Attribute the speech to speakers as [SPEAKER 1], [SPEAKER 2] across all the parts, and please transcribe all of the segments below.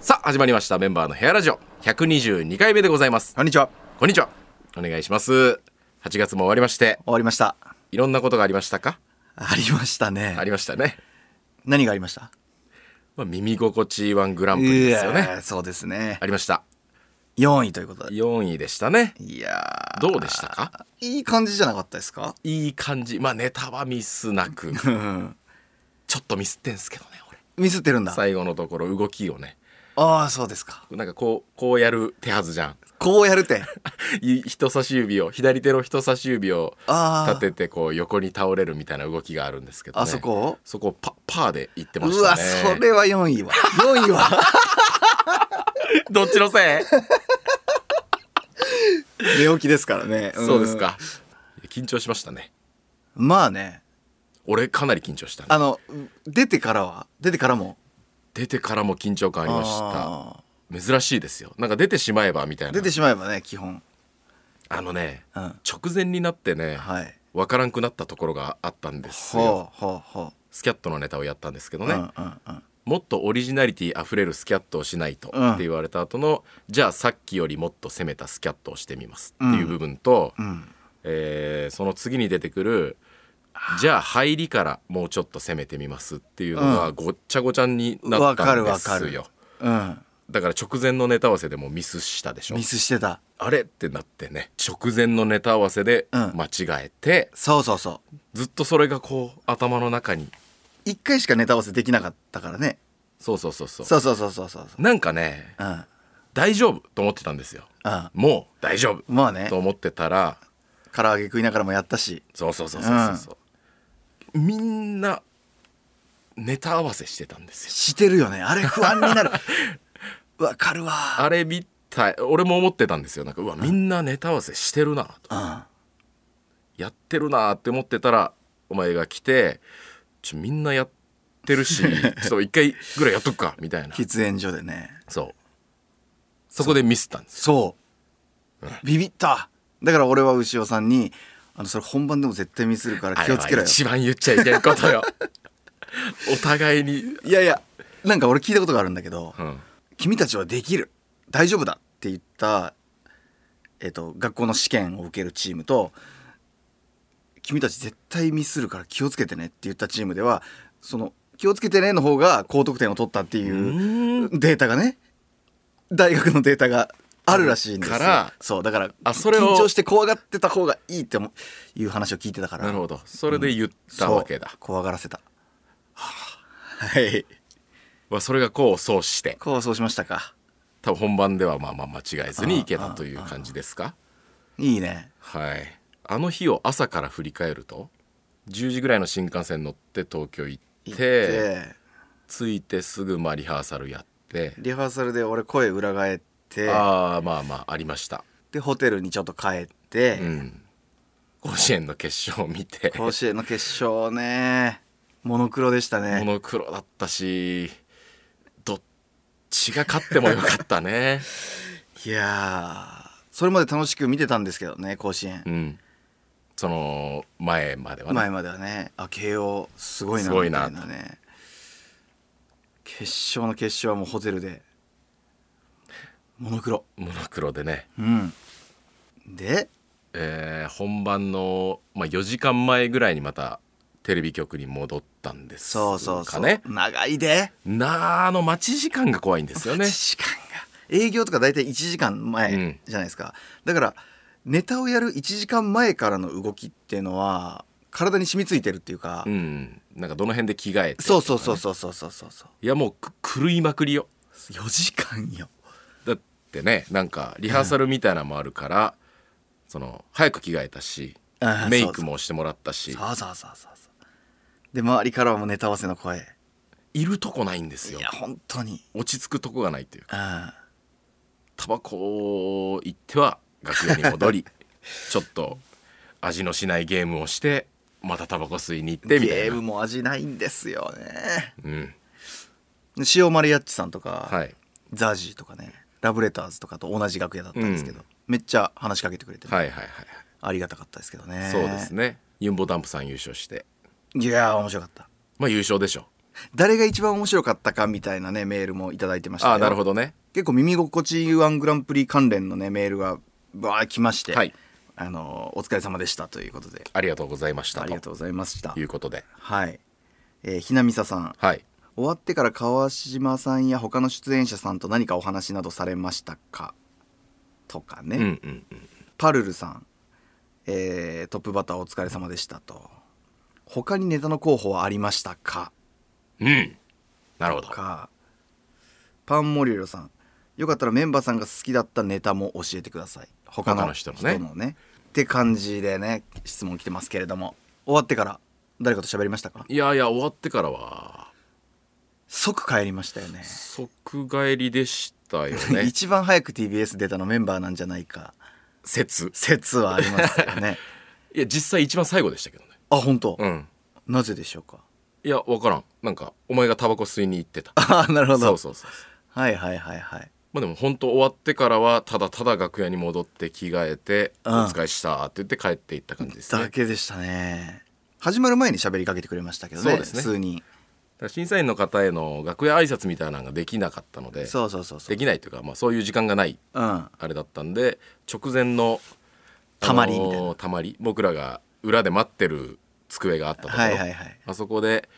[SPEAKER 1] さあ始まりましたメンバーのヘアラジオ122回目でございます
[SPEAKER 2] こんにちは。
[SPEAKER 1] こんにちはお願いします8月も終わりまして
[SPEAKER 2] 終わりました。
[SPEAKER 1] いろんなことがありましたか
[SPEAKER 2] ありましたね。
[SPEAKER 1] ありましたね、
[SPEAKER 2] 何がありました。
[SPEAKER 1] まあ、耳心地いいワングランプリですよ
[SPEAKER 2] い
[SPEAKER 1] ね
[SPEAKER 2] やーそうですね
[SPEAKER 1] あ。りました
[SPEAKER 2] 四位ということで。
[SPEAKER 1] 4位でしたね
[SPEAKER 2] いやー
[SPEAKER 1] どうでしたか
[SPEAKER 2] いい感じじゃなかったですか。
[SPEAKER 1] いい感じまあネタはミスな くちょっとミスってんすけどね俺
[SPEAKER 2] ミスってるんだ。
[SPEAKER 1] 最後のところ動きをね
[SPEAKER 2] ああ、そうですか。
[SPEAKER 1] なんかこうこうやる手はずじゃん
[SPEAKER 2] こうや るて。
[SPEAKER 1] い人差し指を左手の人差し指を
[SPEAKER 2] ああ。
[SPEAKER 1] 立ててこう横に倒れるみたいな動きがあるんですけど、ね、
[SPEAKER 2] あそこを。
[SPEAKER 1] そこをパパーで行ってまし
[SPEAKER 2] う
[SPEAKER 1] た
[SPEAKER 2] わ、
[SPEAKER 1] ね
[SPEAKER 2] それは四位 は。四位は。
[SPEAKER 1] どっちのせい
[SPEAKER 2] 寝起きですからね。ん
[SPEAKER 1] そうです。か緊張しましたね
[SPEAKER 2] まあね。
[SPEAKER 1] 俺かなり緊張したね
[SPEAKER 2] あの、出てからは、出てからも。
[SPEAKER 1] 出てからも緊張感ありました
[SPEAKER 2] あ
[SPEAKER 1] 珍しいですよなんか出てしまえばみたい
[SPEAKER 2] ー
[SPEAKER 1] な
[SPEAKER 2] 出てしまえばね、基本。
[SPEAKER 1] あのね
[SPEAKER 2] うん。
[SPEAKER 1] 直前になってね、
[SPEAKER 2] はい。
[SPEAKER 1] わからんくなったところがあったんですよ
[SPEAKER 2] ほうほうほ
[SPEAKER 1] スキャットのネタをやったんですけど
[SPEAKER 2] う。
[SPEAKER 1] ね、
[SPEAKER 2] うんうんうん。
[SPEAKER 1] もっとオリジナリティあふれるスキャットをしないと
[SPEAKER 2] うん
[SPEAKER 1] って言われた後の、じゃあさっきよりもっと攻めたスキャットをしてみますっていう部分と、
[SPEAKER 2] うん。
[SPEAKER 1] えーその次に出てくるじゃあ入りからもうちょっと攻めてみますっていうのがごっちゃごちゃになったんです
[SPEAKER 2] わか
[SPEAKER 1] よ、
[SPEAKER 2] るわかうん。
[SPEAKER 1] だから直前のネタ合わせでもうミスしたでしょ
[SPEAKER 2] ミスしてた。
[SPEAKER 1] あれってなってね直前のネタ合わせで
[SPEAKER 2] うん
[SPEAKER 1] 間違えて、
[SPEAKER 2] そうそうそう。
[SPEAKER 1] ずっとそれがこう頭の中に
[SPEAKER 2] 一回しかネタ合わせできなかったからね
[SPEAKER 1] そうそうそうそう
[SPEAKER 2] そうそうそうそうそうそう
[SPEAKER 1] なんかね
[SPEAKER 2] うんうん
[SPEAKER 1] 大丈夫と思ってたんですよもう大丈夫
[SPEAKER 2] まあね
[SPEAKER 1] と思ってたら
[SPEAKER 2] 唐揚げ食いながらもやったし
[SPEAKER 1] そうそうそうそうそうそうみんなネタ合わせしてたんですよ
[SPEAKER 2] してるよねあれ不安に なるわかるわ
[SPEAKER 1] あれみたい俺も思ってたんですよなんかうわみんなネタ合わせしてるなと
[SPEAKER 2] うん
[SPEAKER 1] やってるなって思ってたらお前が来てちょみんなやってるし ちょっと一回ぐらいやっとくかみたいな
[SPEAKER 2] 喫煙所でね
[SPEAKER 1] そうそこでミスったんです
[SPEAKER 2] そう
[SPEAKER 1] うん
[SPEAKER 2] ビビっただから俺は牛尾さんにあのそれ本番でも絶対ミスるから気をつけ
[SPEAKER 1] あれは
[SPEAKER 2] ろよ
[SPEAKER 1] 一番言っちゃいけんことよ お互いに、
[SPEAKER 2] いやいやなんか俺聞いたことがあるんだけど
[SPEAKER 1] うん、
[SPEAKER 2] 「君たちはできる大丈夫だ」って言った、えっと学校の試験を受けるチームと「君たち絶対ミスるから気をつけてね」って言ったチームではその「気をつけてね」の方が高得点を取ったっていうデータがね大学のデータがあるらしいんですよ
[SPEAKER 1] から
[SPEAKER 2] そうだから
[SPEAKER 1] あそれを
[SPEAKER 2] 緊張して怖がってた方がいいって思ういう話を聞いてたから
[SPEAKER 1] なるほどそれで言っ
[SPEAKER 2] そ
[SPEAKER 1] た
[SPEAKER 2] う
[SPEAKER 1] わけだ、
[SPEAKER 2] 怖がらせたはい
[SPEAKER 1] まあそれが功を奏して
[SPEAKER 2] こうそうしましたか
[SPEAKER 1] 多分本番ではまあまあ間違えずにいけたという感じですか
[SPEAKER 2] いいね
[SPEAKER 1] はいあの日を朝から振り返ると10時ぐらいの新幹線乗って東京行って
[SPEAKER 2] 行って
[SPEAKER 1] 着いてすぐまあリハーサルやって
[SPEAKER 2] リハーサルで俺声裏返って
[SPEAKER 1] ああまあまあありました
[SPEAKER 2] でホテルにちょっと帰って、
[SPEAKER 1] うん甲子園の決勝を見て
[SPEAKER 2] 甲子園の決勝ねモノクロでした
[SPEAKER 1] モ
[SPEAKER 2] ね
[SPEAKER 1] ノクロだったしどっちが勝ってもよかった ね
[SPEAKER 2] いやーそれまで楽しく見てたんですけどね甲子園
[SPEAKER 1] う、んその前まではね
[SPEAKER 2] 前まではねあ慶応すごいな
[SPEAKER 1] すごいな
[SPEAKER 2] みたいなね決勝の決勝はもうホテルでモノクロ
[SPEAKER 1] モノクロでね、
[SPEAKER 2] うんで
[SPEAKER 1] えー本番の、まあ、4時間前ぐらいにまたテレビ局に戻ったんです
[SPEAKER 2] そうそうそ
[SPEAKER 1] か
[SPEAKER 2] う、
[SPEAKER 1] ね
[SPEAKER 2] 長いで
[SPEAKER 1] なああの待ち時間が怖いんですよね
[SPEAKER 2] 1時間が営業とか大体1時間前じゃないですか、だからネタをやる1時間前からの動きっていうのは体に染みついてるっていうか、
[SPEAKER 1] うんなんかどの辺で着替えて
[SPEAKER 2] そうそうそうそうそうそうそうそう
[SPEAKER 1] いやもうく狂いまくりよ
[SPEAKER 2] 4時間よ
[SPEAKER 1] だってねなんかリハーサルみたいなのもあるから、その早く着替えたし
[SPEAKER 2] あー
[SPEAKER 1] メイクもしてもらったし
[SPEAKER 2] そうそうそうそうそうで周りからはもうネタ合わせの声
[SPEAKER 1] いるとこないんです
[SPEAKER 2] い
[SPEAKER 1] よ
[SPEAKER 2] や本当に
[SPEAKER 1] 落ち着くとこがないというか
[SPEAKER 2] うん
[SPEAKER 1] タバコを行っては楽屋に戻 りちょっと味のしないゲームをしてまたタバコ吸いに行ってみた
[SPEAKER 2] ゲ
[SPEAKER 1] い
[SPEAKER 2] ーム
[SPEAKER 1] な、
[SPEAKER 2] も味ないんですよね
[SPEAKER 1] うん
[SPEAKER 2] で塩マリアッチさんとか、
[SPEAKER 1] はい、
[SPEAKER 2] ザジーとかねラブレターズとかと同じ楽屋だったんですけど、めっちゃ話しかけてくれて、
[SPEAKER 1] はいはいはい
[SPEAKER 2] ありがたかったですけどね
[SPEAKER 1] そうですねユンボダンプさん優勝して
[SPEAKER 2] いやー面白かった
[SPEAKER 1] まあ優勝でしょ
[SPEAKER 2] 誰が一番面白かったかみたいなねメールもいただいてました
[SPEAKER 1] ああなるほ
[SPEAKER 2] ど
[SPEAKER 1] どね
[SPEAKER 2] 結構耳心地いいワングランプリ関連のねメールがバー来まして、
[SPEAKER 1] はい
[SPEAKER 2] あのーお疲れ様でしたということで
[SPEAKER 1] ありがとうございました
[SPEAKER 2] ありがと
[SPEAKER 1] と
[SPEAKER 2] うございました
[SPEAKER 1] いうことで
[SPEAKER 2] はい、えー、ひなみささん
[SPEAKER 1] はい
[SPEAKER 2] 終わってから川島さんや他の出演者さんと何かお話などされましたかとかね、
[SPEAKER 1] うんうんうん
[SPEAKER 2] パルルさん、えートップバッターお疲れ様でしたと他にネタの候補はありましたか
[SPEAKER 1] うんなるほど
[SPEAKER 2] かパンモリュロさんよかったらメンバーさんが好きだったネタも教えてください他
[SPEAKER 1] 他
[SPEAKER 2] の
[SPEAKER 1] の
[SPEAKER 2] 人
[SPEAKER 1] 人
[SPEAKER 2] の
[SPEAKER 1] の
[SPEAKER 2] ね
[SPEAKER 1] ね
[SPEAKER 2] って感じでね質問来てますけれども終わってから誰かと喋りましたか
[SPEAKER 1] いやいや終わってからは
[SPEAKER 2] 即帰りましたよね
[SPEAKER 1] 即帰りでしたよね
[SPEAKER 2] 一番早く TBS 出たのメンバーなんじゃないか
[SPEAKER 1] 説
[SPEAKER 2] 説はありますよね
[SPEAKER 1] いや実際一番最後でしたけどね
[SPEAKER 2] あ本当、
[SPEAKER 1] うん
[SPEAKER 2] なぜでしょうか
[SPEAKER 1] いや分からんなんかお前がタバコ吸いに行ってた
[SPEAKER 2] ああなるほど
[SPEAKER 1] そうそうそう
[SPEAKER 2] はいはいはいはい
[SPEAKER 1] まあでも本当終わってからはただただ楽屋に戻って着替えて「お
[SPEAKER 2] うん
[SPEAKER 1] 疲れした」って言って帰っていった感じですね
[SPEAKER 2] だけでしたね始まる前に喋りかけてくれましたけどね
[SPEAKER 1] そうですね
[SPEAKER 2] 数人
[SPEAKER 1] だから審査員の方への楽屋挨拶みたいなのができなかったので
[SPEAKER 2] そうそうそうそう
[SPEAKER 1] できないというか、まあ、そういう時間がない
[SPEAKER 2] うん
[SPEAKER 1] あれだったんで直前の
[SPEAKER 2] たまりみたいな
[SPEAKER 1] あのーたまり僕らが裏で待ってる机があったところ、
[SPEAKER 2] はいはいはい
[SPEAKER 1] あそこで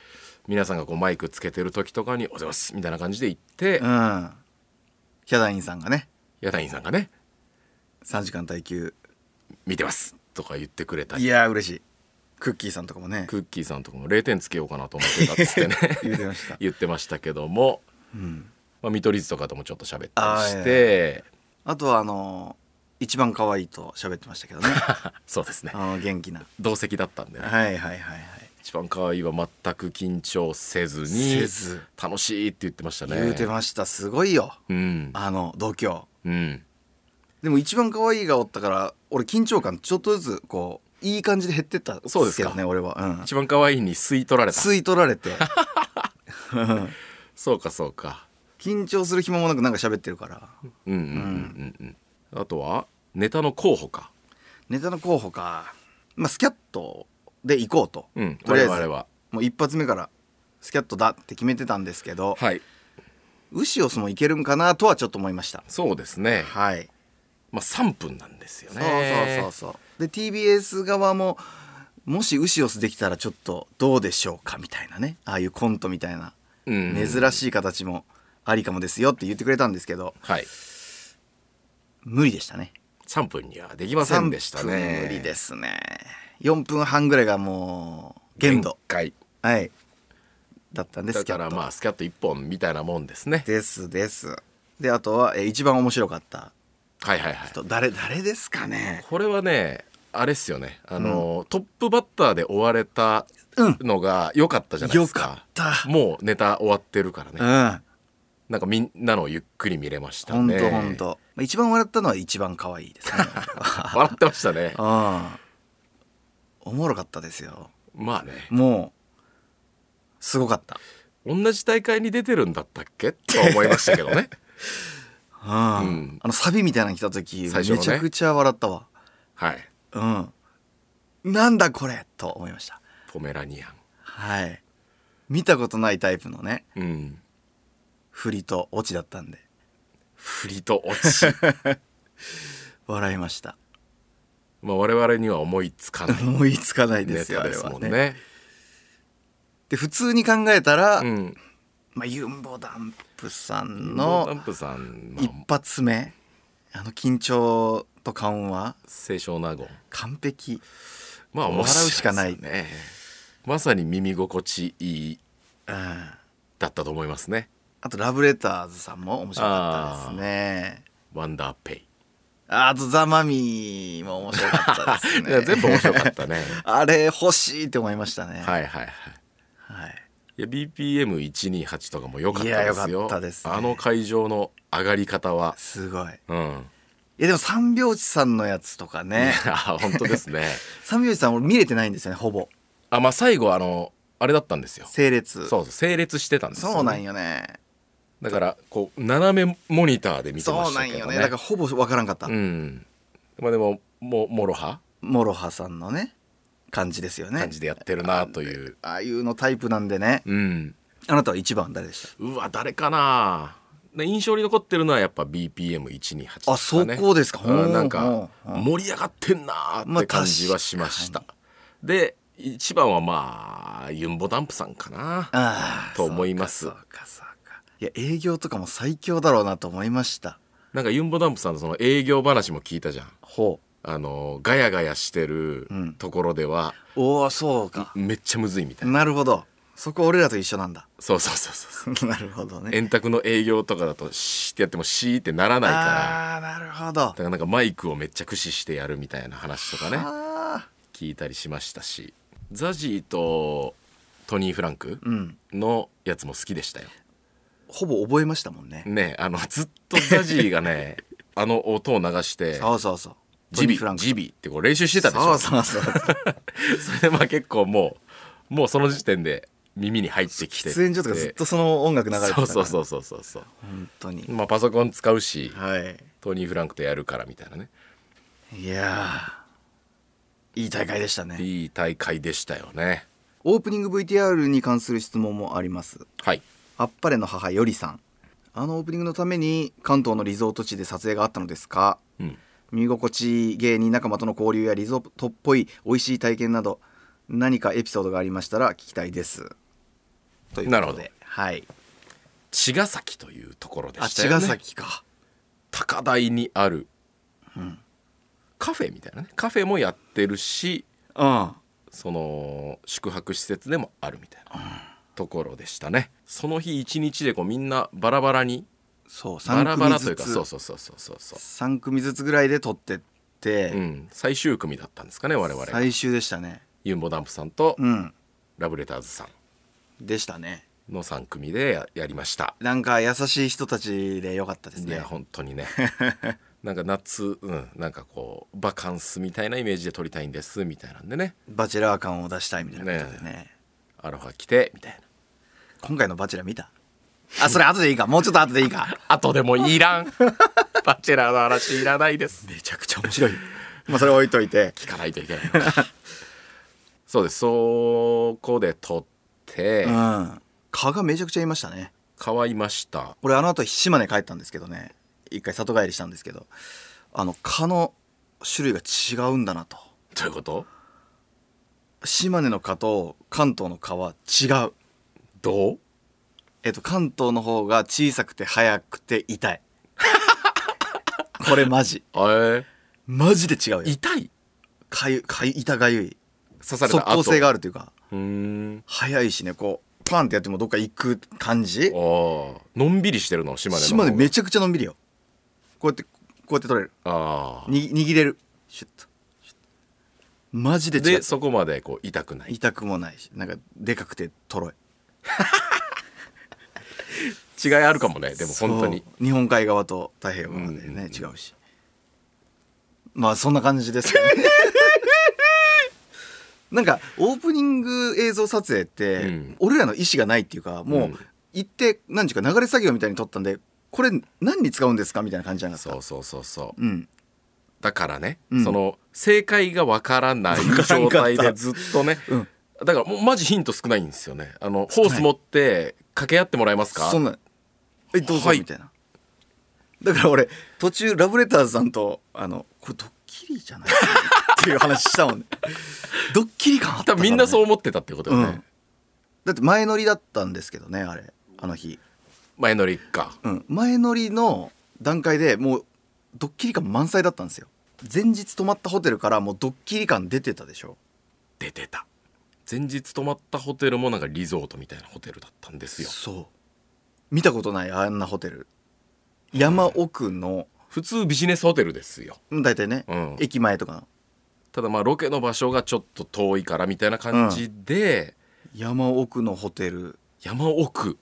[SPEAKER 1] 皆さんがこうマイクつけてる時とかに「おはようございます」みたいな感じで行って、
[SPEAKER 2] うんヒャダインさんがね
[SPEAKER 1] ヤダインさんがね
[SPEAKER 2] 3時間耐久
[SPEAKER 1] 「見てます」とか言ってくれた
[SPEAKER 2] い
[SPEAKER 1] り
[SPEAKER 2] やー嬉しいクッキーさんとかもね
[SPEAKER 1] クッキーさんとかも0点つけようかなと思ってたっつってね
[SPEAKER 2] 言ってました
[SPEAKER 1] 言ってましたけども、
[SPEAKER 2] うん
[SPEAKER 1] まあ、見取り図とかともちょっと喋ったりして
[SPEAKER 2] あとはあのー一番可愛いと喋ってましたけど ね
[SPEAKER 1] そうですね
[SPEAKER 2] あの元気な
[SPEAKER 1] 同席だったんでね
[SPEAKER 2] はいはいはいはい
[SPEAKER 1] 一番可愛いは全く緊張せずに
[SPEAKER 2] せず
[SPEAKER 1] 楽しいって言ってましたね
[SPEAKER 2] 言うてましたすごいよ
[SPEAKER 1] うん
[SPEAKER 2] あの度胸
[SPEAKER 1] うん
[SPEAKER 2] でも一番可愛いがおったから俺緊張感ちょっとずつこういい感じで減ってったん
[SPEAKER 1] そうです
[SPEAKER 2] け
[SPEAKER 1] か
[SPEAKER 2] どね俺は、うん、
[SPEAKER 1] 一番可愛いに吸い取られた
[SPEAKER 2] 吸い取られ て
[SPEAKER 1] そうかそうか
[SPEAKER 2] 緊張する暇もなくなんか喋ってるから
[SPEAKER 1] うんうんうんうんうんあとはネタの候補か
[SPEAKER 2] ネタの候補かまあスキャットで行こうと、
[SPEAKER 1] うん
[SPEAKER 2] とり
[SPEAKER 1] 我
[SPEAKER 2] あえず
[SPEAKER 1] 々は
[SPEAKER 2] もう一発目からスキャットだって決めてたんですけど、
[SPEAKER 1] はい
[SPEAKER 2] ウシオスもいけるんかなとはちょっと思いました
[SPEAKER 1] そうですね
[SPEAKER 2] はい、
[SPEAKER 1] まあ3分なんですよ
[SPEAKER 2] そうそう
[SPEAKER 1] ね
[SPEAKER 2] そうそうで TBS 側ももしウシオスできたらちょっとどうでしょうかみたいなねああいうコントみたいな
[SPEAKER 1] うん
[SPEAKER 2] 珍しい形もありかもですよって言ってくれたんですけど
[SPEAKER 1] はい
[SPEAKER 2] 無理でしたね
[SPEAKER 1] 3分にはできませんでした
[SPEAKER 2] 3
[SPEAKER 1] ね
[SPEAKER 2] 分無理ですね4分半ぐらいがもう限度
[SPEAKER 1] 限界
[SPEAKER 2] はいだったんです
[SPEAKER 1] だ
[SPEAKER 2] けど
[SPEAKER 1] からまあスキャット1本みたいなもんですね
[SPEAKER 2] ですですであとは、えー一番面白かった
[SPEAKER 1] はいはいはい
[SPEAKER 2] 人誰誰ですかね
[SPEAKER 1] これはねあれっすよねあの、トップバッターで追われたのが良かったじゃないで
[SPEAKER 2] よ
[SPEAKER 1] すか
[SPEAKER 2] か,、った
[SPEAKER 1] もうネタ終わってるからね、
[SPEAKER 2] うん
[SPEAKER 1] なんかみんなのゆっくり見れました
[SPEAKER 2] ほん
[SPEAKER 1] ね
[SPEAKER 2] とほんとまあ一番笑ったのは一番可愛 いですね
[SPEAKER 1] 笑ってました ね
[SPEAKER 2] うんおもろかったですよ
[SPEAKER 1] まあね
[SPEAKER 2] もうすごかった
[SPEAKER 1] 同じ大会に出てるんだったっけとは思いましたけど ね
[SPEAKER 2] うん
[SPEAKER 1] うん
[SPEAKER 2] あのサビみたいなの来た時、
[SPEAKER 1] 最初の
[SPEAKER 2] め
[SPEAKER 1] ね
[SPEAKER 2] ちゃくちゃ笑ったわ
[SPEAKER 1] はい
[SPEAKER 2] うんなんだこれと思いました
[SPEAKER 1] ポメラニア
[SPEAKER 2] はい見たことないタイプのね
[SPEAKER 1] ンうん
[SPEAKER 2] 振りとオチだったんで
[SPEAKER 1] 振りと落 ち
[SPEAKER 2] 笑いました
[SPEAKER 1] まあ我々には思いつかない
[SPEAKER 2] 思いつかないで
[SPEAKER 1] ネ
[SPEAKER 2] すよ
[SPEAKER 1] タ
[SPEAKER 2] あ
[SPEAKER 1] で
[SPEAKER 2] れ
[SPEAKER 1] すも
[SPEAKER 2] は
[SPEAKER 1] んね
[SPEAKER 2] ねで普通に考えたら、
[SPEAKER 1] うん
[SPEAKER 2] まあ、ユンボダンプさん
[SPEAKER 1] のダ
[SPEAKER 2] の
[SPEAKER 1] ンプさん、ま
[SPEAKER 2] 一
[SPEAKER 1] あ、
[SPEAKER 2] 発目あの緊張と緩和
[SPEAKER 1] 清少納言
[SPEAKER 2] 完璧
[SPEAKER 1] まあ
[SPEAKER 2] 笑うしかない
[SPEAKER 1] 面白ですよねまさに耳心地いい
[SPEAKER 2] うん
[SPEAKER 1] だったと思いますね
[SPEAKER 2] あとラブレターズさんも面白かったですね
[SPEAKER 1] ワンダーペイ、
[SPEAKER 2] あとザ・マミィも面白かったです
[SPEAKER 1] いや
[SPEAKER 2] ね
[SPEAKER 1] 全部面白かったね
[SPEAKER 2] あれ欲しいって思いましたね
[SPEAKER 1] はいはいはい
[SPEAKER 2] はい
[SPEAKER 1] いや BPM128 とかも良かっ
[SPEAKER 2] いや
[SPEAKER 1] た
[SPEAKER 2] 良
[SPEAKER 1] で
[SPEAKER 2] か
[SPEAKER 1] すよ
[SPEAKER 2] ったですね
[SPEAKER 1] あの会場の上がり方は
[SPEAKER 2] すごい
[SPEAKER 1] うん
[SPEAKER 2] いやでも三拍子さんのやつとか
[SPEAKER 1] い
[SPEAKER 2] ね
[SPEAKER 1] や本当ですね
[SPEAKER 2] 三拍子さん俺見れてないんですよねほぼ
[SPEAKER 1] あまあ最後あのあれだったんですよ
[SPEAKER 2] 整列
[SPEAKER 1] そうそう整列してたんですよ、
[SPEAKER 2] そうなんよね
[SPEAKER 1] だからこう斜めモニターで見てま
[SPEAKER 2] そう
[SPEAKER 1] し
[SPEAKER 2] な
[SPEAKER 1] た
[SPEAKER 2] ん
[SPEAKER 1] けどね
[SPEAKER 2] よねだからほぼ分からんかった、
[SPEAKER 1] うんまあでもももろは
[SPEAKER 2] モロハさんのね感じですよね
[SPEAKER 1] 感じでやってるなという、
[SPEAKER 2] ああいうのタイプなんでね
[SPEAKER 1] うん
[SPEAKER 2] あなたは一番誰でし
[SPEAKER 1] うわ誰かなで印象に残ってるのはやっぱ BPM128 です
[SPEAKER 2] た
[SPEAKER 1] か、ね、
[SPEAKER 2] あそこですか
[SPEAKER 1] うんなん
[SPEAKER 2] ほ
[SPEAKER 1] か
[SPEAKER 2] うほう
[SPEAKER 1] 盛り上がってんなーって感じはしました、で一番はまあユンボダンプさんかな
[SPEAKER 2] ああ
[SPEAKER 1] と思います
[SPEAKER 2] そうかそうかいや営業とかも最強だろうなと思いました
[SPEAKER 1] なんかユンボダンプさんのその営業話も聞いたじゃん
[SPEAKER 2] ほ
[SPEAKER 1] あのガヤガヤしてる
[SPEAKER 2] うん
[SPEAKER 1] ところでは、
[SPEAKER 2] うおおそうか
[SPEAKER 1] めっちゃむずいみたいな、
[SPEAKER 2] なるほどそこ俺らと一緒なんだ
[SPEAKER 1] そうそうそうそう
[SPEAKER 2] なるほどね
[SPEAKER 1] 円卓の営業とかだとシーってやってもシーってならないから
[SPEAKER 2] ああーなるほど
[SPEAKER 1] だからなんかマイクをめっちゃ駆使してやるみたいな話とかね
[SPEAKER 2] あ
[SPEAKER 1] 聞いたりしましたしザジーとトニー・フランク
[SPEAKER 2] ーうん
[SPEAKER 1] のやつも好きでしたよ
[SPEAKER 2] ほぼ覚えましたもんね
[SPEAKER 1] ねあのずっとザジーが ねあの音を流して
[SPEAKER 2] そうそうそう
[SPEAKER 1] ジビ
[SPEAKER 2] トニーフランク
[SPEAKER 1] ジビってこう練習してたでし
[SPEAKER 2] そ
[SPEAKER 1] ょ
[SPEAKER 2] うそうそう
[SPEAKER 1] それでまあ結構もうもうその時点で耳に入ってきて
[SPEAKER 2] 喫煙所とかずっとその音楽流れてたか
[SPEAKER 1] そう
[SPEAKER 2] ら
[SPEAKER 1] そう
[SPEAKER 2] う
[SPEAKER 1] そうそうそうそう
[SPEAKER 2] 本当に
[SPEAKER 1] まあパソコン使うし
[SPEAKER 2] はい
[SPEAKER 1] トニー・フランクとやるからみたいなね
[SPEAKER 2] いやーいい大会でしたね
[SPEAKER 1] いい大会でしたよね
[SPEAKER 2] オープニング VTR に関する質問もあります
[SPEAKER 1] はい
[SPEAKER 2] あっぱれの母よりさんあのオープニングのために関東のリゾート地で撮影があったのですか
[SPEAKER 1] うん
[SPEAKER 2] 見心地いい芸人仲間との交流やリゾートっぽい美味しい体験など何かエピソードがありましたら聞きたいですということで
[SPEAKER 1] なるほど
[SPEAKER 2] はい
[SPEAKER 1] 茅ヶ崎というところで
[SPEAKER 2] あ
[SPEAKER 1] した
[SPEAKER 2] 茅
[SPEAKER 1] よね
[SPEAKER 2] ヶ崎か
[SPEAKER 1] 高台にある
[SPEAKER 2] うん
[SPEAKER 1] カフェみたいなねカフェもやってるし
[SPEAKER 2] うん
[SPEAKER 1] その宿泊施設でもあるみたいなところでしたねその日一日でこうみんなバラバラに
[SPEAKER 2] そう
[SPEAKER 1] バラ
[SPEAKER 2] 3
[SPEAKER 1] バ
[SPEAKER 2] 組
[SPEAKER 1] ラとい
[SPEAKER 2] ず
[SPEAKER 1] うか
[SPEAKER 2] つ
[SPEAKER 1] そうそうそうそうそうそ
[SPEAKER 2] 3組ずつぐらいで撮ってって、
[SPEAKER 1] う、うん、最終組だったんですかね我々が
[SPEAKER 2] 最終でしたね
[SPEAKER 1] ユンボダンプさんと
[SPEAKER 2] うん
[SPEAKER 1] ラブレターズさ
[SPEAKER 2] でしたね
[SPEAKER 1] んの3組でややりました
[SPEAKER 2] なんか優しい人たちでよかったです
[SPEAKER 1] いや
[SPEAKER 2] ね
[SPEAKER 1] 本当に ねなんか夏、うん、なんかこうバカンスみたいなイメージで撮りたいんですみたいなんでね
[SPEAKER 2] バチェラー感を出したいみたいなことでね
[SPEAKER 1] アロハ着てみたいな
[SPEAKER 2] 今回のバチェラー見たあそれ後でいいかもうちょっと後でいいか
[SPEAKER 1] 後でもいらんバチェラーの話いらないです
[SPEAKER 2] めちゃくちゃ面白いまあそれ置いとい て
[SPEAKER 1] 聞かないといけないの かそうですそこで撮って
[SPEAKER 2] うん蚊がめちゃくちゃいましたね
[SPEAKER 1] 変わりました
[SPEAKER 2] 俺あの後島根帰ったんですけどね一回里帰りしたんですけどあの蚊の種類が違うんだなと
[SPEAKER 1] どういうこと
[SPEAKER 2] 島根の蚊と関東の蚊は違う
[SPEAKER 1] どう
[SPEAKER 2] えっと、関東の方が小さくて早くて 痛い。これマジ。
[SPEAKER 1] え
[SPEAKER 2] マジで違う
[SPEAKER 1] ー、
[SPEAKER 2] よ。
[SPEAKER 1] 痛い
[SPEAKER 2] かゆ、かゆ、痛がゆい。
[SPEAKER 1] 刺され
[SPEAKER 2] 即
[SPEAKER 1] た後
[SPEAKER 2] 効性があるというか、
[SPEAKER 1] うーん
[SPEAKER 2] 早いしね、こう、パンってやってもどっか行く感じ
[SPEAKER 1] あ。ーのんびりしてるの島根の
[SPEAKER 2] 島根め
[SPEAKER 1] ち
[SPEAKER 2] ちゃくちゃのんびりよ。こうやって、こうやって取れる。
[SPEAKER 1] あー
[SPEAKER 2] に握れる。シュッと。シュッとマジで違
[SPEAKER 1] で
[SPEAKER 2] う。
[SPEAKER 1] そこまでこう痛くない
[SPEAKER 2] 痛くもないし、なんか、でかくてとろい。
[SPEAKER 1] 違いあるかもねでも本当に
[SPEAKER 2] そう。日本海側と太平洋側でね、
[SPEAKER 1] うんうんうん
[SPEAKER 2] 違うし。まあそんな感じで すよね。なんかオープニング映像撮影って、
[SPEAKER 1] うん
[SPEAKER 2] 俺らの意思がないっていうかも
[SPEAKER 1] う
[SPEAKER 2] うん行って何ていうか流れ作業みたいに撮ったんでこれ何に使うんですかみたいな感じじゃなかった
[SPEAKER 1] そうそうそうそう
[SPEAKER 2] うん、
[SPEAKER 1] だからね、
[SPEAKER 2] うん
[SPEAKER 1] その正解がわからない
[SPEAKER 2] からん
[SPEAKER 1] 状
[SPEAKER 2] かっ
[SPEAKER 1] 態
[SPEAKER 2] た
[SPEAKER 1] でずっとね、
[SPEAKER 2] うん
[SPEAKER 1] だからもうマジヒント少ないんですよねあのホース持って掛け合ってもらえますか
[SPEAKER 2] そんな「えどうぞ」
[SPEAKER 1] はい
[SPEAKER 2] みたいな、だから俺途中ラブレターズさんとあのこれドッキリじゃないっていう話したもんねドッキリ感あったか
[SPEAKER 1] 多
[SPEAKER 2] らね
[SPEAKER 1] 分みんなそう思ってたってことよね、
[SPEAKER 2] うんだって前乗りだったんですけどねあれあの日、
[SPEAKER 1] 前乗りか
[SPEAKER 2] うん、前乗りの段階でもうドッキリ感満載だったんですよ前日泊まったホテルからもうドッキリ感出てたでしょ
[SPEAKER 1] 出てた前日泊まったホテルもなんかリゾートみたいなホテルだったんですよ
[SPEAKER 2] そう見たことないあんなホテル山奥の
[SPEAKER 1] 普通ビジネスホテルですよ
[SPEAKER 2] うん大体ね、
[SPEAKER 1] うん
[SPEAKER 2] 駅前とかの
[SPEAKER 1] ただまあロケの場所がちょっと遠いからみたいな感じで、
[SPEAKER 2] 山奥のホテル
[SPEAKER 1] 山奥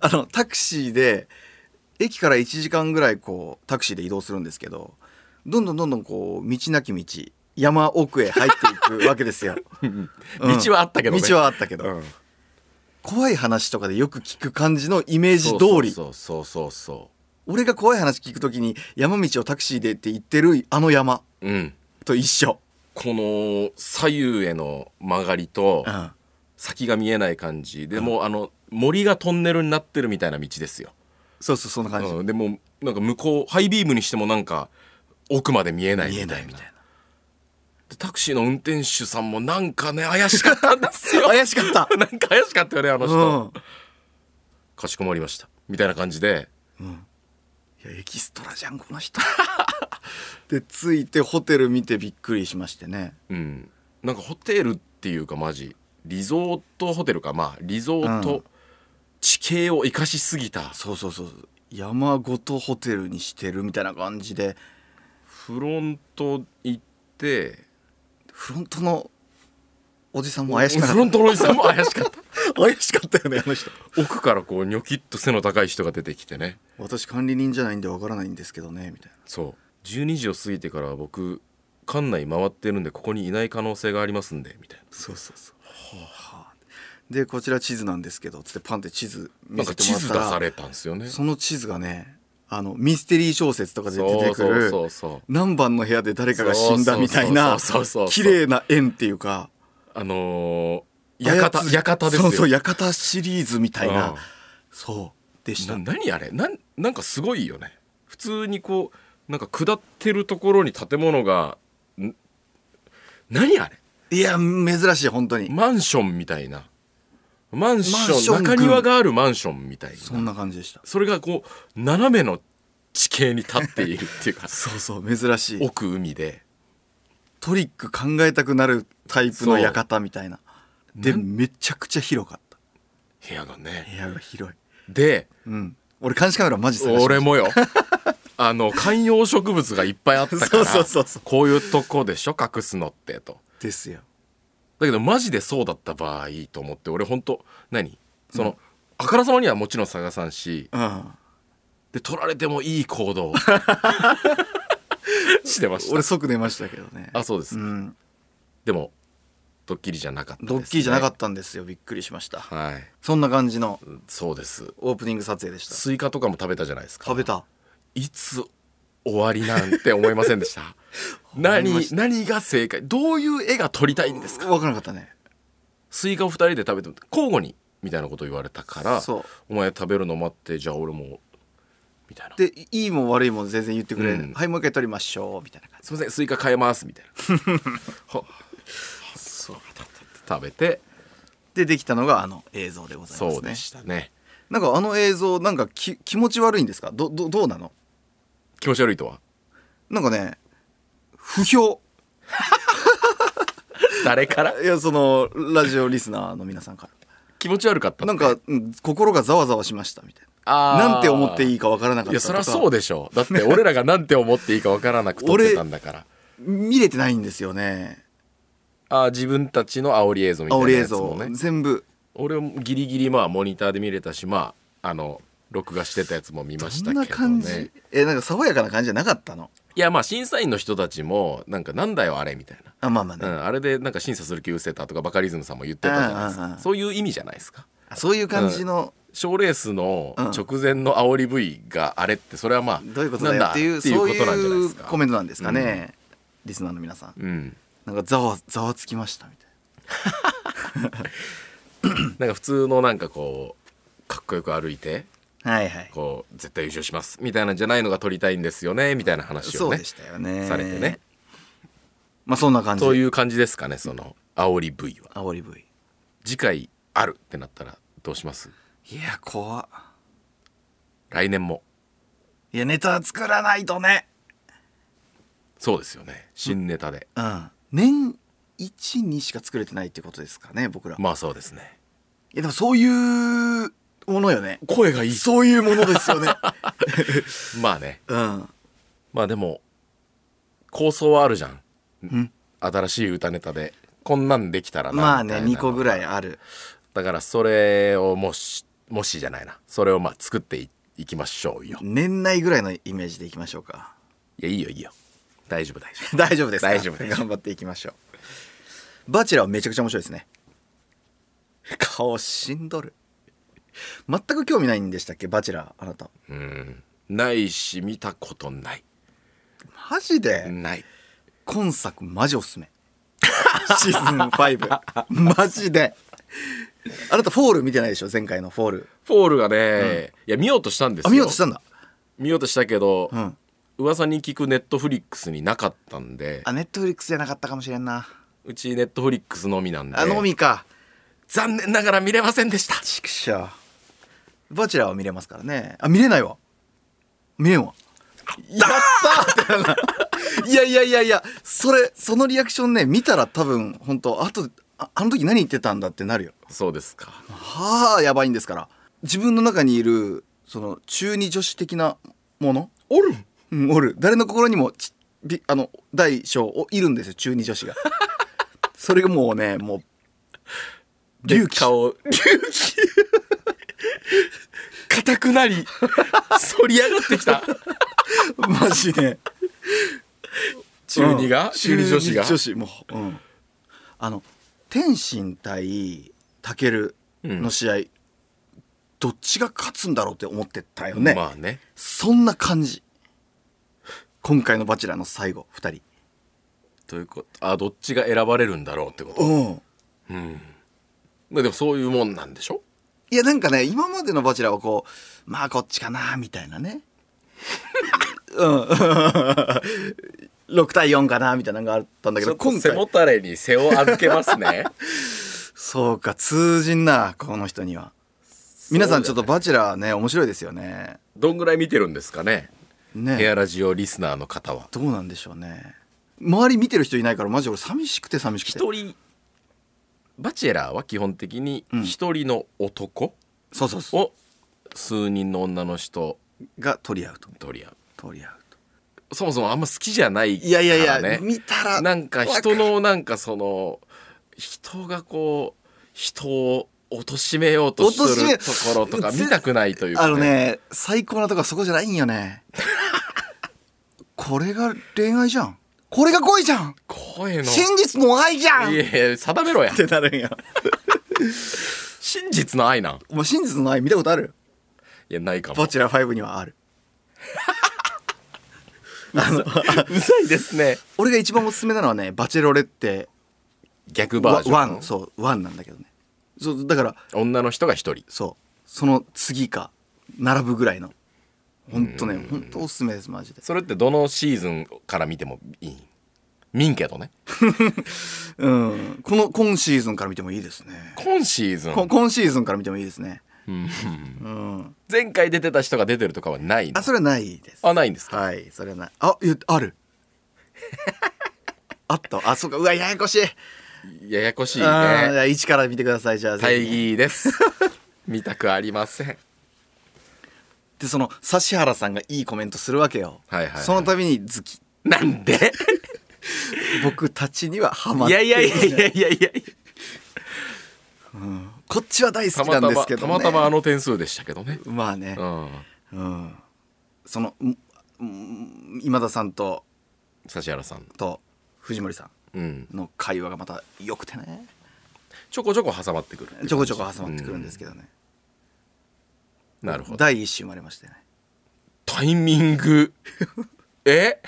[SPEAKER 2] あのタクシーで駅から1時間ぐらいこうタクシーで移動するんですけどどんどんどんどんこう道なき道山 奥へ入っていくわけですよ
[SPEAKER 1] 道はあったけどね
[SPEAKER 2] 道はあったけど、
[SPEAKER 1] うん
[SPEAKER 2] 怖い話とかでよく聞く感じのイメージ通り
[SPEAKER 1] そうそうそうそ
[SPEAKER 2] 俺が怖い話聞くときに山道をタクシーでって言ってるあの山
[SPEAKER 1] うそううん
[SPEAKER 2] と一緒、
[SPEAKER 1] この左右への曲がりと
[SPEAKER 2] うん、
[SPEAKER 1] 先が見えない感じでもうあの森がトンネルになってるみたいな道ですよ、
[SPEAKER 2] そうそうそんな感じ、
[SPEAKER 1] うん、でもうなんか向こうハイビームにしてもなんか奥まで見えないみ
[SPEAKER 2] 見
[SPEAKER 1] た
[SPEAKER 2] え
[SPEAKER 1] いな
[SPEAKER 2] ないみたい
[SPEAKER 1] でタクシーの運転手さんもなんかね怪しかったんですよ
[SPEAKER 2] な 怪しかった、
[SPEAKER 1] なんか怪しかったよねあの
[SPEAKER 2] う
[SPEAKER 1] 人、
[SPEAKER 2] ん
[SPEAKER 1] かしこまりましたみたいな感じで
[SPEAKER 2] うん、いやエキストラじゃんこの人 で着いてホテル見てびっくりしましてね
[SPEAKER 1] うんなんかホテルっていうかマジリゾートホテルかまあリゾー
[SPEAKER 2] うん
[SPEAKER 1] ト地形を生かしすぎた
[SPEAKER 2] そうそうそうそう山ごとホテルにしてるみたいな感じで
[SPEAKER 1] フロント行って
[SPEAKER 2] フロントのおじさんも怪しかった
[SPEAKER 1] フロントのおじさんも怪しかった
[SPEAKER 2] 怪しかったよねあの人
[SPEAKER 1] 奥からこうニョキッと背の高い人が出てきてね
[SPEAKER 2] 私管理人じゃないんでわからないんですけどねみたいな
[SPEAKER 1] そう12時を過ぎてから僕館内回ってるんでここにいない可能性がありますんでみたい
[SPEAKER 2] そうそうそうはあでこちら地図なんですけどつってパンって地図
[SPEAKER 1] な
[SPEAKER 2] 見
[SPEAKER 1] なんか
[SPEAKER 2] せても
[SPEAKER 1] 地図
[SPEAKER 2] らった
[SPEAKER 1] 出
[SPEAKER 2] ら
[SPEAKER 1] されたんですよね
[SPEAKER 2] その地図がねあのミステリー小説とかで出てく
[SPEAKER 1] そう
[SPEAKER 2] る
[SPEAKER 1] そうそう
[SPEAKER 2] 何番の部屋で誰かが死んだみたいな
[SPEAKER 1] そうそうそうそうそう
[SPEAKER 2] 綺麗な円っていうか
[SPEAKER 1] あのー、館
[SPEAKER 2] 操り
[SPEAKER 1] 館ですよ
[SPEAKER 2] そうそう館シリーズみたいな、
[SPEAKER 1] うん
[SPEAKER 2] そうでした
[SPEAKER 1] な何あれなんなんかすごいよね普通にこうなんか下ってるところに建物がん何あれ
[SPEAKER 2] いや珍しい本当に
[SPEAKER 1] マンションみたいなマンシ
[SPEAKER 2] マンショ
[SPEAKER 1] ョ
[SPEAKER 2] ン
[SPEAKER 1] ン
[SPEAKER 2] 群
[SPEAKER 1] 中庭があるマンションみたい
[SPEAKER 2] そ
[SPEAKER 1] なん
[SPEAKER 2] な感じでした
[SPEAKER 1] それがこう斜めの地形に立っているって いうか
[SPEAKER 2] そうそう珍しい
[SPEAKER 1] 奥海で
[SPEAKER 2] トリック考えたくなるタイプの館みたいなで
[SPEAKER 1] なん
[SPEAKER 2] めちゃくちゃ広かった
[SPEAKER 1] 部屋がね
[SPEAKER 2] 部屋が広い
[SPEAKER 1] で
[SPEAKER 2] うん俺監視カメラマジ探して
[SPEAKER 1] 俺も よあの観葉植物がいっぱいあったから
[SPEAKER 2] そうそうそうそう
[SPEAKER 1] こういうとこでしょ隠すのってと
[SPEAKER 2] ですよ
[SPEAKER 1] だけどマジでそうだった場合と思って俺本当何その、あからさまにはもちろん探さんし
[SPEAKER 2] うん
[SPEAKER 1] で取られてもいい行 動をしてました
[SPEAKER 2] 俺即寝ましたけどね
[SPEAKER 1] あそうです、
[SPEAKER 2] うん
[SPEAKER 1] でもドッキリじゃなかったです、
[SPEAKER 2] ド
[SPEAKER 1] ね、
[SPEAKER 2] ッキリじゃなか
[SPEAKER 1] っ
[SPEAKER 2] ったんですよびっくりしました
[SPEAKER 1] たはい
[SPEAKER 2] そんな感じの
[SPEAKER 1] そうです
[SPEAKER 2] オープニング撮影でした
[SPEAKER 1] スイカとかも食べたじゃないですか
[SPEAKER 2] 食べた
[SPEAKER 1] いつ終わりなんて思いませんでした
[SPEAKER 2] わかりま
[SPEAKER 1] 何
[SPEAKER 2] した
[SPEAKER 1] 何が正解どういう絵が撮りたいんですか
[SPEAKER 2] 分からなかったね
[SPEAKER 1] スイカを2人で食べても交互にみたいなこと言われたから
[SPEAKER 2] そう
[SPEAKER 1] お前食べるの待ってじゃあ俺もみたいな
[SPEAKER 2] でいいも悪いも全然言ってくれ、
[SPEAKER 1] うん
[SPEAKER 2] はいもう一回撮りましょうみたいな感
[SPEAKER 1] すいませんスイカ買えますみたいなは
[SPEAKER 2] じそう
[SPEAKER 1] 食べて
[SPEAKER 2] でできたのがあの映像 でございますね
[SPEAKER 1] そうでしたね
[SPEAKER 2] なんかあの映像なんかき気持ち悪いんですかどどどうなの
[SPEAKER 1] 気持ち悪いとは
[SPEAKER 2] なんかね不評
[SPEAKER 1] 誰から
[SPEAKER 2] いやそのラジオリスナーの皆さんか
[SPEAKER 1] 気持ち悪かった
[SPEAKER 2] らなんか、うん心がざわざわしましたみたいななんて思ってい
[SPEAKER 1] い
[SPEAKER 2] いかわからなかっ
[SPEAKER 1] い
[SPEAKER 2] た
[SPEAKER 1] や
[SPEAKER 2] と
[SPEAKER 1] そ
[SPEAKER 2] か
[SPEAKER 1] りゃそうでしょだって俺らがなんて思っていいかわからなく撮ってたんだから
[SPEAKER 2] 見れてないんですよね
[SPEAKER 1] あー自分たちの煽り映像みたい
[SPEAKER 2] 煽
[SPEAKER 1] な
[SPEAKER 2] り映
[SPEAKER 1] やつも
[SPEAKER 2] 像、
[SPEAKER 1] ね
[SPEAKER 2] 全部
[SPEAKER 1] 俺もギリギリまあモニターで見れたしまああの録画してたやつも見ました
[SPEAKER 2] ど
[SPEAKER 1] けどね
[SPEAKER 2] んな感じ、えなんか爽やかな感じじゃなかったの
[SPEAKER 1] いやまあ審査員の人たちもなんかなんだよあれみたいな、
[SPEAKER 2] あまあまあね、
[SPEAKER 1] うん、あれでなんか審査する気失せたとかバカリズムさんも言ってたじゃないです
[SPEAKER 2] うんうんう
[SPEAKER 1] か
[SPEAKER 2] ん
[SPEAKER 1] そういう意味じゃないですか
[SPEAKER 2] あそういう感じの、
[SPEAKER 1] 賞レースの
[SPEAKER 2] うん
[SPEAKER 1] 直前の煽り V があれってそれはまあ
[SPEAKER 2] どういうことだよ
[SPEAKER 1] なん
[SPEAKER 2] っていう
[SPEAKER 1] っていう
[SPEAKER 2] そう
[SPEAKER 1] ことなんじゃない
[SPEAKER 2] い
[SPEAKER 1] で
[SPEAKER 2] う
[SPEAKER 1] すか
[SPEAKER 2] コメントなんですかね、リスナーの皆さん
[SPEAKER 1] うん
[SPEAKER 2] なんかざわざわつきましたみたい
[SPEAKER 1] なんか普通のなんかこうかっこよく歩いて
[SPEAKER 2] なはいはい
[SPEAKER 1] こう絶対優勝しますみたいなんじゃないのが撮りたいんですよねみたいな話
[SPEAKER 2] そ
[SPEAKER 1] を
[SPEAKER 2] う
[SPEAKER 1] ね
[SPEAKER 2] でしたよね
[SPEAKER 1] されてね
[SPEAKER 2] まあそんな感じ
[SPEAKER 1] そう
[SPEAKER 2] う
[SPEAKER 1] いう感じですかねその煽り V は
[SPEAKER 2] 煽り V
[SPEAKER 1] 次回あるってなったらどうします
[SPEAKER 2] いや怖っ
[SPEAKER 1] 来年も
[SPEAKER 2] いやネタ作らないとね
[SPEAKER 1] そうですよね新ネタで、
[SPEAKER 2] うん年一にしか作れてないってことですかね僕ら、い
[SPEAKER 1] まあそうですね
[SPEAKER 2] やでもそういうものよね
[SPEAKER 1] 声がいい
[SPEAKER 2] そういうものですよね
[SPEAKER 1] まあね
[SPEAKER 2] うん
[SPEAKER 1] まあでも構想はあるじゃん
[SPEAKER 2] うん
[SPEAKER 1] 新しい歌ネタでこんなんできたらな
[SPEAKER 2] まあね
[SPEAKER 1] みたいな
[SPEAKER 2] 2個ぐらいある
[SPEAKER 1] だからそれをもしもしじゃないなそれをまあ作っていいきましょうよ
[SPEAKER 2] 年内ぐらいのイメージでいきましょうか
[SPEAKER 1] いやいいよいいよ大丈夫大丈夫
[SPEAKER 2] 大丈夫ですか
[SPEAKER 1] 大丈夫です
[SPEAKER 2] 頑張っていきましょうバチェラーはめちゃくちゃ面白いですね顔しんどる全く興味ないんでしたっけバチェラーあなた
[SPEAKER 1] うんないし見たことない
[SPEAKER 2] マジで、
[SPEAKER 1] ない
[SPEAKER 2] 今作マジお すすめシーズン5マジであなたフォール見てないでしょ前回のフォール
[SPEAKER 1] フォールがね、いや見ようとしたんです
[SPEAKER 2] あ
[SPEAKER 1] よ
[SPEAKER 2] 見ようとしたんだ
[SPEAKER 1] 見ようとしたけど、
[SPEAKER 2] うん
[SPEAKER 1] 噂に聞くネットフリックスになかったんで
[SPEAKER 2] あネットフリックスじゃなかったかもしれんな
[SPEAKER 1] うちネットフリックスのみなんで
[SPEAKER 2] あのみか
[SPEAKER 1] 残念ながら見れませんでした
[SPEAKER 2] ちくしょうバチェラーは見れますからねあ見れないわ見れんわやったーってなるないやいやいやいやそれそのリアクションね見たら多分本当あとああの時何言ってたんだってなるよ
[SPEAKER 1] そうですか
[SPEAKER 2] はあやばいんですから自分の中にいるその中二女子的なもの、
[SPEAKER 1] おる
[SPEAKER 2] うん、おる誰の心にもちびあの大小おいるんですよ中二女子がそれがもうねもう
[SPEAKER 1] 龍気顔龍気硬くなり反り上がってきた
[SPEAKER 2] マジで
[SPEAKER 1] 中二が、
[SPEAKER 2] うん
[SPEAKER 1] 中二女子が
[SPEAKER 2] 中二女子もう、うん、あの天心対たけるの試合、どっちが勝つんだろうって思ってたよね、
[SPEAKER 1] まあね
[SPEAKER 2] そんな感じ今回の「バチェラー」の最後2人
[SPEAKER 1] ということあどっちが選ばれるんだろうってこと
[SPEAKER 2] うん
[SPEAKER 1] うんでもそういうもんなんでしょ
[SPEAKER 2] いやなんかね今までの「バチェラー」はこうまあこっちかなみたい なねうん6対4かなみたいなのがあったんだけ
[SPEAKER 1] ちょ
[SPEAKER 2] ど
[SPEAKER 1] っと
[SPEAKER 2] 今
[SPEAKER 1] 背
[SPEAKER 2] 回
[SPEAKER 1] もたれに背を預けますね
[SPEAKER 2] そうか通じんなこの人には皆さんちょっと「バチェラーね」面白いですよね
[SPEAKER 1] どんぐらい見てるんですかねヘア
[SPEAKER 2] ね
[SPEAKER 1] ラジオリスナーの方は
[SPEAKER 2] どうなんでしょうね周り見てる人いないからマジ俺寂しくて寂しくて
[SPEAKER 1] 一人バチェラーは基本的に
[SPEAKER 2] うん
[SPEAKER 1] 一人の男
[SPEAKER 2] そうそうそう
[SPEAKER 1] を数人の女の人
[SPEAKER 2] が取り合うと
[SPEAKER 1] 取り合う
[SPEAKER 2] 取り合うと
[SPEAKER 1] そもそもあんま好きじゃないから、ね、
[SPEAKER 2] いやいやいや、見たら
[SPEAKER 1] なんか人のなんかその人がこう人を貶としめようとするところとか
[SPEAKER 2] 貶め
[SPEAKER 1] 見たくないというか、
[SPEAKER 2] あのね最高なとこはそこじゃないんよね これが恋愛じゃんこれが恋じゃん
[SPEAKER 1] 声の
[SPEAKER 2] 真実の愛じゃん
[SPEAKER 1] い
[SPEAKER 2] っ
[SPEAKER 1] やいや定めろや
[SPEAKER 2] てなるんや
[SPEAKER 1] 真実の愛なん
[SPEAKER 2] お前真実の愛見たことある
[SPEAKER 1] いやないかも
[SPEAKER 2] バチェラー5にはあるあの
[SPEAKER 1] うざいですね
[SPEAKER 2] 俺が一番おすすめなのはね「バチェロレッテ
[SPEAKER 1] 逆バー
[SPEAKER 2] ワ
[SPEAKER 1] ジョン
[SPEAKER 2] ワン」そう「ワン」なんだけどねそうだから
[SPEAKER 1] 女の人が一人
[SPEAKER 2] そうその次か並ぶぐらいのほんとねほんとおすすめですマジで
[SPEAKER 1] それってどのシーズンから見てもいい見んけどね
[SPEAKER 2] うんこの今シーズンから見てもいいですね
[SPEAKER 1] 今シーズ
[SPEAKER 2] こ
[SPEAKER 1] ン、
[SPEAKER 2] 今シーズンから見てもいいですね
[SPEAKER 1] うん
[SPEAKER 2] うん
[SPEAKER 1] 前回出てた人が出てるとかはないの
[SPEAKER 2] あそれはないです
[SPEAKER 1] あないんですか
[SPEAKER 2] はいそれはないあいやある あったあそうかうわややこしい
[SPEAKER 1] ややこしい
[SPEAKER 2] あー
[SPEAKER 1] ね
[SPEAKER 2] や一から見てくださいじゃあ
[SPEAKER 1] 大
[SPEAKER 2] ぜひ
[SPEAKER 1] 義です見たくありません
[SPEAKER 2] でその指原さんがいいコメントするわけよ、
[SPEAKER 1] はいはいはい
[SPEAKER 2] その度にズキ
[SPEAKER 1] なん で
[SPEAKER 2] 僕たちにはハマっ
[SPEAKER 1] い
[SPEAKER 2] て
[SPEAKER 1] やいやいやいやいやいや
[SPEAKER 2] こっちは大好
[SPEAKER 1] た
[SPEAKER 2] き
[SPEAKER 1] ま
[SPEAKER 2] な
[SPEAKER 1] た
[SPEAKER 2] んで
[SPEAKER 1] ます
[SPEAKER 2] けど
[SPEAKER 1] た
[SPEAKER 2] ね
[SPEAKER 1] またまあの点数でしたけどね
[SPEAKER 2] まあね
[SPEAKER 1] うん
[SPEAKER 2] うんそのんん今田さんと
[SPEAKER 1] 指原さん
[SPEAKER 2] と藤森さ
[SPEAKER 1] うん
[SPEAKER 2] んの会話がまた良くてね
[SPEAKER 1] ちょこちょこ挟まってくるっていう感じ
[SPEAKER 2] ちょこちょこ挟まってくるんですけどね、
[SPEAKER 1] うんなるほど
[SPEAKER 2] 第一子生まれましてね
[SPEAKER 1] タイミングえ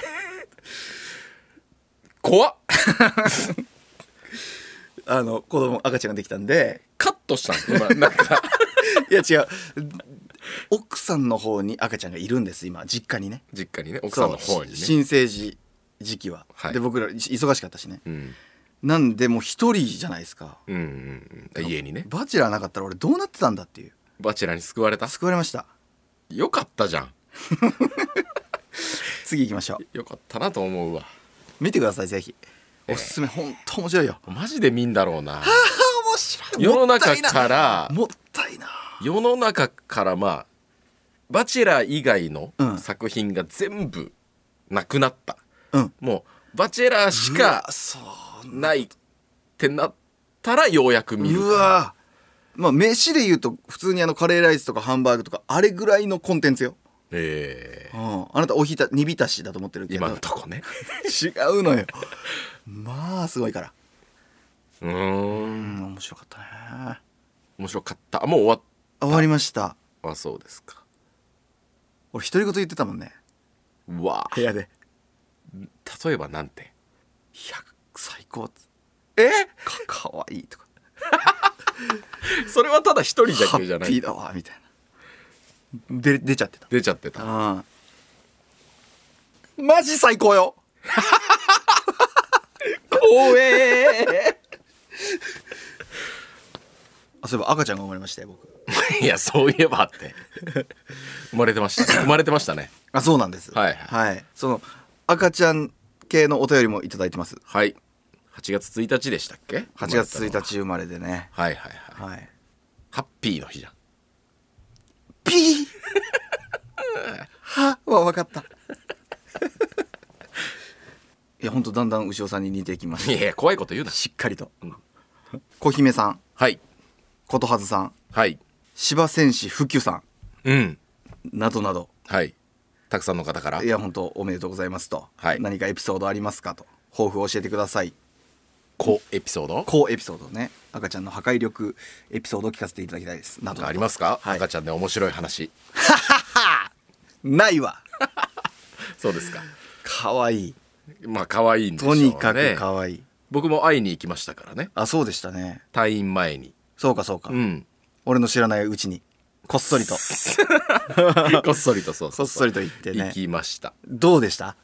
[SPEAKER 1] 怖っ
[SPEAKER 2] あの子供赤ちゃんができたんで
[SPEAKER 1] カットしたの今なんか
[SPEAKER 2] いや違う奥さんの方に赤ちゃんがいるんです今実家にね
[SPEAKER 1] 実家にね奥さんの方に
[SPEAKER 2] そう
[SPEAKER 1] ね
[SPEAKER 2] 新生児時期は、
[SPEAKER 1] はい
[SPEAKER 2] で僕ら忙しかったしね
[SPEAKER 1] うん
[SPEAKER 2] なんでもう一人じゃないですか
[SPEAKER 1] うんうんうん家にね
[SPEAKER 2] バチェラーなかったら俺どうなってたんだっていう
[SPEAKER 1] バチェラーに救われた
[SPEAKER 2] 救われました
[SPEAKER 1] よかったじゃん
[SPEAKER 2] 次行きましょう
[SPEAKER 1] よかったなと思うわ
[SPEAKER 2] 見てくださいぜひおすすめ本当面白いよ
[SPEAKER 1] マジで見んだろうな
[SPEAKER 2] ああ面白い
[SPEAKER 1] 世の
[SPEAKER 2] も
[SPEAKER 1] 中
[SPEAKER 2] ったいな
[SPEAKER 1] から
[SPEAKER 2] もったいな
[SPEAKER 1] 世の中からまあ「バチェラー」以外の
[SPEAKER 2] うん
[SPEAKER 1] 作品が全部なくなった、
[SPEAKER 2] うん
[SPEAKER 1] もう「バチェラー」しか
[SPEAKER 2] そう
[SPEAKER 1] ないってなったらようやく見る
[SPEAKER 2] うわまあ飯で言うと普通にあのカレーライスとかハンバーグとかあれぐらいのコンテンツよ、
[SPEAKER 1] え
[SPEAKER 2] うん、あなたおひた煮浸しだと思ってる
[SPEAKER 1] え
[SPEAKER 2] けど
[SPEAKER 1] 今のとこね
[SPEAKER 2] 違うのよまあすごいから
[SPEAKER 1] う
[SPEAKER 2] う
[SPEAKER 1] ーん
[SPEAKER 2] ん面白かったね
[SPEAKER 1] 面白かったあもう終わっ
[SPEAKER 2] あ終わりました
[SPEAKER 1] あそうですか
[SPEAKER 2] 俺独り言言ってたもんね
[SPEAKER 1] うわ
[SPEAKER 2] 部屋で
[SPEAKER 1] 例えばなんて
[SPEAKER 2] 「いや最高」
[SPEAKER 1] え
[SPEAKER 2] かかわいい」とか
[SPEAKER 1] それはただ一
[SPEAKER 2] 「
[SPEAKER 1] 人
[SPEAKER 2] ハ
[SPEAKER 1] だけじゃ
[SPEAKER 2] ッ
[SPEAKER 1] な
[SPEAKER 2] ピー
[SPEAKER 1] い
[SPEAKER 2] だわ」みたいなで出ちゃってた
[SPEAKER 1] 出ちゃってた
[SPEAKER 2] あマジ最高よ
[SPEAKER 1] 怖え
[SPEAKER 2] あそういえば赤ちゃんが生まれましたよ僕
[SPEAKER 1] いやそういえばって生まれてました生まれてましたね
[SPEAKER 2] あそうなんです
[SPEAKER 1] はい
[SPEAKER 2] はい、その赤ちゃん系のお便りもいただいてます
[SPEAKER 1] はい8月1日でしたっけ
[SPEAKER 2] 8月1
[SPEAKER 1] 日
[SPEAKER 2] 日生まれでね
[SPEAKER 1] はいはいはい
[SPEAKER 2] はい
[SPEAKER 1] ハッピーの日じゃん
[SPEAKER 2] ピーはは分かった いやほんとだんだん牛尾さんに似てきま
[SPEAKER 1] い
[SPEAKER 2] し
[SPEAKER 1] やいや怖いこと言うな
[SPEAKER 2] たしっかりと、
[SPEAKER 1] うん
[SPEAKER 2] 小姫さん
[SPEAKER 1] はい
[SPEAKER 2] 琴葉さん
[SPEAKER 1] はい
[SPEAKER 2] 芝戦士復旧さ
[SPEAKER 1] うん
[SPEAKER 2] んなどなど
[SPEAKER 1] はいたくさんの方から
[SPEAKER 2] いや本当おめでとうございますと、
[SPEAKER 1] はい
[SPEAKER 2] 何かエピソードありますかと抱負を教えてください
[SPEAKER 1] こうエピソード
[SPEAKER 2] 高エピソードね赤ちゃんの破壊力エピソードを聞かせていただきたいですな
[SPEAKER 1] なん
[SPEAKER 2] ど
[SPEAKER 1] かありますか、
[SPEAKER 2] はい
[SPEAKER 1] 赤ちゃんで面白い話
[SPEAKER 2] ないわ
[SPEAKER 1] そうですか
[SPEAKER 2] 可愛い
[SPEAKER 1] まあ可愛いんでしょ
[SPEAKER 2] と
[SPEAKER 1] うね
[SPEAKER 2] にかく可愛い
[SPEAKER 1] 僕も会いに行きましたからね
[SPEAKER 2] あそうでしたね
[SPEAKER 1] 退院前に
[SPEAKER 2] そうかそうか、
[SPEAKER 1] うん
[SPEAKER 2] 俺の知らないうちにこっそりと
[SPEAKER 1] こっそりとそうそう
[SPEAKER 2] こっそりと行ってね
[SPEAKER 1] 行きました
[SPEAKER 2] どうでした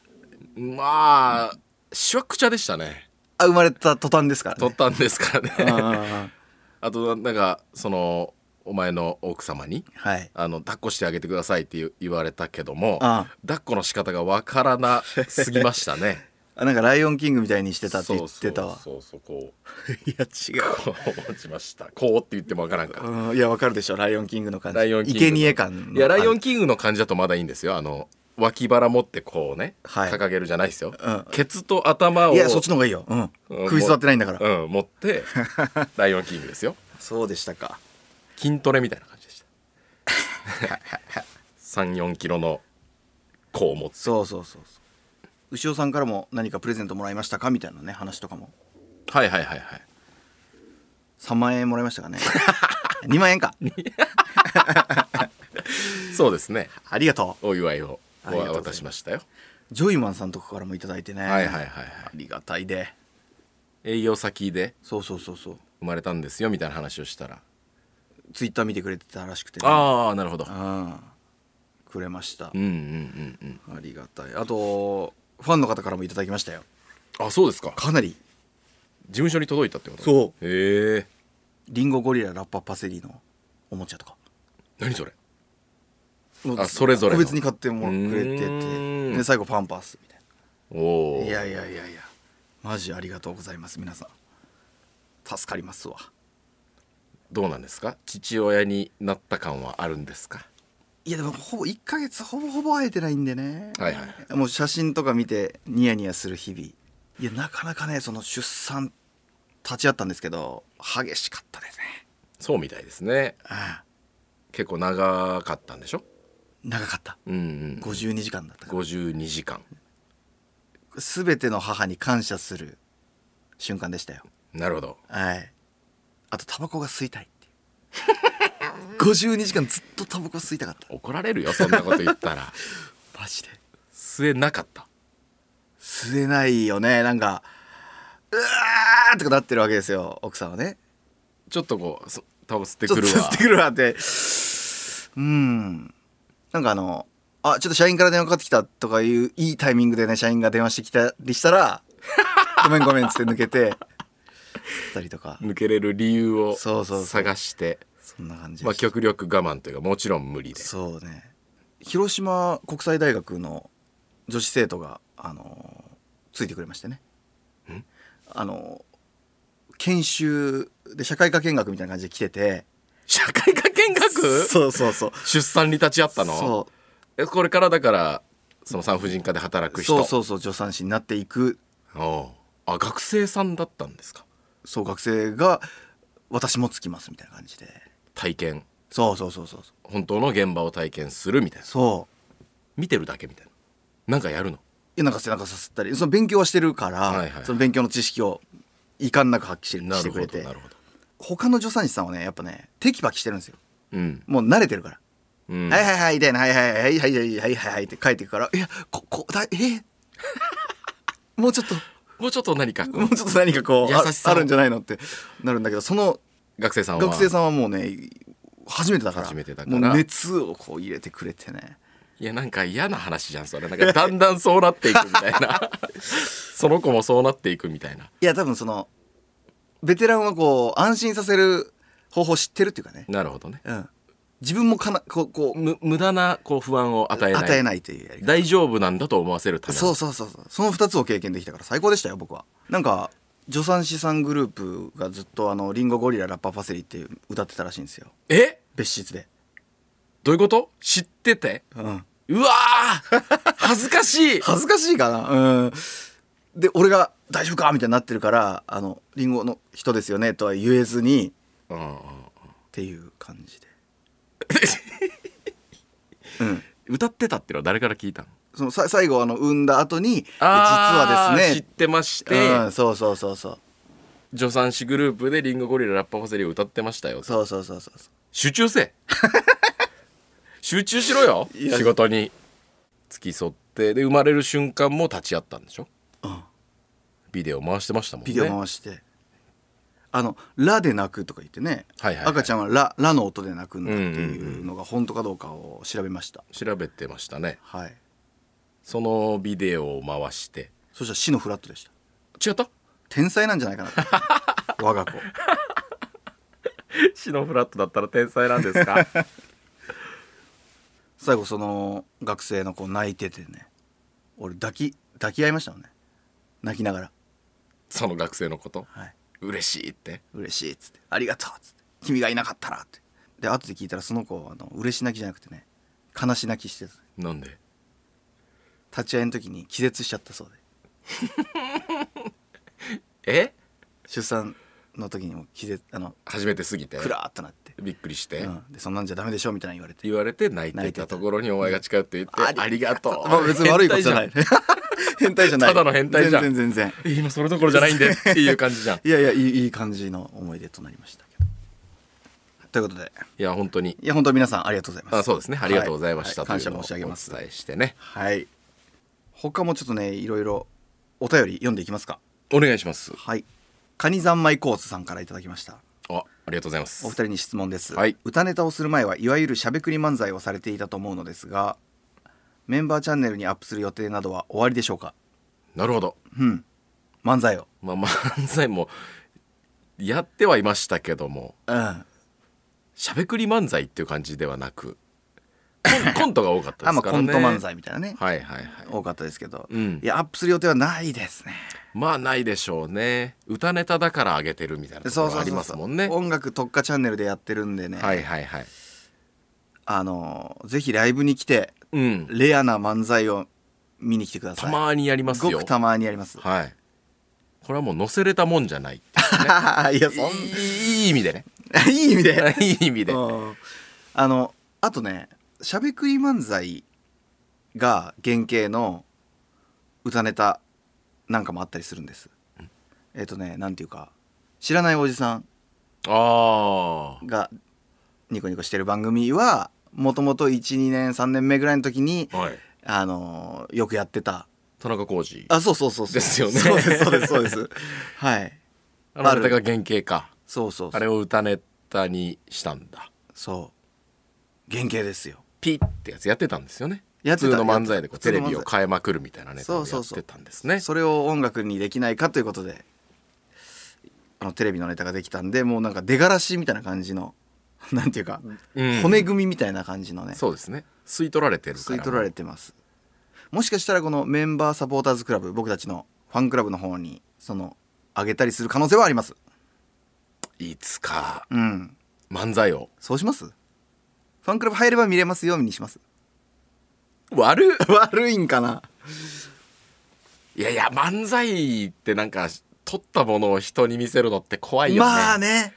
[SPEAKER 1] まあしわくちゃでしたね
[SPEAKER 2] あ生まれた途端ですから
[SPEAKER 1] 取っ
[SPEAKER 2] ね
[SPEAKER 1] たんですから
[SPEAKER 2] うん
[SPEAKER 1] ね
[SPEAKER 2] うんうん
[SPEAKER 1] あとなんかそのお前の奥様に
[SPEAKER 2] はい
[SPEAKER 1] あの抱っこしてあげてくださいって言う言われたけども
[SPEAKER 2] ああ
[SPEAKER 1] 抱っこの仕方がわからなすぎましたね
[SPEAKER 2] あなんか「ライオンキング」みたいにしてたって言ってたわ
[SPEAKER 1] そうそうそうこう
[SPEAKER 2] いや違
[SPEAKER 1] こう持ちましたこうって言ってもわからんか
[SPEAKER 2] うんいやわかるでしょ「ライオンキング」の感じ
[SPEAKER 1] ライオンキングの
[SPEAKER 2] 生贄感の
[SPEAKER 1] いやライオンキングの感じだとまだいいんですよあの脇腹持ってこうね、
[SPEAKER 2] はい
[SPEAKER 1] 掲げるじゃないですよ、
[SPEAKER 2] うん
[SPEAKER 1] ケツと頭を
[SPEAKER 2] いやそっちの方がいいよ、うん
[SPEAKER 1] うん
[SPEAKER 2] 首座ってないんだから、
[SPEAKER 1] うん、持って ライオンキングですよ
[SPEAKER 2] そうでしたか
[SPEAKER 1] 筋トレみたいな感じでした34キロのこう持つ
[SPEAKER 2] そうそうそうそう牛尾さんからも何かプレゼントもらいましたかみたいなね話とかも
[SPEAKER 1] はいはいはいはい
[SPEAKER 2] 3万円もらい ましたかね2万円か
[SPEAKER 1] そうですね
[SPEAKER 2] ありがとう
[SPEAKER 1] お祝いを
[SPEAKER 2] ありがとうございます
[SPEAKER 1] 渡しましたよ
[SPEAKER 2] ジョイマンさんとかからもいただいてね
[SPEAKER 1] はいはいはいはい
[SPEAKER 2] ありがたいで
[SPEAKER 1] 営業先で
[SPEAKER 2] そうそうそうそう
[SPEAKER 1] 生まれたんですよみたいな話をしたら
[SPEAKER 2] ツイッター見てくれてたらしくて、ね、
[SPEAKER 1] ああなるほど
[SPEAKER 2] うんくれました
[SPEAKER 1] うんうんうんうん
[SPEAKER 2] ありがたいあとファンの方からもいただきましたよ
[SPEAKER 1] あそうですか
[SPEAKER 2] かなり
[SPEAKER 1] 事務所に届いたってこと
[SPEAKER 2] そう
[SPEAKER 1] へえ
[SPEAKER 2] リンゴゴリララッパパセリのおもちゃとか
[SPEAKER 1] 何それ
[SPEAKER 2] もう
[SPEAKER 1] あそれぞれの
[SPEAKER 2] 個別に買ってもらくれて
[SPEAKER 1] うー
[SPEAKER 2] て
[SPEAKER 1] ん
[SPEAKER 2] で最後パンパースみたいな
[SPEAKER 1] おお
[SPEAKER 2] いやいやいやいやマジありがとうございます皆さん助かりますわ
[SPEAKER 1] どうなんですか父親になった感はあるんですか
[SPEAKER 2] いやでもほぼ1ヶ月ほぼほぼ会えてないんでね、
[SPEAKER 1] はいはいは
[SPEAKER 2] もう写真とか見てニヤニヤする日々いやなかなかねその出産立ち会ったんですけど激しかったですね
[SPEAKER 1] そうみたいですね
[SPEAKER 2] ああ
[SPEAKER 1] 結構長かったんでしょ
[SPEAKER 2] 長かった
[SPEAKER 1] うんうん
[SPEAKER 2] 52時間だったから
[SPEAKER 1] 52時間
[SPEAKER 2] 全ての母に感謝する瞬間でしたよ
[SPEAKER 1] なるほど
[SPEAKER 2] はいあとタバコが吸いたいってい う52時間ずっとタバコ吸いたかった
[SPEAKER 1] 怒られるよそんなこと言った ら
[SPEAKER 2] マジで
[SPEAKER 1] 吸えなかった
[SPEAKER 2] 吸えないよねなんかうわーとかなってるわけですよ奥さんはね
[SPEAKER 1] ちょっとこうそタバコ吸って
[SPEAKER 2] ちょっ
[SPEAKER 1] く
[SPEAKER 2] と
[SPEAKER 1] る
[SPEAKER 2] 吸
[SPEAKER 1] わ
[SPEAKER 2] ってくるわってうんなんかあのあちょっと社員から電話かかってきたとかいういいタイミングでね社員が電話してきたりしたらごめんごめんっつって抜けて たりとか
[SPEAKER 1] 抜けれる理由を
[SPEAKER 2] そうそうそう
[SPEAKER 1] 探して
[SPEAKER 2] そんな感じ
[SPEAKER 1] まあ
[SPEAKER 2] でした
[SPEAKER 1] 極力我慢というかもちろん無理で
[SPEAKER 2] そうね広島国際大学の女子生徒があのついてくれましてね
[SPEAKER 1] ん
[SPEAKER 2] あの研修で社会科見学みたいな感じで来てて
[SPEAKER 1] 社会科見学
[SPEAKER 2] そうそうそう
[SPEAKER 1] 出産に立ち会ったの
[SPEAKER 2] そ
[SPEAKER 1] えこれからだからその産婦人科で働く
[SPEAKER 2] う
[SPEAKER 1] 人
[SPEAKER 2] そうそうそう助産師になっていく
[SPEAKER 1] おうあ学生さんだったんですか
[SPEAKER 2] そう学生が私もつきますみたいな感じで
[SPEAKER 1] 体験
[SPEAKER 2] そうそうそうそう
[SPEAKER 1] 本当の現場を体験するみたいな
[SPEAKER 2] そう
[SPEAKER 1] 見てるだけみたいななんかやるの
[SPEAKER 2] いやなんか背中さすったりその勉強はしてるから、
[SPEAKER 1] はいはい
[SPEAKER 2] その勉強の知識を遺憾なく発揮して
[SPEAKER 1] な
[SPEAKER 2] して
[SPEAKER 1] るほ
[SPEAKER 2] くれ
[SPEAKER 1] ど
[SPEAKER 2] て
[SPEAKER 1] なるほど
[SPEAKER 2] 他の助産師さんはねやっぱねテキパキしてるんですよ
[SPEAKER 1] うん
[SPEAKER 2] もう慣れてるから
[SPEAKER 1] うん
[SPEAKER 2] はいはいはいみたいな、はいはいはいはいはいはいはいはいって書いていくから、いや、こ、こ、だ、え ーもうちょっと、
[SPEAKER 1] もうちょっと何かこう
[SPEAKER 2] もうちょっと何かこう、あ
[SPEAKER 1] 優しさを
[SPEAKER 2] あるんじゃないのってなるんだけど、その
[SPEAKER 1] 学生さんは
[SPEAKER 2] 学生さんはもうね、初めてだから、
[SPEAKER 1] 初めてだから
[SPEAKER 2] もう熱をこう入れてくれてね。
[SPEAKER 1] いやなんか嫌な話じゃんそれなんかだんだんそうなっていくみたい なその子もそうなっていくみたいない
[SPEAKER 2] や、多分その、ベテランはこう、安心させる方法知ってるっていうかね、
[SPEAKER 1] なるほどね
[SPEAKER 2] うん。自分もかな、こう、こう、
[SPEAKER 1] む無駄なこう不安を与えない
[SPEAKER 2] 与えないというやり方
[SPEAKER 1] 大丈夫なんだと思わせるための
[SPEAKER 2] そうそうそうそうその2つを経験できたから最高でしたよ僕はなんか助産師さんグループがずっとあの「リンゴゴリララッパパセリ」って歌ってたらしいんですよ
[SPEAKER 1] え
[SPEAKER 2] 別室で
[SPEAKER 1] どういうこと知ってて
[SPEAKER 2] うん
[SPEAKER 1] うわー恥ずかしい
[SPEAKER 2] 恥ずかしいかなうんで俺が「大丈夫か?」みたいになってるから「あのリンゴの人ですよね」とは言えずに
[SPEAKER 1] うんうん
[SPEAKER 2] っていう感じでうん
[SPEAKER 1] うん歌ってたっていうのは誰から聞いたの
[SPEAKER 2] そのさ最後あの産んだ後に「実
[SPEAKER 1] あー
[SPEAKER 2] はです
[SPEAKER 1] 知っ
[SPEAKER 2] ね」
[SPEAKER 1] てまして、
[SPEAKER 2] うん、そうそうそうそう
[SPEAKER 1] 助産師グループでリンゴゴリララッパパセリを歌ってましたよ
[SPEAKER 2] そうそうそうそうそう
[SPEAKER 1] 集中 せ集中しろよ
[SPEAKER 2] いや
[SPEAKER 1] 仕事に付き添ってで生まれる瞬間も立ち会ったんでしょ、
[SPEAKER 2] うん
[SPEAKER 1] ビデオ回してましたもんね
[SPEAKER 2] ビデオ回して、あの「ラ」で泣くとか言ってね、
[SPEAKER 1] はいはいはい
[SPEAKER 2] 赤ちゃんはラ「ラ」の音で泣くんだっていうのが本当かどうかを調べました、
[SPEAKER 1] 調べてましたね
[SPEAKER 2] はい
[SPEAKER 1] そのビデオを回して
[SPEAKER 2] そしたら「死のフラットでした
[SPEAKER 1] 違った
[SPEAKER 2] 天才なんじゃないかなと 我が子
[SPEAKER 1] 死のフラットだったら天才なんですか
[SPEAKER 2] 最後その学生の子泣いててね俺抱き抱き合いましたもんね泣きながら
[SPEAKER 1] その学生のこと
[SPEAKER 2] 「はい、
[SPEAKER 1] 嬉しいって
[SPEAKER 2] 嬉しい」っつって「ありがとう」っつって「君がいなかったら」ってで後で聞いたらその子あの嬉し泣きじゃなくてね悲し泣きしてた
[SPEAKER 1] なんで
[SPEAKER 2] 立ち会いの時に気絶しちゃったそうで
[SPEAKER 1] え
[SPEAKER 2] 出産の時にも気絶あの
[SPEAKER 1] 初めて過ぎて
[SPEAKER 2] クラーっとなって、
[SPEAKER 1] びっくりして、
[SPEAKER 2] うん、でそんなんじゃダメでしょみたいな言われて
[SPEAKER 1] 言われて泣いて
[SPEAKER 2] 泣いて
[SPEAKER 1] た
[SPEAKER 2] た
[SPEAKER 1] ところにお前が近寄って言って「ありがとう」
[SPEAKER 2] まあ別に悪いことじゃない
[SPEAKER 1] 変態
[SPEAKER 2] 変態じゃない
[SPEAKER 1] ただの変態じゃん
[SPEAKER 2] 全然全然
[SPEAKER 1] じゃんえ今それどころじゃないん でっていう感じじゃんい
[SPEAKER 2] いやいやいいいい感じの思い出となりましたけどということで
[SPEAKER 1] や本当に
[SPEAKER 2] いや本当皆さんありがとうございます
[SPEAKER 1] あそうですねありがとうございました、
[SPEAKER 2] はは感謝
[SPEAKER 1] というのを
[SPEAKER 2] 申し上げます
[SPEAKER 1] お伝えしてね
[SPEAKER 2] はい他もちょっとねいろいろお便り読んでいきますか
[SPEAKER 1] お願いします
[SPEAKER 2] はいカニ三昧コースさんからいただきました
[SPEAKER 1] あありがとうございます
[SPEAKER 2] お二人に質問です、
[SPEAKER 1] はい
[SPEAKER 2] 歌ネタをする前はいわゆるしゃべくり漫才をされていたと思うのですがメンバーチャンネルにアップする予定などは終わりでしょうか
[SPEAKER 1] なるほど
[SPEAKER 2] うん漫才を
[SPEAKER 1] まあ漫才もやってはいましたけども
[SPEAKER 2] うん
[SPEAKER 1] しゃべくり漫才っていう感じではなくコン コントが多かった
[SPEAKER 2] あ
[SPEAKER 1] で
[SPEAKER 2] ます
[SPEAKER 1] か
[SPEAKER 2] あコ
[SPEAKER 1] ら
[SPEAKER 2] ン
[SPEAKER 1] ね
[SPEAKER 2] ト漫才みたいなね、
[SPEAKER 1] はいはいはい
[SPEAKER 2] 多かったですけど、
[SPEAKER 1] うん
[SPEAKER 2] いやアップする予定はないですね
[SPEAKER 1] まあないでしょうね歌ネタだから上げてるみたいなとこ
[SPEAKER 2] そう
[SPEAKER 1] ろ
[SPEAKER 2] そう
[SPEAKER 1] あり
[SPEAKER 2] そう
[SPEAKER 1] ますもんね
[SPEAKER 2] 音楽特化チャンネルでやってるんでね、
[SPEAKER 1] はいはいはい
[SPEAKER 2] あのぜひライブに来て
[SPEAKER 1] うん
[SPEAKER 2] レアな漫才を見に来てくださ
[SPEAKER 1] た
[SPEAKER 2] い
[SPEAKER 1] まにやります
[SPEAKER 2] ご
[SPEAKER 1] よ
[SPEAKER 2] くたまにやります、
[SPEAKER 1] はいこれはもう載せれたもんじゃないって
[SPEAKER 2] い、や
[SPEAKER 1] い
[SPEAKER 2] そん
[SPEAKER 1] うねいい意味でね
[SPEAKER 2] いい意味で
[SPEAKER 1] いい意味で
[SPEAKER 2] うんあのあとねしゃべくり漫才が原型の歌ネタなんかもあったりするんですえっ、とねなんていうか知らないおじさん
[SPEAKER 1] ああ
[SPEAKER 2] がニコニコしてる番組はもともと12年3年目ぐらいの時に
[SPEAKER 1] はい
[SPEAKER 2] あのよくやってた
[SPEAKER 1] 田中浩二
[SPEAKER 2] あそうそうそうそう
[SPEAKER 1] ですよね
[SPEAKER 2] そうですそうですそうですはい
[SPEAKER 1] あの
[SPEAKER 2] あ
[SPEAKER 1] あ
[SPEAKER 2] る
[SPEAKER 1] れが原型か
[SPEAKER 2] そうそうそう
[SPEAKER 1] あれを歌ネタにしたんだ
[SPEAKER 2] そう原型ですよ
[SPEAKER 1] ピッってやつやってたんですよね
[SPEAKER 2] や
[SPEAKER 1] 普
[SPEAKER 2] って
[SPEAKER 1] 通の
[SPEAKER 2] た
[SPEAKER 1] 漫才でこう
[SPEAKER 2] 普
[SPEAKER 1] テ
[SPEAKER 2] 通の
[SPEAKER 1] レ
[SPEAKER 2] 漫才
[SPEAKER 1] ビを変えまくるみたいなネタ
[SPEAKER 2] そ
[SPEAKER 1] を
[SPEAKER 2] う
[SPEAKER 1] や
[SPEAKER 2] そう
[SPEAKER 1] っ
[SPEAKER 2] そ
[SPEAKER 1] て
[SPEAKER 2] う
[SPEAKER 1] たんですね
[SPEAKER 2] それを音楽にできないかということであのテレビのネタができたんでもうなんか出がらしみたいな感じの なんていうか、
[SPEAKER 1] うん
[SPEAKER 2] 骨組みみたいな感じのね
[SPEAKER 1] そうですね吸い取られてるから
[SPEAKER 2] 吸い取られてますもしかしたらこのメンバーサポーターズクラブ僕たちのファンクラブの方にそのあげたりする可能性はあります
[SPEAKER 1] いつか
[SPEAKER 2] うん
[SPEAKER 1] 漫才を
[SPEAKER 2] そうしますファンクラブ入れば見れますようにします
[SPEAKER 1] 悪っ
[SPEAKER 2] 悪いんかない
[SPEAKER 1] やいや漫才ってなんか取ったものを人に見せるのって怖いよね、
[SPEAKER 2] まあね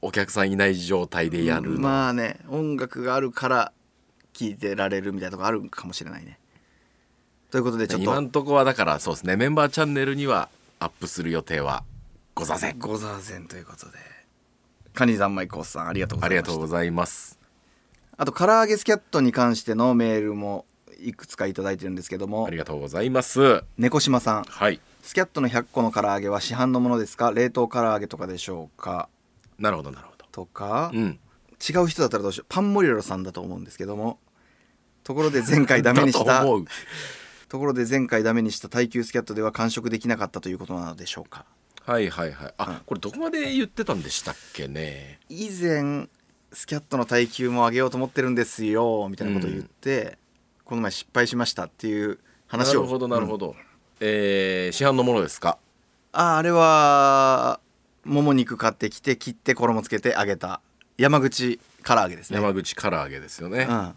[SPEAKER 1] お客さんいない状態でやるの、
[SPEAKER 2] まあね音楽があるから聴いてられるみたいなとこあるかもしれないねということでちょっ
[SPEAKER 1] 今
[SPEAKER 2] と
[SPEAKER 1] んとこはだからそうですねメンバーチャンネルにはアップする予定はございません
[SPEAKER 2] ござんせんということでカニ三昧コースさんありがとうご
[SPEAKER 1] あ
[SPEAKER 2] ざ
[SPEAKER 1] り
[SPEAKER 2] い
[SPEAKER 1] が
[SPEAKER 2] まし
[SPEAKER 1] と
[SPEAKER 2] た
[SPEAKER 1] うございます
[SPEAKER 2] あと唐揚げスキャットに関してのメールもいくつか頂いただいてるんですけども
[SPEAKER 1] ありがとうございます
[SPEAKER 2] 猫島さん
[SPEAKER 1] はい
[SPEAKER 2] スキャットの100個の唐揚げは市販のものですか冷凍唐揚げとかでしょうか
[SPEAKER 1] なるほどなるほど
[SPEAKER 2] とか、
[SPEAKER 1] うん
[SPEAKER 2] 違う人だったらどうしようパンモリロさんだと思うんですけどもところで前回ダメにし
[SPEAKER 1] だ
[SPEAKER 2] た
[SPEAKER 1] と
[SPEAKER 2] と
[SPEAKER 1] 思う
[SPEAKER 2] ころで前回ダメにした耐久スキャットでは完食できなかったということなのでしょうか
[SPEAKER 1] はいはいはいあ、
[SPEAKER 2] うん
[SPEAKER 1] これどこまで言ってたんでしたっけね
[SPEAKER 2] 以前スキャットの耐久も上げようと思ってるんですよみたいなことを言って、この前失敗しましたっていう話を
[SPEAKER 1] なるほどなるほ
[SPEAKER 2] ど、
[SPEAKER 1] ど、えー市販のものですか
[SPEAKER 2] うんあああれはもも肉買ってきて切って衣つけて揚げた山口唐揚げですね
[SPEAKER 1] 山口唐揚げですよね
[SPEAKER 2] うん、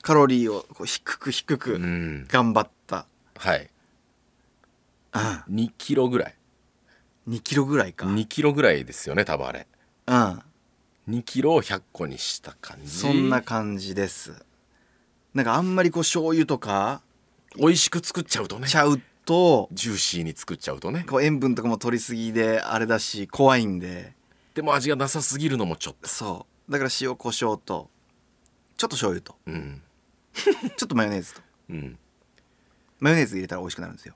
[SPEAKER 2] カロリーをこう低く低
[SPEAKER 1] う
[SPEAKER 2] く
[SPEAKER 1] ん
[SPEAKER 2] 頑張った、
[SPEAKER 1] はい
[SPEAKER 2] う
[SPEAKER 1] 2キロぐらい
[SPEAKER 2] ん、2キロぐらいか、
[SPEAKER 1] 2キロぐらいですよね多分あれ
[SPEAKER 2] うん、
[SPEAKER 1] 2キロを100個にした感じ
[SPEAKER 2] そんな感じですなんかあんまりこう醤油とか
[SPEAKER 1] 美味しく作っちゃうとね
[SPEAKER 2] ちゃうと
[SPEAKER 1] ジューシーに作っちゃうとね
[SPEAKER 2] こう塩分とかも取りすぎであれだし怖いんで
[SPEAKER 1] でも味がなさすぎるのもちょっ
[SPEAKER 2] そうだから塩コショウとちょっと醤油と
[SPEAKER 1] とうん
[SPEAKER 2] ちょっとマヨネーズと
[SPEAKER 1] うん
[SPEAKER 2] マヨネーズ入れたら美味しくなるんですよ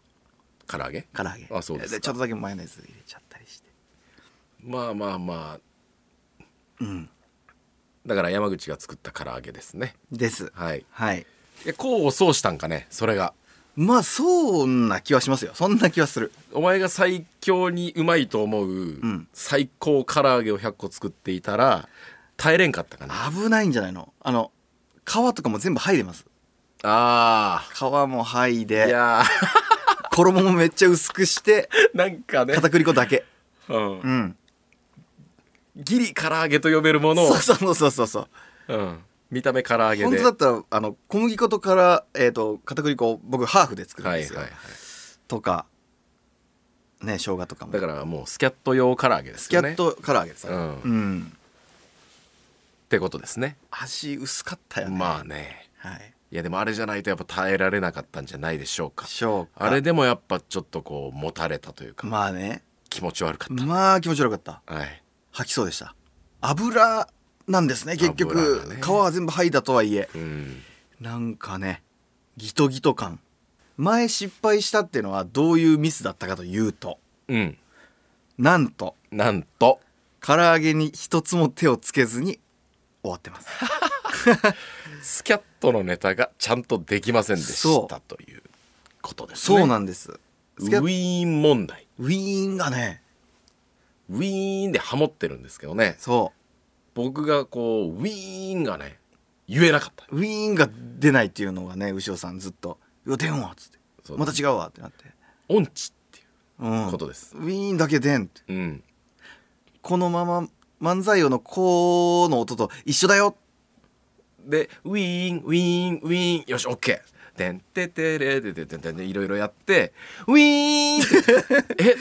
[SPEAKER 1] 唐揚げ
[SPEAKER 2] 唐揚げ
[SPEAKER 1] あそうですか
[SPEAKER 2] ちょっとだけマヨネーズ入れちゃったりして
[SPEAKER 1] まあまあまあ
[SPEAKER 2] うん
[SPEAKER 1] だから山口が作った唐揚げですね
[SPEAKER 2] です
[SPEAKER 1] はい
[SPEAKER 2] はい
[SPEAKER 1] いや功を奏したんかねそれが
[SPEAKER 2] まあそんな気はしますよそんな気はする
[SPEAKER 1] お前が最強にうまいと思う、
[SPEAKER 2] ん
[SPEAKER 1] 最高唐揚げを100個作っていたら耐えれんかったかな
[SPEAKER 2] 危ないんじゃないのあの皮とかも全部剥いでます
[SPEAKER 1] あ
[SPEAKER 2] 皮も剥い
[SPEAKER 1] ーい
[SPEAKER 2] で
[SPEAKER 1] や
[SPEAKER 2] 衣もめっちゃ薄くして
[SPEAKER 1] ー なんかね、
[SPEAKER 2] 片栗粉だけ
[SPEAKER 1] うん
[SPEAKER 2] うん
[SPEAKER 1] ギリ唐揚げと呼べるものを
[SPEAKER 2] そう、そうそうそうそう
[SPEAKER 1] うん、見た目唐揚げで
[SPEAKER 2] 本当だったらあの小麦粉とから、えー、と片栗粉を僕ハーフで作るん
[SPEAKER 1] は
[SPEAKER 2] で
[SPEAKER 1] い
[SPEAKER 2] すよ、
[SPEAKER 1] はいはい
[SPEAKER 2] とかね生姜とかも
[SPEAKER 1] だからもうスキャット用唐揚げです
[SPEAKER 2] スキ
[SPEAKER 1] よ
[SPEAKER 2] ャ
[SPEAKER 1] ね
[SPEAKER 2] ット唐揚げですから
[SPEAKER 1] うん
[SPEAKER 2] うん、
[SPEAKER 1] ってことですね
[SPEAKER 2] 足薄かったよね
[SPEAKER 1] まあね
[SPEAKER 2] はい
[SPEAKER 1] いやでもあれじゃないとやっぱ耐えられなかったんじゃないでしょうか
[SPEAKER 2] しょうか
[SPEAKER 1] あれでもやっぱちょっとこうもたれたというか、
[SPEAKER 2] まあね
[SPEAKER 1] 気持ち悪かっ
[SPEAKER 2] まあ気持ち悪かった
[SPEAKER 1] た、はい、
[SPEAKER 2] 吐きそうでした油なんですね結
[SPEAKER 1] 油
[SPEAKER 2] 局、
[SPEAKER 1] がね
[SPEAKER 2] 皮は全部剥いだとはいえ
[SPEAKER 1] うん
[SPEAKER 2] なんかねギトギト感前失敗したっていうのはどういうミスだったかというと
[SPEAKER 1] うん、
[SPEAKER 2] なんと
[SPEAKER 1] なんと
[SPEAKER 2] 唐揚げに一つも手をつけずに終わっ てます
[SPEAKER 1] スキャットのネタがちゃんとできませんでし
[SPEAKER 2] そ
[SPEAKER 1] たということですね
[SPEAKER 2] そうなんです。
[SPEAKER 1] ウ
[SPEAKER 2] スキャウィ
[SPEAKER 1] ィーン問題
[SPEAKER 2] ーンがね、
[SPEAKER 1] ウィーンでハモってるんですけどね
[SPEAKER 2] そ
[SPEAKER 1] 僕がこうウィーンがね言えなかった
[SPEAKER 2] う、ウィーンが出ないっていうのがね、牛尾さんずっと、いや、出んわっつって、
[SPEAKER 1] そう
[SPEAKER 2] また違うわってなって、
[SPEAKER 1] 音痴ってい
[SPEAKER 2] うん、
[SPEAKER 1] うことです
[SPEAKER 2] ウィーンだけ出んって、
[SPEAKER 1] うん
[SPEAKER 2] このまま漫才用のこうの音と一緒だよ、
[SPEAKER 1] でウィーンウィーンウィーンよしオッケーでんててれでてててていろいろやってウィーンってえっっ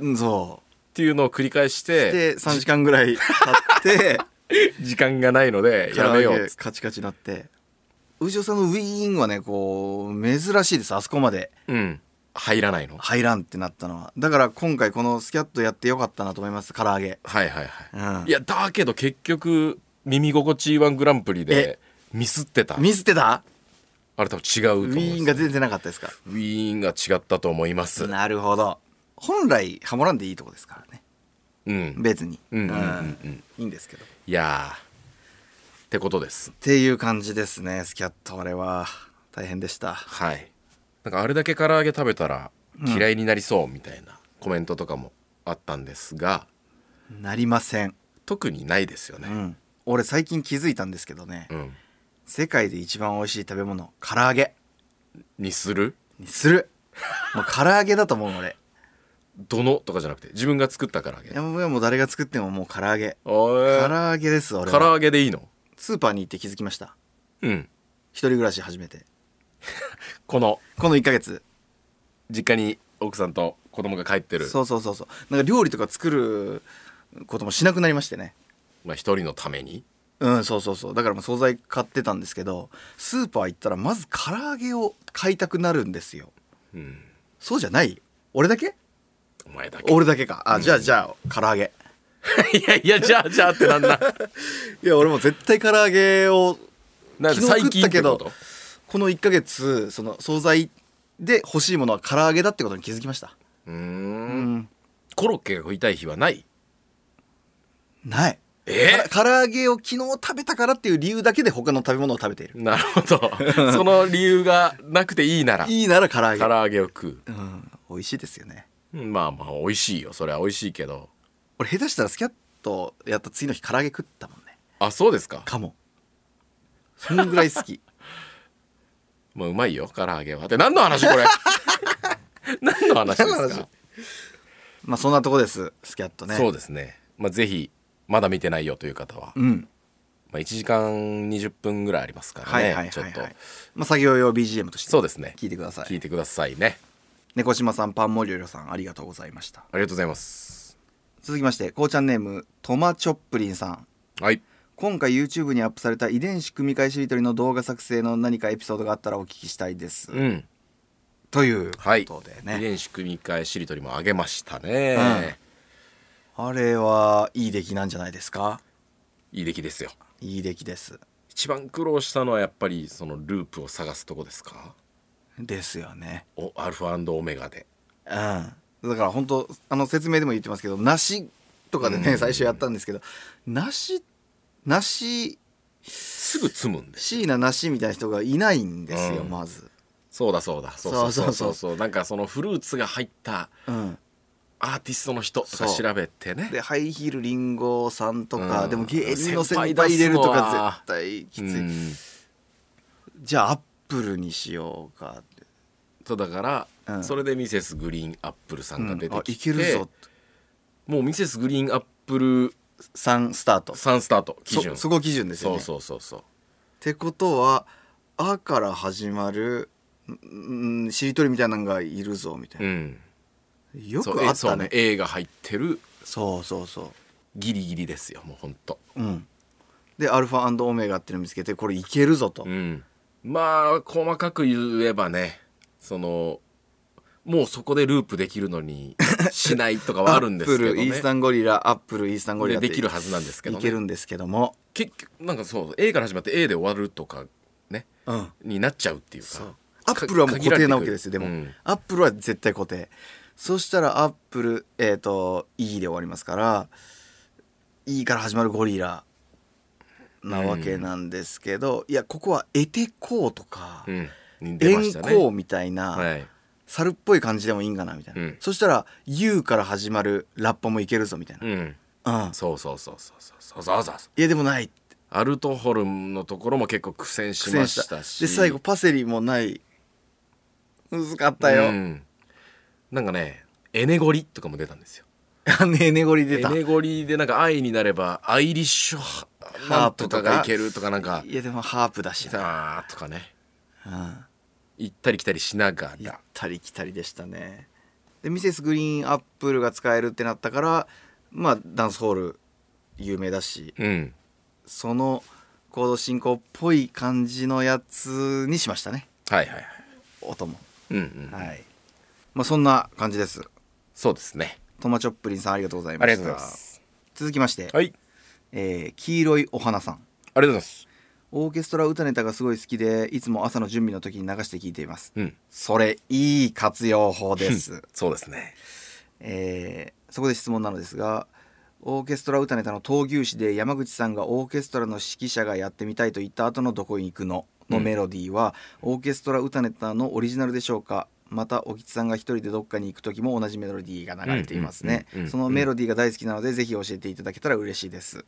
[SPEAKER 2] うん、そ
[SPEAKER 1] ていうのを繰り返し
[SPEAKER 2] う。
[SPEAKER 1] て
[SPEAKER 2] で、3時間ぐらい経 って、
[SPEAKER 1] 時間がないのでやめようっつって
[SPEAKER 2] カチカチなって、牛尾さんのウィーンはね、こう、珍しいです、あそこまで。
[SPEAKER 1] うん入らないの
[SPEAKER 2] 入らんってなったのはだから今回このスキャットやってよかったなと思います唐揚げ、
[SPEAKER 1] はいはい
[SPEAKER 2] うん、
[SPEAKER 1] はい、いやだけど結局耳心地いいワングランプリでミスってた
[SPEAKER 2] 見捨てた
[SPEAKER 1] あれ多分違うと思
[SPEAKER 2] ウ
[SPEAKER 1] うん
[SPEAKER 2] ィ
[SPEAKER 1] で
[SPEAKER 2] ーン
[SPEAKER 1] す
[SPEAKER 2] が出てなかったですか
[SPEAKER 1] ウィーンが違ったと思います
[SPEAKER 2] なるほど本来ハモらんでいいとこですからね
[SPEAKER 1] うん
[SPEAKER 2] 別に
[SPEAKER 1] うんうんうんうん
[SPEAKER 2] いいんですけどっ
[SPEAKER 1] いやーってことです
[SPEAKER 2] ていう感じですねスキャットあれは大変でした
[SPEAKER 1] はいなんかあれだけ唐揚げ食べたら嫌いになりそうみたいなコメントとかもあったんですが
[SPEAKER 2] なりません、
[SPEAKER 1] 特にないですよ
[SPEAKER 2] う
[SPEAKER 1] ね
[SPEAKER 2] ん、俺最近気づいたんですけどね、
[SPEAKER 1] うん
[SPEAKER 2] 世界で一番美味しい食べ物唐揚げ
[SPEAKER 1] にする
[SPEAKER 2] にするもう唐揚げだと思う俺
[SPEAKER 1] どのとかじゃなくて自分が作った唐揚げ
[SPEAKER 2] 山はもう誰が作ってももう唐揚げ
[SPEAKER 1] お
[SPEAKER 2] 唐
[SPEAKER 1] い
[SPEAKER 2] 揚げです俺
[SPEAKER 1] 唐
[SPEAKER 2] は
[SPEAKER 1] 揚げでいいの
[SPEAKER 2] スーパーに行って気づきました
[SPEAKER 1] うん
[SPEAKER 2] 一人暮らし初めて
[SPEAKER 1] この
[SPEAKER 2] この1ヶ月
[SPEAKER 1] 実家に奥さんと子供が帰ってる
[SPEAKER 2] そうそうそうそうなんか料理とか作ることもしなくなりましてね
[SPEAKER 1] まあ、一人のために
[SPEAKER 2] うんそうそうそうだからもう惣菜買ってたんですけどスーパー行ったらまず唐揚げを買いたくなるんですよ
[SPEAKER 1] うん
[SPEAKER 2] そうじゃない俺だけ
[SPEAKER 1] お前だけ
[SPEAKER 2] 俺だけかあ、じゃあじゃあ唐揚げ
[SPEAKER 1] いやいやじゃあじゃあってなんだ
[SPEAKER 2] いや俺も絶対唐揚げを
[SPEAKER 1] なんで
[SPEAKER 2] 昨
[SPEAKER 1] 最
[SPEAKER 2] 日食
[SPEAKER 1] 近
[SPEAKER 2] ったけど
[SPEAKER 1] ってこ
[SPEAKER 2] この1ヶ月その惣菜で欲しいものは唐揚げだってことに気づきました
[SPEAKER 1] とうー
[SPEAKER 2] うん
[SPEAKER 1] コロッケが食いたい日はない
[SPEAKER 2] ない
[SPEAKER 1] え
[SPEAKER 2] から唐揚げを昨日食べたからっていう理由だけで他の食べ物を食べている
[SPEAKER 1] なるほ どその理由がなくていいなら
[SPEAKER 2] いいなら唐揚げ
[SPEAKER 1] 唐揚げを食
[SPEAKER 2] うん、美味しいですよね
[SPEAKER 1] うまあまあ美味しいよそれは美味しいけど
[SPEAKER 2] 俺下手したらスキャットやった次の日唐揚げ食ったもんね
[SPEAKER 1] あそうですか
[SPEAKER 2] かもそんぐらい 好き
[SPEAKER 1] まあうまいよ唐揚げはで何の話 これ何の話です
[SPEAKER 2] 何の
[SPEAKER 1] か
[SPEAKER 2] 話まあそんなとこですスキャットね
[SPEAKER 1] そう
[SPEAKER 2] う
[SPEAKER 1] ですねまあぜひまだ見てないよという方は、
[SPEAKER 2] ん
[SPEAKER 1] まあ、1時間20分ぐらいありますから
[SPEAKER 2] は
[SPEAKER 1] ね、
[SPEAKER 2] いはいはい、
[SPEAKER 1] ちょ
[SPEAKER 2] は
[SPEAKER 1] っ
[SPEAKER 2] い
[SPEAKER 1] と
[SPEAKER 2] まあ、作業用 BGM として
[SPEAKER 1] そうですね
[SPEAKER 2] 聞いてください
[SPEAKER 1] 聞いてくださいね
[SPEAKER 2] 猫島さんパンモリョリョさんありがとうございました
[SPEAKER 1] ありがとうございます
[SPEAKER 2] 続きましてこうちゃんネームトマチョップリンさん
[SPEAKER 1] はい
[SPEAKER 2] 今回 YouTube にアップされた遺伝子組み換えしりとりの動画作成の何かエピソードがあったらお聞きしたいです、
[SPEAKER 1] うん
[SPEAKER 2] というこ
[SPEAKER 1] はい
[SPEAKER 2] とで
[SPEAKER 1] 遺
[SPEAKER 2] ね、
[SPEAKER 1] 伝子組み換えしりとりも上げましたね、
[SPEAKER 2] あれはいい出来なんじゃないですか
[SPEAKER 1] いい出来ですよ
[SPEAKER 2] いい出来です
[SPEAKER 1] 一番苦労したのはやっぱりそのループを探すとこですか
[SPEAKER 2] ですよね
[SPEAKER 1] おアルファオメガで
[SPEAKER 2] うんだから本当あの説明でも言ってますけど梨とかでね、
[SPEAKER 1] うん
[SPEAKER 2] 最初やったんですけど梨梨
[SPEAKER 1] すぐ積むんです
[SPEAKER 2] 椎名梨みたいな人がいないんですよ、
[SPEAKER 1] うん
[SPEAKER 2] まず、
[SPEAKER 1] そうだそうだそうそう
[SPEAKER 2] そ
[SPEAKER 1] う
[SPEAKER 2] そう
[SPEAKER 1] そう
[SPEAKER 2] そ
[SPEAKER 1] そううそうなんかそのフルーツが入った
[SPEAKER 2] うん、
[SPEAKER 1] アーティストの人とか
[SPEAKER 2] そう
[SPEAKER 1] 調べてね
[SPEAKER 2] でハイヒールリンゴさんとか、
[SPEAKER 1] うん
[SPEAKER 2] でも芸人の先
[SPEAKER 1] 先
[SPEAKER 2] 輩
[SPEAKER 1] 輩
[SPEAKER 2] 入れると
[SPEAKER 1] 出すのは
[SPEAKER 2] か絶対きつい、
[SPEAKER 1] うん
[SPEAKER 2] じゃあアップルにしようかって、
[SPEAKER 1] そうだから、
[SPEAKER 2] うん
[SPEAKER 1] それでミセスグリーンアップルさんが出
[SPEAKER 2] あ
[SPEAKER 1] て
[SPEAKER 2] い
[SPEAKER 1] きて、
[SPEAKER 2] けるぞ
[SPEAKER 1] もうミセスグリーンアップル
[SPEAKER 2] 3スタート
[SPEAKER 1] さんスタート基
[SPEAKER 2] そ
[SPEAKER 1] 準
[SPEAKER 2] そこ基準ですよ
[SPEAKER 1] そ
[SPEAKER 2] ね
[SPEAKER 1] うそうそうそう
[SPEAKER 2] ってことは「あ」から始まるんんしりとりみたいなのがいるぞみたいうな、
[SPEAKER 1] ん
[SPEAKER 2] よ
[SPEAKER 1] そう
[SPEAKER 2] くあっ
[SPEAKER 1] そう
[SPEAKER 2] た
[SPEAKER 1] ね
[SPEAKER 2] ね
[SPEAKER 1] A が入ってる
[SPEAKER 2] そうそうそ
[SPEAKER 1] ギリギリですよもうほんと
[SPEAKER 2] ううんでアルファオメガっていうのを見つけてこれいけるぞと、
[SPEAKER 1] うんまあ細かく言えばねそのもうそこでループできるのにしないとかはあるんですけ
[SPEAKER 2] ア
[SPEAKER 1] ど
[SPEAKER 2] ップルイースタ
[SPEAKER 1] ね
[SPEAKER 2] ンゴリラアップルイースタンゴリ
[SPEAKER 1] で
[SPEAKER 2] ラって
[SPEAKER 1] できるはずなんですけど、
[SPEAKER 2] い
[SPEAKER 1] ね、
[SPEAKER 2] けるんですけども、
[SPEAKER 1] 結局なんかそう A から始まって A で終わるとかね
[SPEAKER 2] うん、
[SPEAKER 1] になっちゃうっていうか
[SPEAKER 2] そうア
[SPEAKER 1] か
[SPEAKER 2] ップルはもう固定なわけですよで
[SPEAKER 1] 限ら
[SPEAKER 2] も、
[SPEAKER 1] れてくる
[SPEAKER 2] アップルは絶対固定そしたらアップルえっ、と E で終わりますから E から始まるゴリラなわけなんですけど、いやここはエテコーとか、
[SPEAKER 1] うんうんに出
[SPEAKER 2] エ
[SPEAKER 1] ま
[SPEAKER 2] ン
[SPEAKER 1] したね
[SPEAKER 2] コーみたいな、
[SPEAKER 1] はい
[SPEAKER 2] 猿っぽい感じでもいいんかなみたいな、
[SPEAKER 1] うん
[SPEAKER 2] そしたら U から始まるラッパもいけるぞみたいな、
[SPEAKER 1] うん
[SPEAKER 2] うん、
[SPEAKER 1] そうそうそうそうそうそうそうそう
[SPEAKER 2] いやでもないって
[SPEAKER 1] アルトホルムのところも結構苦戦し
[SPEAKER 2] 苦
[SPEAKER 1] ま
[SPEAKER 2] 戦した
[SPEAKER 1] したし
[SPEAKER 2] で最後パセリもない難かったよ、
[SPEAKER 1] うんなんかねエネゴリとかも出たんですよ
[SPEAKER 2] ねねごり出
[SPEAKER 1] エ
[SPEAKER 2] た
[SPEAKER 1] ネゴリでなんか愛になればアイリッシュハなんとかがいけるとかなんか
[SPEAKER 2] いやでもハープだしな、
[SPEAKER 1] あーとかね
[SPEAKER 2] うん、
[SPEAKER 1] 行ったり来たりしなが
[SPEAKER 2] 行っ
[SPEAKER 1] ら
[SPEAKER 2] たり来たりでしたねでミセスグリーンアップルが使えるってなったからまあダンスホール有名だし
[SPEAKER 1] うん
[SPEAKER 2] そのコード進行っぽい感じのやつにしましたね
[SPEAKER 1] はいはいはい
[SPEAKER 2] 音も
[SPEAKER 1] うんうん、
[SPEAKER 2] はい、まあ、そんな感じです
[SPEAKER 1] そうですね
[SPEAKER 2] トマチョップリンさんありがとうござい
[SPEAKER 1] あ
[SPEAKER 2] ま
[SPEAKER 1] り
[SPEAKER 2] し
[SPEAKER 1] が
[SPEAKER 2] た
[SPEAKER 1] とうございます
[SPEAKER 2] 続きまして、
[SPEAKER 1] はい
[SPEAKER 2] えー黄色いお花さん
[SPEAKER 1] ありがとうございます
[SPEAKER 2] オーケストラ歌ネタがすごい好きでいつも朝の準備の時に流して聞いています
[SPEAKER 1] うん
[SPEAKER 2] それいい活用法です
[SPEAKER 1] そうですね
[SPEAKER 2] えーそこで質問なのですがオーケストラ歌ネタの闘牛士で山口さんがオーケストラの指揮者がやってみたいと言った後の「どこに行くの?」の
[SPEAKER 1] うん
[SPEAKER 2] メロディーは、オーケストラ歌ネタのオリジナルでしょうかまたおきつさんが一人でどっかに行く時も同じメロディーが流れていますね
[SPEAKER 1] うんうんうんうん
[SPEAKER 2] そのメロディーが大好きなのでぜひ教えていただけたら嬉しいです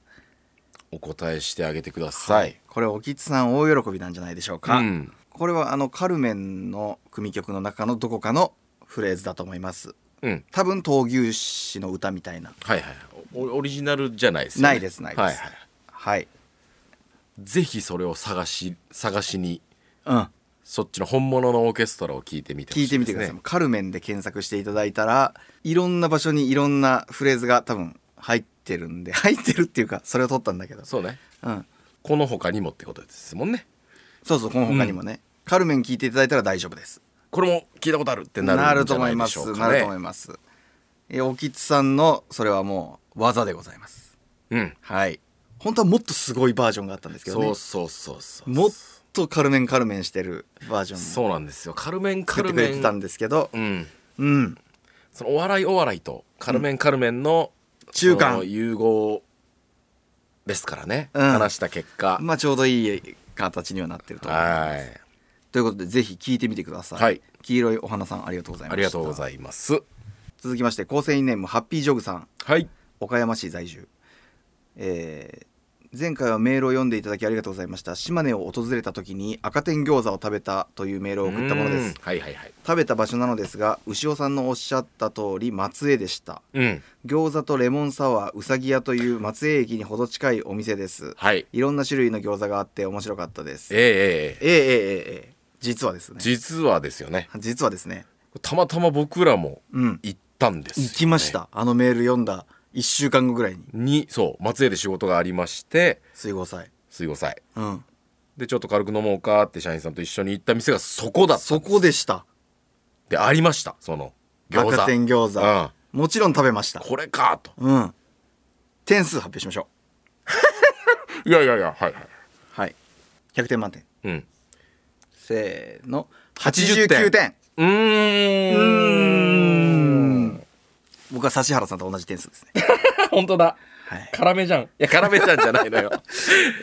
[SPEAKER 1] お答えしてあげてください、
[SPEAKER 2] これおきつさん大喜びなんじゃないでしょうか、
[SPEAKER 1] うん
[SPEAKER 2] これはあのカルメンの組曲の中のどこかのフレーズだと思います
[SPEAKER 1] うん
[SPEAKER 2] 多分闘牛士の歌みたいな
[SPEAKER 1] はいはいおオリジナルじゃないですよね
[SPEAKER 2] ないですないです
[SPEAKER 1] はいはい
[SPEAKER 2] はい
[SPEAKER 1] ぜひそれを探し探しに
[SPEAKER 2] うん
[SPEAKER 1] そっちの本物のオーケストラを聞いてみてほし
[SPEAKER 2] 聞いてみてください、
[SPEAKER 1] ですね
[SPEAKER 2] カルメンで検索していただいたらいろんな場所にいろんなフレーズが多分入ってるんで 入ってるっていうかそれを取ったんだけど、
[SPEAKER 1] そうね
[SPEAKER 2] うん、
[SPEAKER 1] この他にもってことですもんね
[SPEAKER 2] そうそうこの他にもね、カルメン聞いていただいたら大丈夫です
[SPEAKER 1] これも聞いたことあるってなるん
[SPEAKER 2] る
[SPEAKER 1] じ
[SPEAKER 2] と
[SPEAKER 1] ゃ
[SPEAKER 2] 思
[SPEAKER 1] ないい
[SPEAKER 2] ま
[SPEAKER 1] ですしょうかね
[SPEAKER 2] なると思いますえおきつさんのそれはもう技でございます
[SPEAKER 1] うん
[SPEAKER 2] はい本当はもっとすごいバージョンがあったんですけどね
[SPEAKER 1] そうそうそうそう
[SPEAKER 2] もっとカルメンカルメンしてるバージョンも
[SPEAKER 1] そうなんですよカルメンカ
[SPEAKER 2] 作っ
[SPEAKER 1] ル
[SPEAKER 2] てくれ
[SPEAKER 1] メ
[SPEAKER 2] て
[SPEAKER 1] ン
[SPEAKER 2] たんですけど
[SPEAKER 1] うん
[SPEAKER 2] うん
[SPEAKER 1] そのお笑いお笑いとカルメンカルメンの
[SPEAKER 2] 中間
[SPEAKER 1] その融合ですからね、
[SPEAKER 2] うん
[SPEAKER 1] 話した結果、
[SPEAKER 2] まあちょうどいい形にはなってると思います
[SPEAKER 1] はい
[SPEAKER 2] ということでぜひ聞いてみてください、
[SPEAKER 1] はい
[SPEAKER 2] 黄色いお花さんありがとうございました
[SPEAKER 1] ありがとうございます
[SPEAKER 2] 続きまして構成員ネームハッピージョグさん
[SPEAKER 1] はい
[SPEAKER 2] 岡山市在住、えー前回はメールを読んでいただきありがとうございました島根を訪れた時に赤天餃子を食べたというメールを送ったもので
[SPEAKER 1] うん
[SPEAKER 2] す
[SPEAKER 1] はいはいはい
[SPEAKER 2] 食べた場所なのですが牛尾さんのおっしゃった通り松江でした
[SPEAKER 1] うん
[SPEAKER 2] 餃子とレモンサワーうさぎ屋という松江駅にほど近いお店です
[SPEAKER 1] はい
[SPEAKER 2] いろんな種類の餃子があって面白かったです
[SPEAKER 1] え
[SPEAKER 2] え
[SPEAKER 1] えええええ
[SPEAKER 2] えええええ実はですね
[SPEAKER 1] 実はですよね
[SPEAKER 2] 実はですね
[SPEAKER 1] たまたま僕らも
[SPEAKER 2] うん
[SPEAKER 1] 行ったんですよね、
[SPEAKER 2] 行きましたあのメール読んだ1週間後ぐらいに
[SPEAKER 1] にそう松江で仕事がありまして
[SPEAKER 2] 水郷祭
[SPEAKER 1] 水郷祭
[SPEAKER 2] うん
[SPEAKER 1] でちょっと軽く飲もうかって社員さんと一緒に行った店がそこだった
[SPEAKER 2] そこでした
[SPEAKER 1] でありましたその餃
[SPEAKER 2] 赤
[SPEAKER 1] 子
[SPEAKER 2] 天餃子、
[SPEAKER 1] うん
[SPEAKER 2] もちろん食べました
[SPEAKER 1] これかと
[SPEAKER 2] うん点数発表しましょ
[SPEAKER 1] いやいやいやはいはいう
[SPEAKER 2] はい100点満点
[SPEAKER 1] うん
[SPEAKER 2] せーの
[SPEAKER 1] 89
[SPEAKER 2] 89
[SPEAKER 1] 点
[SPEAKER 2] 点
[SPEAKER 1] うーん
[SPEAKER 2] 僕は指原さんと同じ点数ですね
[SPEAKER 1] 本当だ
[SPEAKER 2] はい
[SPEAKER 1] 辛めじゃんいや辛めちゃんじゃないのよ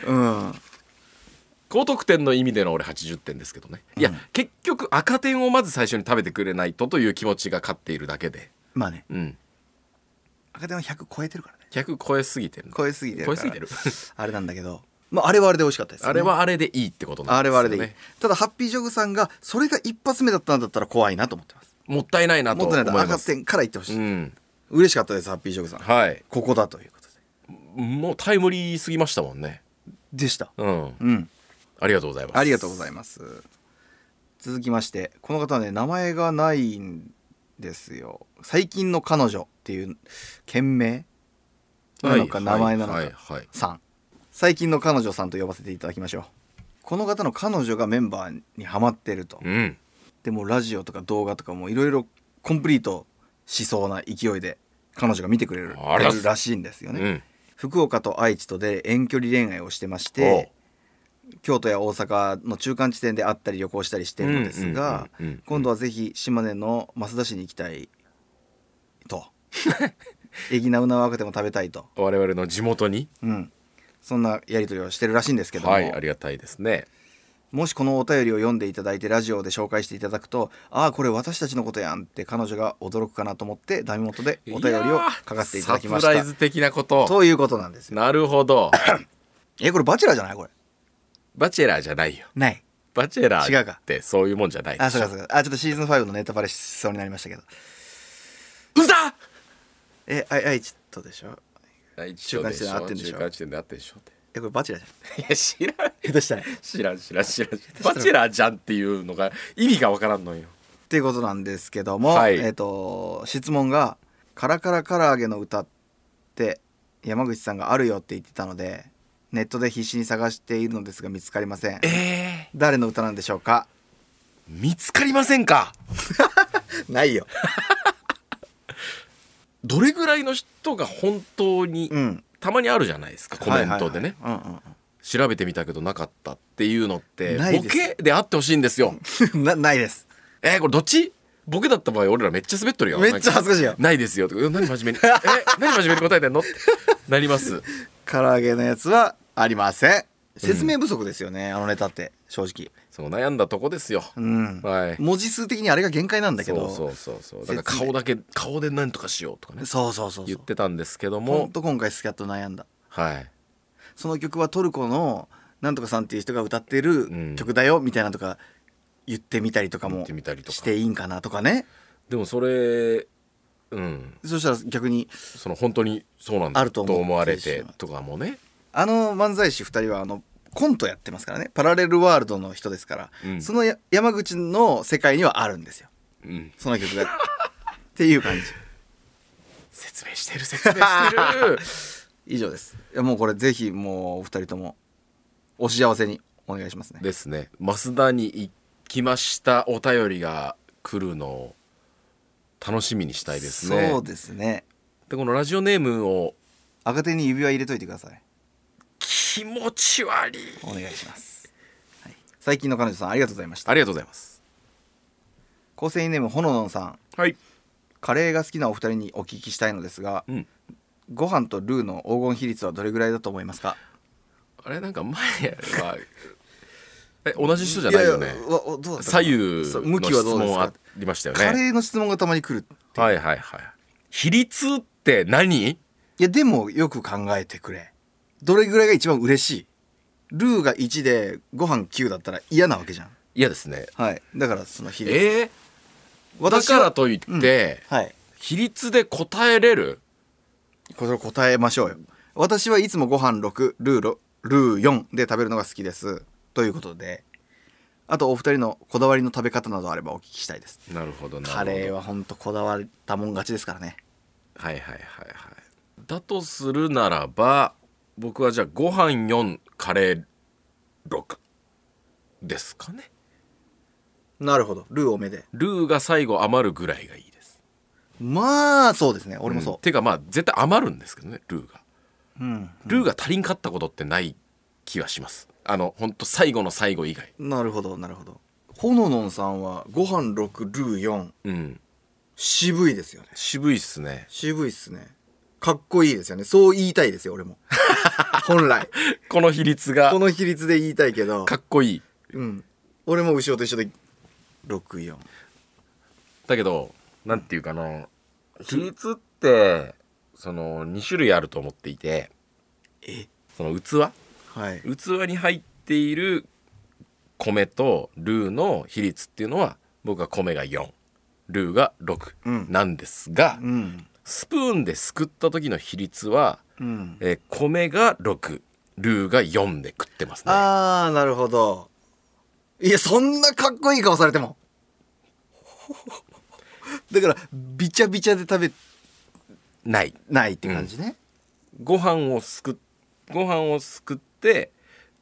[SPEAKER 2] うん
[SPEAKER 1] 高得点の意味での俺80点ですけどねいや、結局赤点をまず最初に食べてくれないとという気持ちが勝っているだけで
[SPEAKER 2] まあね
[SPEAKER 1] うん
[SPEAKER 2] 赤点は100超えてるからね
[SPEAKER 1] 100超えすぎてる
[SPEAKER 2] 超えすぎてるか
[SPEAKER 1] 超
[SPEAKER 2] ら
[SPEAKER 1] えすぎてる
[SPEAKER 2] あれなんだけどまああれはあれで美味しかったです、ね、
[SPEAKER 1] あれはあれでいいってことな
[SPEAKER 2] あ
[SPEAKER 1] んです
[SPEAKER 2] れは
[SPEAKER 1] よ
[SPEAKER 2] あ
[SPEAKER 1] ね
[SPEAKER 2] れでいいただハッピージョグさんがそれが一発目だったんだったら怖いなと思ってます
[SPEAKER 1] もったいないなと
[SPEAKER 2] もっ
[SPEAKER 1] 思
[SPEAKER 2] とないいと
[SPEAKER 1] ま
[SPEAKER 2] 赤
[SPEAKER 1] す
[SPEAKER 2] 点からいってほしい、
[SPEAKER 1] うん
[SPEAKER 2] 嬉しかったですハッピージョグさん
[SPEAKER 1] はい
[SPEAKER 2] ここだということで
[SPEAKER 1] もうタイムリーすぎましたもんね
[SPEAKER 2] でした
[SPEAKER 1] うん
[SPEAKER 2] うん
[SPEAKER 1] ありがとうございます
[SPEAKER 2] ありがとうござ
[SPEAKER 1] い
[SPEAKER 2] います。続きまして、この方はね、名前がないんですよ。最近の彼女っていう、件名なのか、名前なの
[SPEAKER 1] はい
[SPEAKER 2] か、
[SPEAKER 1] はい
[SPEAKER 2] さん。最近の彼女さんと呼ばせていただきましょう。この方の彼女がメンバーにハマってると。
[SPEAKER 1] うん
[SPEAKER 2] でもうラジオとか動画とかもいろいろコンプリートしそうな勢いで彼女が見てくれる
[SPEAKER 1] あら
[SPEAKER 2] らしいんですよ
[SPEAKER 1] う
[SPEAKER 2] ね。
[SPEAKER 1] ん
[SPEAKER 2] 福岡と愛知とで遠距離恋愛をしてまして京都や大阪の中間地点で会ったり旅行したりしているのですが
[SPEAKER 1] うんうんうんうん
[SPEAKER 2] 今度はぜひ島根の益田市に行きたい とえぎなうな若手も食べたいと、
[SPEAKER 1] 我々の地元に
[SPEAKER 2] うん、そんなやり取りをしてるらしいんですけども、
[SPEAKER 1] はいありがたいですね
[SPEAKER 2] もしこのお便りを読んでいただいてラジオで紹介していただくとああこれ私たちのことやんって彼女が驚くかなと思ってダメ元でお便りを書かせていただきまし
[SPEAKER 1] いやーサプライ
[SPEAKER 2] た
[SPEAKER 1] ズ的なこと
[SPEAKER 2] ということなんですよ
[SPEAKER 1] なるほど
[SPEAKER 2] えこれバチェラーじゃないこれ
[SPEAKER 1] バチェラーじゃないよ
[SPEAKER 2] ない
[SPEAKER 1] バチェラ
[SPEAKER 2] 違
[SPEAKER 1] ー
[SPEAKER 2] うか
[SPEAKER 1] ってそういうもんじゃないでしょ
[SPEAKER 2] あ、そうかそうか。あ、ちょっとシーズン5のネタバレしそうになりましたけど。
[SPEAKER 1] うざ
[SPEAKER 2] え、あ愛知とでしょ
[SPEAKER 1] 中
[SPEAKER 2] 間地点で合ってんでしょ
[SPEAKER 1] 中間地点で合ってんでしょって
[SPEAKER 2] え、これバチェラーじ
[SPEAKER 1] いや知らん
[SPEAKER 2] ゃん。下手したい。っ
[SPEAKER 1] 知らん知らん知らんバチェラーじゃんっていうのが意味がわからんのよ
[SPEAKER 2] ていうことなんですけども、
[SPEAKER 1] はい
[SPEAKER 2] えっ、と、質問が、カラカラ唐揚げの歌って山口さんがあるよって言ってたので、ネットで必死に探しているのですが見つかりません。
[SPEAKER 1] え
[SPEAKER 2] 誰の歌なんでしょうか
[SPEAKER 1] ー、見つかりませんか
[SPEAKER 2] ないよ。
[SPEAKER 1] どれぐらいの人が本当に、
[SPEAKER 2] うん。
[SPEAKER 1] たまにあるじゃないですかコメントでね、
[SPEAKER 2] はいはいはい
[SPEAKER 1] 調べてみたけどなかったっていうのって
[SPEAKER 2] ない
[SPEAKER 1] ボ
[SPEAKER 2] です
[SPEAKER 1] ケであってほしいんですよ
[SPEAKER 2] うんうん。 なないです。
[SPEAKER 1] えー、これどっちボケだった場合俺らめっちゃ滑っとるよ
[SPEAKER 2] めっちゃ恥ずかしいよ
[SPEAKER 1] なんないですよとかえ何真面 目にえ何真面目に答えてんのってなります
[SPEAKER 2] 唐揚げのやつはありません。説明不足ですよね、あのネタって、正直。
[SPEAKER 1] その悩んだとこですよ、
[SPEAKER 2] うん。
[SPEAKER 1] はい
[SPEAKER 2] 文字数的にあれが限界なんだけど
[SPEAKER 1] そううそうそうそうだから顔だけ顔で何とかしようとかね
[SPEAKER 2] そうそうそうそう
[SPEAKER 1] 言ってたんですけど
[SPEAKER 2] ほ
[SPEAKER 1] も
[SPEAKER 2] んと今回スキャット悩んだ
[SPEAKER 1] はい
[SPEAKER 2] その曲はトルコのなんとかさんっていう人が歌って
[SPEAKER 1] ん
[SPEAKER 2] る曲だよみたいなのとか言ってみたりとか
[SPEAKER 1] 言
[SPEAKER 2] も
[SPEAKER 1] ってみたりとか
[SPEAKER 2] していいんかなとかね
[SPEAKER 1] でもそれうん
[SPEAKER 2] そしたら逆に
[SPEAKER 1] その本当にそうなんだ
[SPEAKER 2] あると思って
[SPEAKER 1] われて
[SPEAKER 2] しまう
[SPEAKER 1] とかもね
[SPEAKER 2] あの漫才師2人はあのコントやってますからねパラレルワールドの人ですから、
[SPEAKER 1] うん
[SPEAKER 2] そのや山口の世界にはあるんですよ
[SPEAKER 1] うん
[SPEAKER 2] その曲 がっていう感じ
[SPEAKER 1] 説明してる説明してる
[SPEAKER 2] 以上ですいやもうこれぜひもうお二人ともお幸せにお願いしますね
[SPEAKER 1] ですね増田に行きましたお便りが来るのを楽しみにしたいですね
[SPEAKER 2] そうですね
[SPEAKER 1] でこのラジオネームを
[SPEAKER 2] 赤手に指輪入れといてください
[SPEAKER 1] 気持ち悪い
[SPEAKER 2] お願いします、はい、最近の彼女さんありがとうございました
[SPEAKER 1] ありがとうございます
[SPEAKER 2] 構成員ネームほののんさん
[SPEAKER 1] はい
[SPEAKER 2] カレーが好きなお二人にお聞きしたいのですが
[SPEAKER 1] うん
[SPEAKER 2] ご飯とルーの黄金比率はどれぐらいだと思いますか
[SPEAKER 1] あれなんか前はえ同じ人じゃないよね
[SPEAKER 2] ややわわどうだったかな
[SPEAKER 1] 左右
[SPEAKER 2] そう
[SPEAKER 1] の
[SPEAKER 2] 向きはど
[SPEAKER 1] 質
[SPEAKER 2] うです
[SPEAKER 1] 問
[SPEAKER 2] か
[SPEAKER 1] ありましたよ
[SPEAKER 2] カ
[SPEAKER 1] ね
[SPEAKER 2] レーの質問がたまに来る
[SPEAKER 1] はいはいはい比率って何
[SPEAKER 2] いやでもよく考えてくれどれぐらいが一番嬉しいルーが1でご飯9だったら嫌なわけじゃん
[SPEAKER 1] 嫌ですね
[SPEAKER 2] はいだからその比率
[SPEAKER 1] えー、だからといって、
[SPEAKER 2] はい
[SPEAKER 1] 比率で答えれる
[SPEAKER 2] これを答えましょうよ私はいつもご飯6ルーロルー4で食べるのが好きですということであとお二人のこだわりの食べ方などあればお聞きしたいです
[SPEAKER 1] なるほどなるほど
[SPEAKER 2] カレー
[SPEAKER 1] は
[SPEAKER 2] はほんとこだわったもん勝ちですからね
[SPEAKER 1] はいはいはいはいだとするならば僕はじゃあご飯4カレー6ですかね
[SPEAKER 2] なるほどルー多めで
[SPEAKER 1] ルーが最後余るぐらいがいいです
[SPEAKER 2] まあそうですね俺もそ
[SPEAKER 1] んてかまあ絶対余るんですけどねルーが
[SPEAKER 2] う、うん
[SPEAKER 1] ルーが足りんかったことってない気はしますあのほんと最後の最後以外
[SPEAKER 2] なるほどなるほどほののんさんはご飯6ルー4
[SPEAKER 1] うん
[SPEAKER 2] 渋いですよね
[SPEAKER 1] 渋いっすね
[SPEAKER 2] 渋いっすねかっこいいですよねそう言いたいですよ 俺も本来
[SPEAKER 1] この比率が
[SPEAKER 2] この比率で言いたいけど
[SPEAKER 1] かっこいい
[SPEAKER 2] うん俺も後ろと一緒で64
[SPEAKER 1] だけどなんていうかな比率ってその2種類あると思っていて
[SPEAKER 2] え
[SPEAKER 1] その器
[SPEAKER 2] はい
[SPEAKER 1] 器に入っている米とルーの比率っていうのは僕は米が4ルーが
[SPEAKER 2] うん
[SPEAKER 1] 6なんですが、
[SPEAKER 2] うん
[SPEAKER 1] スプーンですくった時の比率は、
[SPEAKER 2] うん
[SPEAKER 1] えー米が6ルーが4で食ってますね
[SPEAKER 2] ああなるほどいやそんなかっこいい顔され てもだからびちゃびちゃで食べ
[SPEAKER 1] ない
[SPEAKER 2] ないって感じね、
[SPEAKER 1] ご飯をすくっご飯をすくって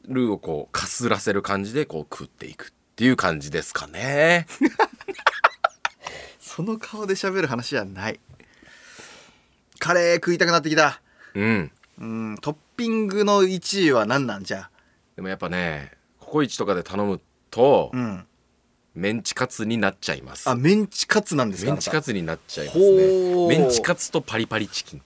[SPEAKER 1] ルーをこうかすらせる感じでこう食っていくっていう感じですか ね
[SPEAKER 2] その顔で喋る話じゃないカレー食いたくなってきた
[SPEAKER 1] うん
[SPEAKER 2] うんトッピングの1位は何なんじゃ
[SPEAKER 1] でもやっぱねココイチとかで頼むと、
[SPEAKER 2] うん
[SPEAKER 1] メンチカツになっちゃいます
[SPEAKER 2] あメンチカツなんですか
[SPEAKER 1] メンチカツ
[SPEAKER 2] ツ
[SPEAKER 1] になっちゃいますね
[SPEAKER 2] ほう
[SPEAKER 1] メンチカツとパリパリチキン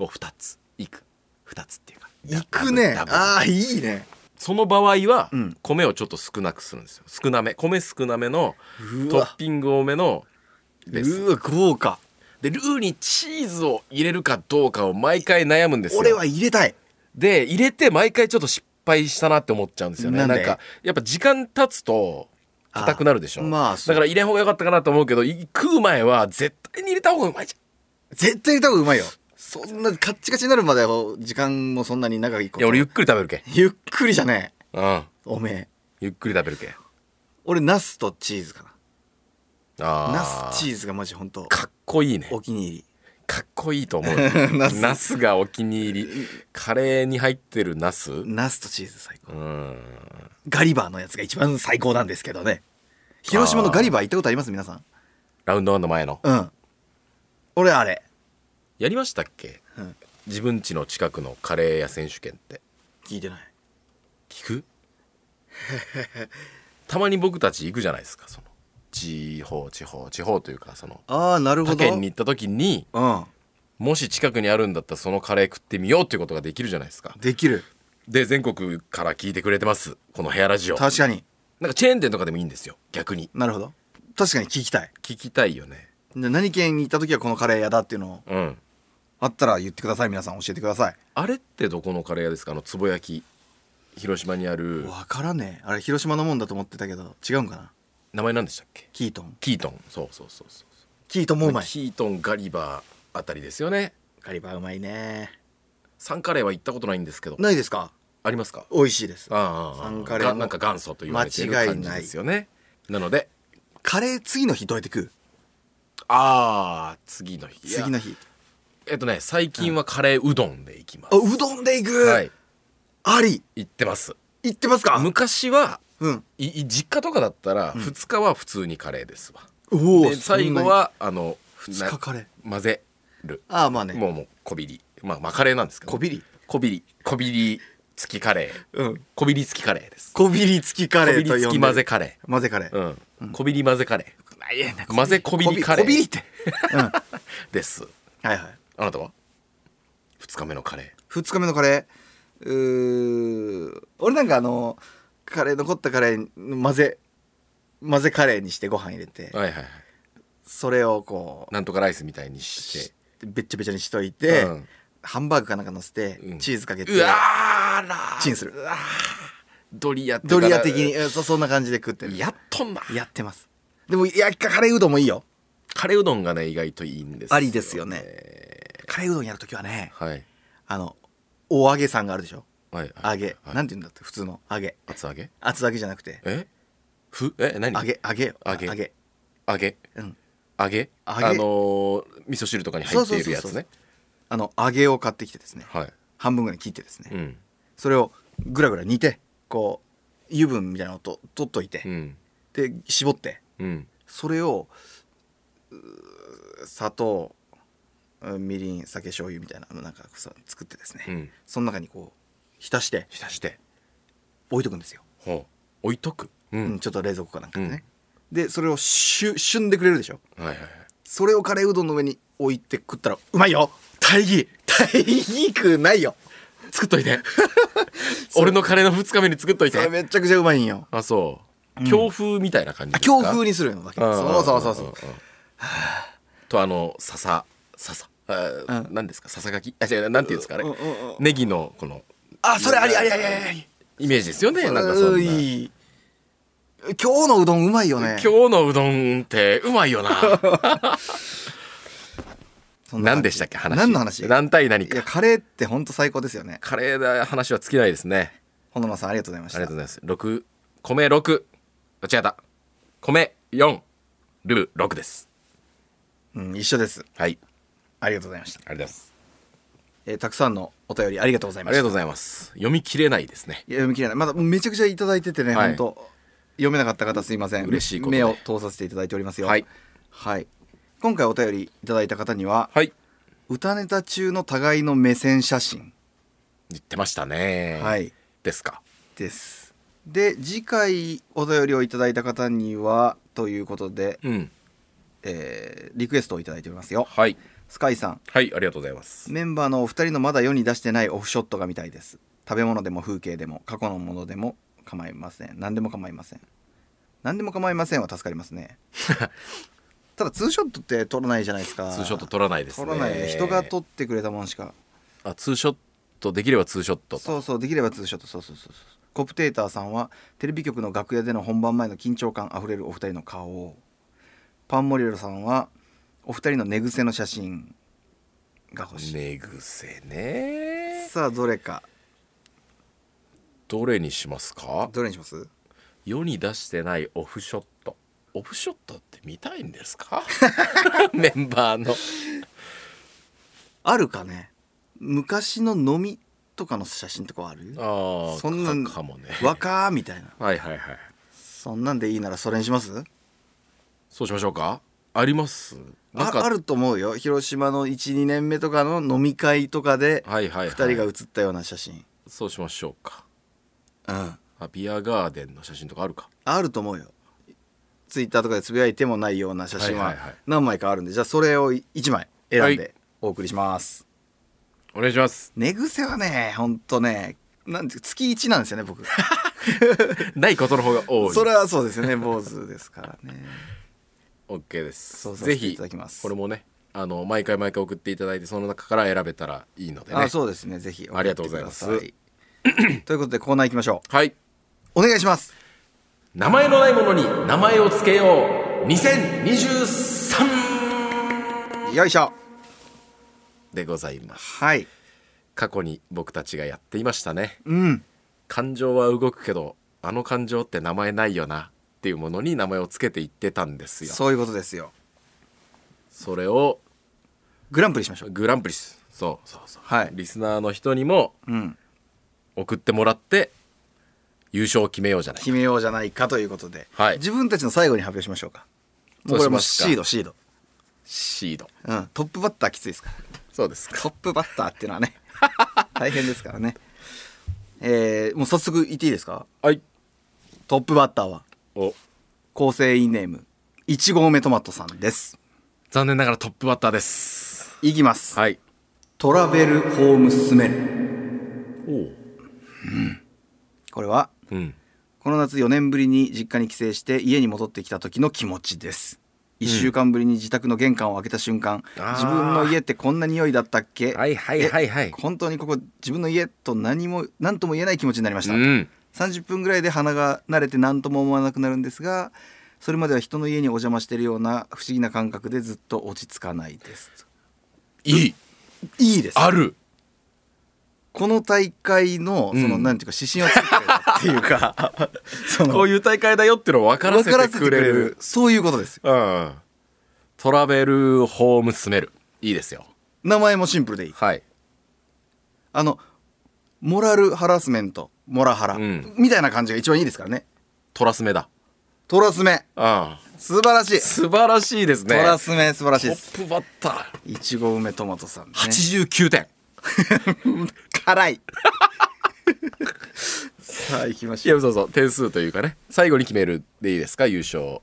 [SPEAKER 1] を2ついく2つっていうか
[SPEAKER 2] いくね
[SPEAKER 1] ダブルダブル
[SPEAKER 2] ああいいね
[SPEAKER 1] その場合は、
[SPEAKER 2] うん
[SPEAKER 1] 米をちょっと少なくするんですよ少なめ米少なめの
[SPEAKER 2] う
[SPEAKER 1] トッ
[SPEAKER 2] わ
[SPEAKER 1] ピング多めのです
[SPEAKER 2] うわ豪華
[SPEAKER 1] でルーにチーズを入れるかどうかを毎回悩むんですよ
[SPEAKER 2] 俺は入れたい
[SPEAKER 1] で入れて毎回ちょっと失敗したなって思っちゃうんですよね
[SPEAKER 2] な
[SPEAKER 1] なん
[SPEAKER 2] んで
[SPEAKER 1] かやっぱ時間経つと硬くなるでしょ
[SPEAKER 2] あまあそ
[SPEAKER 1] だ
[SPEAKER 2] う
[SPEAKER 1] から入れん方が良かったかなと思うけどい食う前は絶対に入れた方がうまいじゃ
[SPEAKER 2] 絶対入れた方がうまいよそんなカッチカチになるまでは時間もそんなに長いこ
[SPEAKER 1] んい
[SPEAKER 2] と
[SPEAKER 1] や俺ゆっくり食べるけ
[SPEAKER 2] ゆっくりじゃねえ
[SPEAKER 1] うん
[SPEAKER 2] おめえ
[SPEAKER 1] ゆっくり食べるけ
[SPEAKER 2] 俺ナスとチーズかなナ
[SPEAKER 1] あ
[SPEAKER 2] スチーズがマジ本当
[SPEAKER 1] かっこいいね
[SPEAKER 2] お気に入り
[SPEAKER 1] かっこいいと思う
[SPEAKER 2] ナ
[SPEAKER 1] ナ
[SPEAKER 2] ス
[SPEAKER 1] スがお気に入りカレーに入ってるナスうん
[SPEAKER 2] ナスとチーズ最高ガリバーのやつが一番最高なんですけどね広島のガリバー行ったことあります皆さん
[SPEAKER 1] ラウンドワンの前の
[SPEAKER 2] うん俺あれ、
[SPEAKER 1] やりましたっけ
[SPEAKER 2] うん、
[SPEAKER 1] 自分家の近くのカレー屋選手権って
[SPEAKER 2] 聞いてない
[SPEAKER 1] 聞く たまに僕たち行くじゃないですかその地方地方地方というかその
[SPEAKER 2] ああなる
[SPEAKER 1] 他
[SPEAKER 2] ほど
[SPEAKER 1] 県に行った時に
[SPEAKER 2] うん
[SPEAKER 1] もし近くにあるんだったらそのカレー食ってみようっていうことができるじゃないですか
[SPEAKER 2] できる
[SPEAKER 1] で全国から聞いてくれてますこのヘアラジオ
[SPEAKER 2] 確かに
[SPEAKER 1] なんかチェーン店とかでもいいんですよ逆に
[SPEAKER 2] なるほど確かに聞きたい
[SPEAKER 1] 聞きたいよね
[SPEAKER 2] で何県に行った時はこのカレー屋だっていうのを
[SPEAKER 1] うん
[SPEAKER 2] あったら言ってください皆さん教えてください
[SPEAKER 1] あれってどこのカレー屋ですかあのつぼ焼き広島にある
[SPEAKER 2] わからねえあれ広島のもんだと思ってたけど違うんかな
[SPEAKER 1] 名前なんでしたっけ
[SPEAKER 2] キートン
[SPEAKER 1] キートンそうそうそうそう
[SPEAKER 2] キートンもうまい
[SPEAKER 1] キートンガリバーあたりですよね
[SPEAKER 2] カリバーうまいね
[SPEAKER 1] サンカレーは行ったことないんですけど
[SPEAKER 2] ないですか
[SPEAKER 1] ありますか
[SPEAKER 2] 美味しいです
[SPEAKER 1] ああああ
[SPEAKER 2] サンカレーの
[SPEAKER 1] がなんか元祖と言われてる感じですよねなので
[SPEAKER 2] カレー次の日どうやって食う
[SPEAKER 1] ああ次の日いや
[SPEAKER 2] 次の日
[SPEAKER 1] えっとね最近はカレーうどんで行きま
[SPEAKER 2] あ
[SPEAKER 1] す、
[SPEAKER 2] うどんで行く、
[SPEAKER 1] はい
[SPEAKER 2] あり
[SPEAKER 1] 行ってます
[SPEAKER 2] 行ってますか
[SPEAKER 1] 昔は
[SPEAKER 2] うん
[SPEAKER 1] いい実家とかだったら2日は普通にカレーですわ、
[SPEAKER 2] おお
[SPEAKER 1] で最後はあの
[SPEAKER 2] 2日カレー
[SPEAKER 1] な混ぜる
[SPEAKER 2] ああまあね
[SPEAKER 1] もうもうこびりまあ、まあカレーなんですけど
[SPEAKER 2] こびり
[SPEAKER 1] こびりこびり付きカレー
[SPEAKER 2] うん
[SPEAKER 1] こびり付きカレーです
[SPEAKER 2] こびり付きカレーと呼んで
[SPEAKER 1] こびり付き混ぜカレ
[SPEAKER 2] 混ぜカレー、
[SPEAKER 1] ー、うん、こびり混ぜカレー
[SPEAKER 2] あいやな
[SPEAKER 1] 混ぜこびりカレー
[SPEAKER 2] こびり って、うん、はい
[SPEAKER 1] です
[SPEAKER 2] はい
[SPEAKER 1] あなたは2日目のカレ
[SPEAKER 2] 2日目のカレーうー俺なんかあのカレー残ったカレー混ぜ混ぜカレーにしてご飯入れて
[SPEAKER 1] ーはいはいはい
[SPEAKER 2] それをこう
[SPEAKER 1] なんとかライスみたいにして
[SPEAKER 2] べっちゃべちゃにしといて、
[SPEAKER 1] うん
[SPEAKER 2] ハンバーグかなんか乗せて、
[SPEAKER 1] うん
[SPEAKER 2] チーズかけて
[SPEAKER 1] うわーらー
[SPEAKER 2] チンする
[SPEAKER 1] うわードリアって
[SPEAKER 2] ドリア的にうんそそんな感じで食ってる
[SPEAKER 1] やっとんな
[SPEAKER 2] やってますでもいやカレーうどんもいいよ
[SPEAKER 1] カレーうどんがね意外といいんです
[SPEAKER 2] ありですよねカレーうどんやるときはね
[SPEAKER 1] はい
[SPEAKER 2] あのお揚げさんがあるでしょ
[SPEAKER 1] はいはい
[SPEAKER 2] 揚げ、
[SPEAKER 1] はい
[SPEAKER 2] なんて言うんだって普通の揚げ
[SPEAKER 1] 厚揚げ
[SPEAKER 2] 厚揚げじゃなくて
[SPEAKER 1] えふえ何
[SPEAKER 2] 揚げ揚げよ
[SPEAKER 1] 揚げ
[SPEAKER 2] 揚げ
[SPEAKER 1] 揚げ
[SPEAKER 2] うん
[SPEAKER 1] 揚げ
[SPEAKER 2] 揚げ
[SPEAKER 1] あのー味噌汁とかに入っているや
[SPEAKER 2] そうそう
[SPEAKER 1] つ
[SPEAKER 2] そう
[SPEAKER 1] ね
[SPEAKER 2] あの揚げを買ってきてですね
[SPEAKER 1] はい
[SPEAKER 2] 半分ぐらいに切ってですね、
[SPEAKER 1] うん
[SPEAKER 2] それをぐらぐら煮てこう油分みたいなのをと取っといて、
[SPEAKER 1] うん
[SPEAKER 2] で絞って
[SPEAKER 1] うん
[SPEAKER 2] それをうー砂糖うんみりん酒醤油みたいなのなんかさ作ってですね、
[SPEAKER 1] うん
[SPEAKER 2] その中にこう浸して
[SPEAKER 1] 浸して
[SPEAKER 2] 置いとくんですよ、
[SPEAKER 1] ほう置いとくう
[SPEAKER 2] うん
[SPEAKER 1] ん
[SPEAKER 2] ちょっと冷蔵庫かなんかでね、でそれをしゅしゅんでくれるでしょ
[SPEAKER 1] はいはいはい
[SPEAKER 2] それをカレーうどんの上に置いて食ったらうまいよ大義大義くないよ
[SPEAKER 1] 作っとい て俺のカレーの2日目に作っとい
[SPEAKER 2] それ
[SPEAKER 1] て
[SPEAKER 2] めちゃくちゃうまいんよ
[SPEAKER 1] あそう強風みたいな感じ
[SPEAKER 2] あ
[SPEAKER 1] ですか
[SPEAKER 2] 強風にするのだけ
[SPEAKER 1] ん
[SPEAKER 2] そうそうそうそ
[SPEAKER 1] ん
[SPEAKER 2] うん
[SPEAKER 1] とあの笹笹あ
[SPEAKER 2] うん
[SPEAKER 1] 何ですか笹柿あ違うなんていうんですかあれ
[SPEAKER 2] うんうんうん
[SPEAKER 1] ネギのこの
[SPEAKER 2] あそれありありありありあり
[SPEAKER 1] イメージですよねなんかそ
[SPEAKER 2] うんー
[SPEAKER 1] ない
[SPEAKER 2] い今日のうどんうまいよね
[SPEAKER 1] 今日のうどんってうまいよな
[SPEAKER 2] そ んな
[SPEAKER 1] 何
[SPEAKER 2] 感じ
[SPEAKER 1] でしたっけ話
[SPEAKER 2] 何の話いや
[SPEAKER 1] 何対何か
[SPEAKER 2] カレーってほんと最高ですよね
[SPEAKER 1] カレーだ話は尽きないですね
[SPEAKER 2] ほののさんありがとうございま
[SPEAKER 1] あ
[SPEAKER 2] し
[SPEAKER 1] りがと
[SPEAKER 2] た
[SPEAKER 1] うございます六米六あ違った米四ルブ六です
[SPEAKER 2] うん一緒です
[SPEAKER 1] はい
[SPEAKER 2] ありがとうございました
[SPEAKER 1] ありがとうございます
[SPEAKER 2] えーたくさんのお便りありがとうござい
[SPEAKER 1] あ
[SPEAKER 2] ま
[SPEAKER 1] り
[SPEAKER 2] し
[SPEAKER 1] が
[SPEAKER 2] た
[SPEAKER 1] とうございます読み切れないですね
[SPEAKER 2] いや読み切れないまだめちゃくちゃいただいててね、
[SPEAKER 1] はい
[SPEAKER 2] 本当読めなかった方すいません
[SPEAKER 1] 嬉しいことで
[SPEAKER 2] 目を通させていただいておりますよ
[SPEAKER 1] はい、
[SPEAKER 2] はい今回お便りいただいた方には、
[SPEAKER 1] はい
[SPEAKER 2] 歌ネタ中の互いの目線写真、
[SPEAKER 1] 言ってましたね
[SPEAKER 2] はい
[SPEAKER 1] ですか
[SPEAKER 2] ですで次回お便りをいただいた方にはということで、
[SPEAKER 1] うん
[SPEAKER 2] えーリクエストをいただいておりますよ
[SPEAKER 1] はい
[SPEAKER 2] スカイさん
[SPEAKER 1] はいありがとうございます
[SPEAKER 2] メンバーのお二人のまだ世に出してないオフショットが見たいです食べ物でも風景でも過去のものでも構いません何でも構いません何でも構いませんは助かります ねただツーショットって撮らないじゃないですか
[SPEAKER 1] ツーショット撮らないですね
[SPEAKER 2] 撮らないね人が撮ってくれたもんしか
[SPEAKER 1] あツーショットできればツーショットと
[SPEAKER 2] そうそうできればツーショットそうそうそうそうコプテーターさんはテレビ局の楽屋での本番前の緊張感あふれるお二人の顔をパンモリロさんはお二人の寝癖の写真が欲しい、
[SPEAKER 1] 寝癖ね
[SPEAKER 2] さあどれか
[SPEAKER 1] どれにしますか
[SPEAKER 2] どれにします
[SPEAKER 1] 世に出してないオフショットオフショットって見たいんです かメンバーの
[SPEAKER 2] あるかね昔の飲みとかの写真とかはある
[SPEAKER 1] ああ
[SPEAKER 2] そんなん
[SPEAKER 1] かかもね
[SPEAKER 2] 若ーみたいな
[SPEAKER 1] はいはいはい
[SPEAKER 2] そんなんでいいならそれにします
[SPEAKER 1] そうしましょうかありますなん
[SPEAKER 2] あ
[SPEAKER 1] か
[SPEAKER 2] あると思うよ広島の12年目とかの飲み会とかで
[SPEAKER 1] はいはい、はい、
[SPEAKER 2] 2人が写ったような写真、
[SPEAKER 1] そうしましょうか
[SPEAKER 2] うん
[SPEAKER 1] あビアガーデンの写真とかあるか
[SPEAKER 2] あると思うよツイッターとかでつぶやいてもないような写真
[SPEAKER 1] は
[SPEAKER 2] はい
[SPEAKER 1] はいはい
[SPEAKER 2] 何枚かあるんでじゃあそれを1枚選ん
[SPEAKER 1] はい
[SPEAKER 2] でお送りします、
[SPEAKER 1] お願いします
[SPEAKER 2] 寝癖はねほんとねなんて月1なんですよね 僕
[SPEAKER 1] ないことの方が多い
[SPEAKER 2] それはそうですよね坊主ですからね
[SPEAKER 1] オッケーです
[SPEAKER 2] そうさせ
[SPEAKER 1] ぜ
[SPEAKER 2] てい
[SPEAKER 1] ひ
[SPEAKER 2] ただきます
[SPEAKER 1] これもねあの毎回毎回送っていただいてその中から選べたらいいのでね
[SPEAKER 2] あそうですねぜひ
[SPEAKER 1] ありがとうございます
[SPEAKER 2] 送ってください ということでコーナー行きましょ
[SPEAKER 1] はい。
[SPEAKER 2] うお願いします
[SPEAKER 1] 名前のないものに名前をつけよう。2023
[SPEAKER 2] よいしょ
[SPEAKER 1] でございます。
[SPEAKER 2] はい
[SPEAKER 1] 過去に僕たちがやっていましたね。
[SPEAKER 2] うん
[SPEAKER 1] 感情は動くけど、あの感情って名前ないよな。っていうものに名前をつけていってたんですよ。そ
[SPEAKER 2] そういうことですよ
[SPEAKER 1] れを
[SPEAKER 2] グランプリしましょう
[SPEAKER 1] グランプリス。そうそうそう。
[SPEAKER 2] はい
[SPEAKER 1] リスナーの人にも
[SPEAKER 2] うん
[SPEAKER 1] 送ってもらって優勝を決めようじゃない
[SPEAKER 2] 決。めようじゃないかということで、
[SPEAKER 1] はい
[SPEAKER 2] 自分たちの最後に発表しましょうかもうこ
[SPEAKER 1] そうし
[SPEAKER 2] れも
[SPEAKER 1] ま
[SPEAKER 2] う
[SPEAKER 1] すか
[SPEAKER 2] シードシード
[SPEAKER 1] シード。
[SPEAKER 2] うん、トップバッターきついですから
[SPEAKER 1] そうですか
[SPEAKER 2] トップバッターっていうのはね 大変ですからねえー、もう早速言っていいですか
[SPEAKER 1] はい
[SPEAKER 2] トップバッターは
[SPEAKER 1] お
[SPEAKER 2] 構成員ネーム1合目トマトさんです
[SPEAKER 1] 残念ながらトップバッターです
[SPEAKER 2] いきます、
[SPEAKER 1] はい
[SPEAKER 2] トラベルホームスメル
[SPEAKER 1] おう
[SPEAKER 2] これは
[SPEAKER 1] うん
[SPEAKER 2] この夏4年ぶりに実家に帰省して家に戻ってきた時の気持ちです1週間ぶりに自宅の玄関を開けた瞬間、
[SPEAKER 1] あー
[SPEAKER 2] 自分の家ってこんな匂いだったっけ、
[SPEAKER 1] はいはいはいはい
[SPEAKER 2] え本当にここ自分の家と何も何とも言えない気持ちになりまし
[SPEAKER 1] う
[SPEAKER 2] た、
[SPEAKER 1] ん
[SPEAKER 2] 30分ぐらいで鼻が慣れて何とも思わなくなるんですがそれまでは人の家にお邪魔してるような不思議な感覚でずっと落ち着かないです
[SPEAKER 1] いい
[SPEAKER 2] いいです
[SPEAKER 1] ある
[SPEAKER 2] この大会のその、
[SPEAKER 1] うん
[SPEAKER 2] なんていうか指針を作ってくれたっていうか そ
[SPEAKER 1] こ
[SPEAKER 2] の
[SPEAKER 1] ういう大会だよっていうのを分からせ
[SPEAKER 2] 分から
[SPEAKER 1] て
[SPEAKER 2] せてく
[SPEAKER 1] く
[SPEAKER 2] れ
[SPEAKER 1] れる
[SPEAKER 2] るそういうことですよ
[SPEAKER 1] うんトラベルホームスメルいいですよ
[SPEAKER 2] 名前もシンプルでいい
[SPEAKER 1] はい
[SPEAKER 2] あのモラルハラスメントモラハラ、
[SPEAKER 1] うん
[SPEAKER 2] みたいな感じが一番いいですからね
[SPEAKER 1] トラスメだ
[SPEAKER 2] トラスメ
[SPEAKER 1] うん
[SPEAKER 2] 素晴らし い、
[SPEAKER 1] 素晴らしいです
[SPEAKER 2] ト
[SPEAKER 1] ね
[SPEAKER 2] ラスメ素晴らしい
[SPEAKER 1] ト
[SPEAKER 2] です
[SPEAKER 1] ップバッター
[SPEAKER 2] いちご梅トマトさん、ね、
[SPEAKER 1] 89点
[SPEAKER 2] 辛い さあ行きま
[SPEAKER 1] い
[SPEAKER 2] しょう
[SPEAKER 1] やそうそう点数というかね最後に決めるでいいですか優勝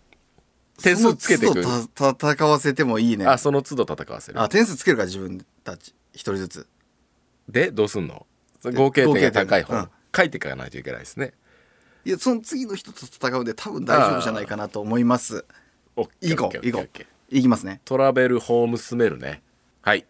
[SPEAKER 1] 点数つけていく
[SPEAKER 2] その都度た戦わせてもいいね
[SPEAKER 1] あ
[SPEAKER 2] あ
[SPEAKER 1] その都度戦わせる
[SPEAKER 2] 点数つけるから自分たち一人ずつ
[SPEAKER 1] でどうすんの合計点が高い方、
[SPEAKER 2] うん
[SPEAKER 1] 書いていかないといけないですね
[SPEAKER 2] いやその次の人と戦うんで多分大丈夫じゃないかなと思います
[SPEAKER 1] オッケー
[SPEAKER 2] いこ
[SPEAKER 1] オッ
[SPEAKER 2] う
[SPEAKER 1] ケー
[SPEAKER 2] いこ
[SPEAKER 1] オッケーオッケー
[SPEAKER 2] ういきますね
[SPEAKER 1] トラベルホームスメルねはい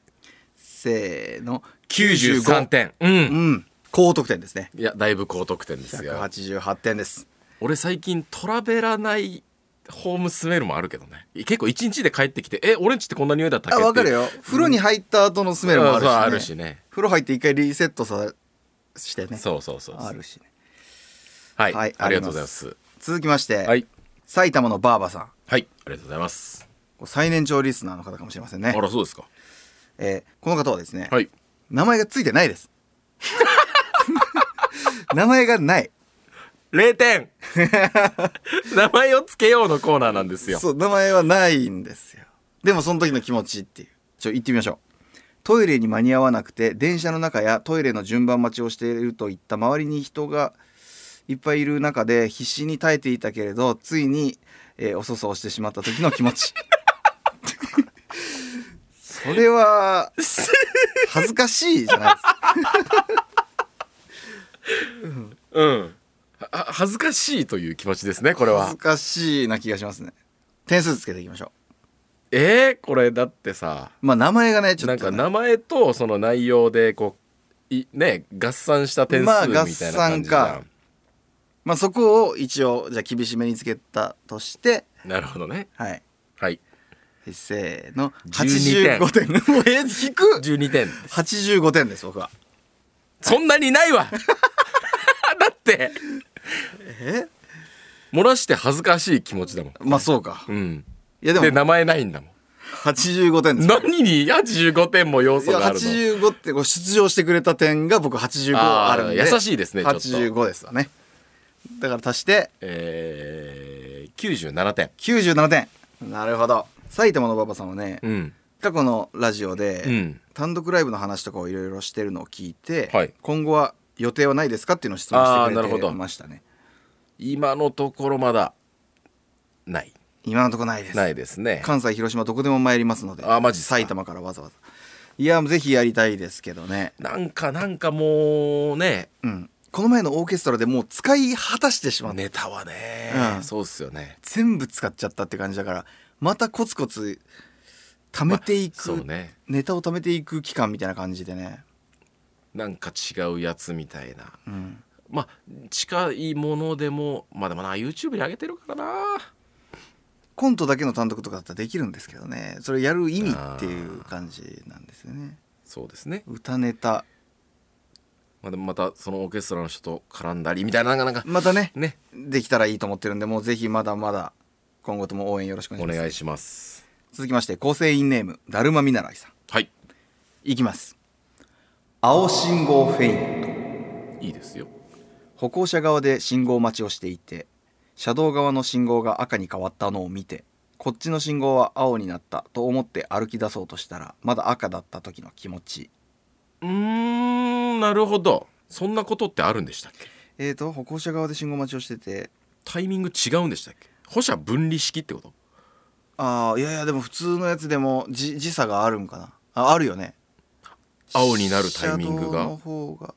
[SPEAKER 2] せーの
[SPEAKER 1] 93点う
[SPEAKER 2] うんん高得点ですね
[SPEAKER 1] いやだいぶ高得点ですよ
[SPEAKER 2] 188点です
[SPEAKER 1] 俺最近トラベらないホームスメルもあるけどね結構一日で帰ってきてえ俺んちってこんな匂いだったっけ
[SPEAKER 2] あ分かる
[SPEAKER 1] っ
[SPEAKER 2] よ風呂に入った後のスメルもあるし、ね
[SPEAKER 1] そうあるしね
[SPEAKER 2] 風呂入って一回リセットさして
[SPEAKER 1] て
[SPEAKER 2] ね
[SPEAKER 1] いうそうそうそう
[SPEAKER 2] あるしね
[SPEAKER 1] はい、
[SPEAKER 2] はい
[SPEAKER 1] ありがとうございます
[SPEAKER 2] 続きまして、
[SPEAKER 1] はい
[SPEAKER 2] 埼玉のバーバさん
[SPEAKER 1] はいありがとうございます
[SPEAKER 2] こう最年長リスナーの方かもしれません
[SPEAKER 1] あ
[SPEAKER 2] ね、
[SPEAKER 1] らそうですか
[SPEAKER 2] えーこの方はですね、
[SPEAKER 1] はい
[SPEAKER 2] 名前がついてないです 名前がない
[SPEAKER 1] 0点 名前をつけようのコーナーなんですよ
[SPEAKER 2] そう名前はないんですよでもその時の気持ちっていうちょ行ってみましょうトイレに間に合わなくて電車の中やトイレの順番待ちをしているといった周りに人がいっぱいいる中で必死に耐えていたけれどついに、えーおそそをしてしまった時の気持ちそれは恥ずかしいじゃないですか
[SPEAKER 1] うんは恥ずかしいという気持ちですねこれ
[SPEAKER 2] 恥
[SPEAKER 1] は
[SPEAKER 2] ずかしいな気がしますね点数つけていきましょ
[SPEAKER 1] えー、これだってさ
[SPEAKER 2] うまあ名前がねちょ
[SPEAKER 1] な
[SPEAKER 2] っ
[SPEAKER 1] ん
[SPEAKER 2] とね、
[SPEAKER 1] か名前とその内容でこういね合算した点数みたいな感じじゃん、
[SPEAKER 2] まあ合算かまあそこを一応じゃあ厳しめにつけたとして
[SPEAKER 1] なるほどね
[SPEAKER 2] はい
[SPEAKER 1] はい
[SPEAKER 2] せーの
[SPEAKER 1] 12
[SPEAKER 2] 85点 もうえ引く
[SPEAKER 1] 12点
[SPEAKER 2] 85点です僕は
[SPEAKER 1] そんなにないわ だって
[SPEAKER 2] え
[SPEAKER 1] 漏らして恥ずかしい気持ちだもん
[SPEAKER 2] まあそうか
[SPEAKER 1] うん
[SPEAKER 2] いや
[SPEAKER 1] で
[SPEAKER 2] でも
[SPEAKER 1] 名前ないんだもん
[SPEAKER 2] 85点です
[SPEAKER 1] 何に85点も要
[SPEAKER 2] い
[SPEAKER 1] 素
[SPEAKER 2] や
[SPEAKER 1] があるの
[SPEAKER 2] 85ってこう出場してくれた点が僕85あるんで
[SPEAKER 1] あー優しいですねちょっと
[SPEAKER 2] 85ですわねだから足して
[SPEAKER 1] えー、97点
[SPEAKER 2] 97点なるほど埼玉の馬場さんはね
[SPEAKER 1] うん
[SPEAKER 2] 過去のラジオ
[SPEAKER 1] う
[SPEAKER 2] で
[SPEAKER 1] ん
[SPEAKER 2] 単独ライブの話とかをいろいろしてるのを聞いて
[SPEAKER 1] はい
[SPEAKER 2] 今後は予定はないですかっていうのを質問して
[SPEAKER 1] あーなる
[SPEAKER 2] くれ
[SPEAKER 1] ほ
[SPEAKER 2] て
[SPEAKER 1] ど
[SPEAKER 2] ましたね
[SPEAKER 1] 今のところまだない
[SPEAKER 2] 今のとこないです
[SPEAKER 1] ないですね
[SPEAKER 2] 関西広島どこでも参りますので
[SPEAKER 1] あマジっすか
[SPEAKER 2] 埼玉からわざわざいやぜひやりたいですけどね
[SPEAKER 1] なんかなんかもうね
[SPEAKER 2] うんこの前のオーケストラでもう使い果たしてしまって、
[SPEAKER 1] ネタはね、
[SPEAKER 2] うん
[SPEAKER 1] そうっすよね
[SPEAKER 2] 全部使っちゃったって感じだからまたコツコツ貯めていく、
[SPEAKER 1] そうね
[SPEAKER 2] ネタを貯めていく期間みたいな感じでね
[SPEAKER 1] なんか違うやつみたいな
[SPEAKER 2] うん
[SPEAKER 1] まあ近いものでもまあでもな YouTube に上げてるからな
[SPEAKER 2] コントだけの単独とかだったらできるんですけどねそれやる意味っていう感じなんですよね
[SPEAKER 1] そうですね、
[SPEAKER 2] 歌ネタ
[SPEAKER 1] まあ、でもまたそのオーケストラの人と絡んだりみたいななんかなんか
[SPEAKER 2] またね
[SPEAKER 1] ね
[SPEAKER 2] できたらいいと思ってるんでもうぜひまだまだ今後とも応援よろしく
[SPEAKER 1] お
[SPEAKER 2] お願いします
[SPEAKER 1] 願いします
[SPEAKER 2] 続きまして構成員ネームだるま見習いさん
[SPEAKER 1] はい
[SPEAKER 2] いきます青信号フェイント
[SPEAKER 1] いいですよ
[SPEAKER 2] 歩行者側で信号待ちをしていて車道側の信号が赤に変わったのを見てこっちの信号は青になったと思って歩き出そうとしたらまだ赤だった時の気持ち
[SPEAKER 1] うーんなるほどそんなことってあるんでしたっけ
[SPEAKER 2] えーと歩行者側で信号待ちをしてて
[SPEAKER 1] タイミング違うんでしたっけ歩車分離式ってこと
[SPEAKER 2] ああいやいやでも普通のやつでもじ時差があるんかなああるよね
[SPEAKER 1] 青になるタイミング
[SPEAKER 2] 車道
[SPEAKER 1] が
[SPEAKER 2] の方が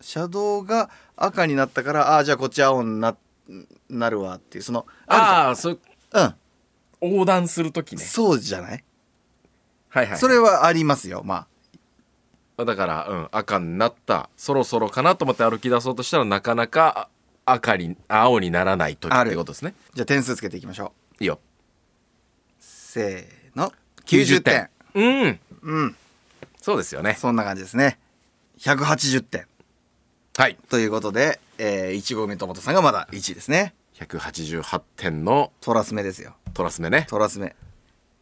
[SPEAKER 2] 車道が赤になったからああじゃあこっち青にななるわっていうその
[SPEAKER 1] ああーそう
[SPEAKER 2] ある
[SPEAKER 1] 横断する時
[SPEAKER 2] うん、
[SPEAKER 1] ね
[SPEAKER 2] そうじゃない、
[SPEAKER 1] はいはい
[SPEAKER 2] それはありますよまあ
[SPEAKER 1] だから、うん、赤になったそろそろかなと思って歩き出そうとしたらなかなかあ赤に青にならない時
[SPEAKER 2] あ
[SPEAKER 1] っ
[SPEAKER 2] る
[SPEAKER 1] てことですね
[SPEAKER 2] じゃあ点数つけていきましょ
[SPEAKER 1] い
[SPEAKER 2] う
[SPEAKER 1] いよ
[SPEAKER 2] せーの90点
[SPEAKER 1] うん
[SPEAKER 2] うん
[SPEAKER 1] そうですよね
[SPEAKER 2] そんな感じですね180点
[SPEAKER 1] はい
[SPEAKER 2] ということで、えー、1合目ともとさんがまだ1位ですね
[SPEAKER 1] 188点の
[SPEAKER 2] トラスメですよ
[SPEAKER 1] トラス目ね
[SPEAKER 2] トラスメ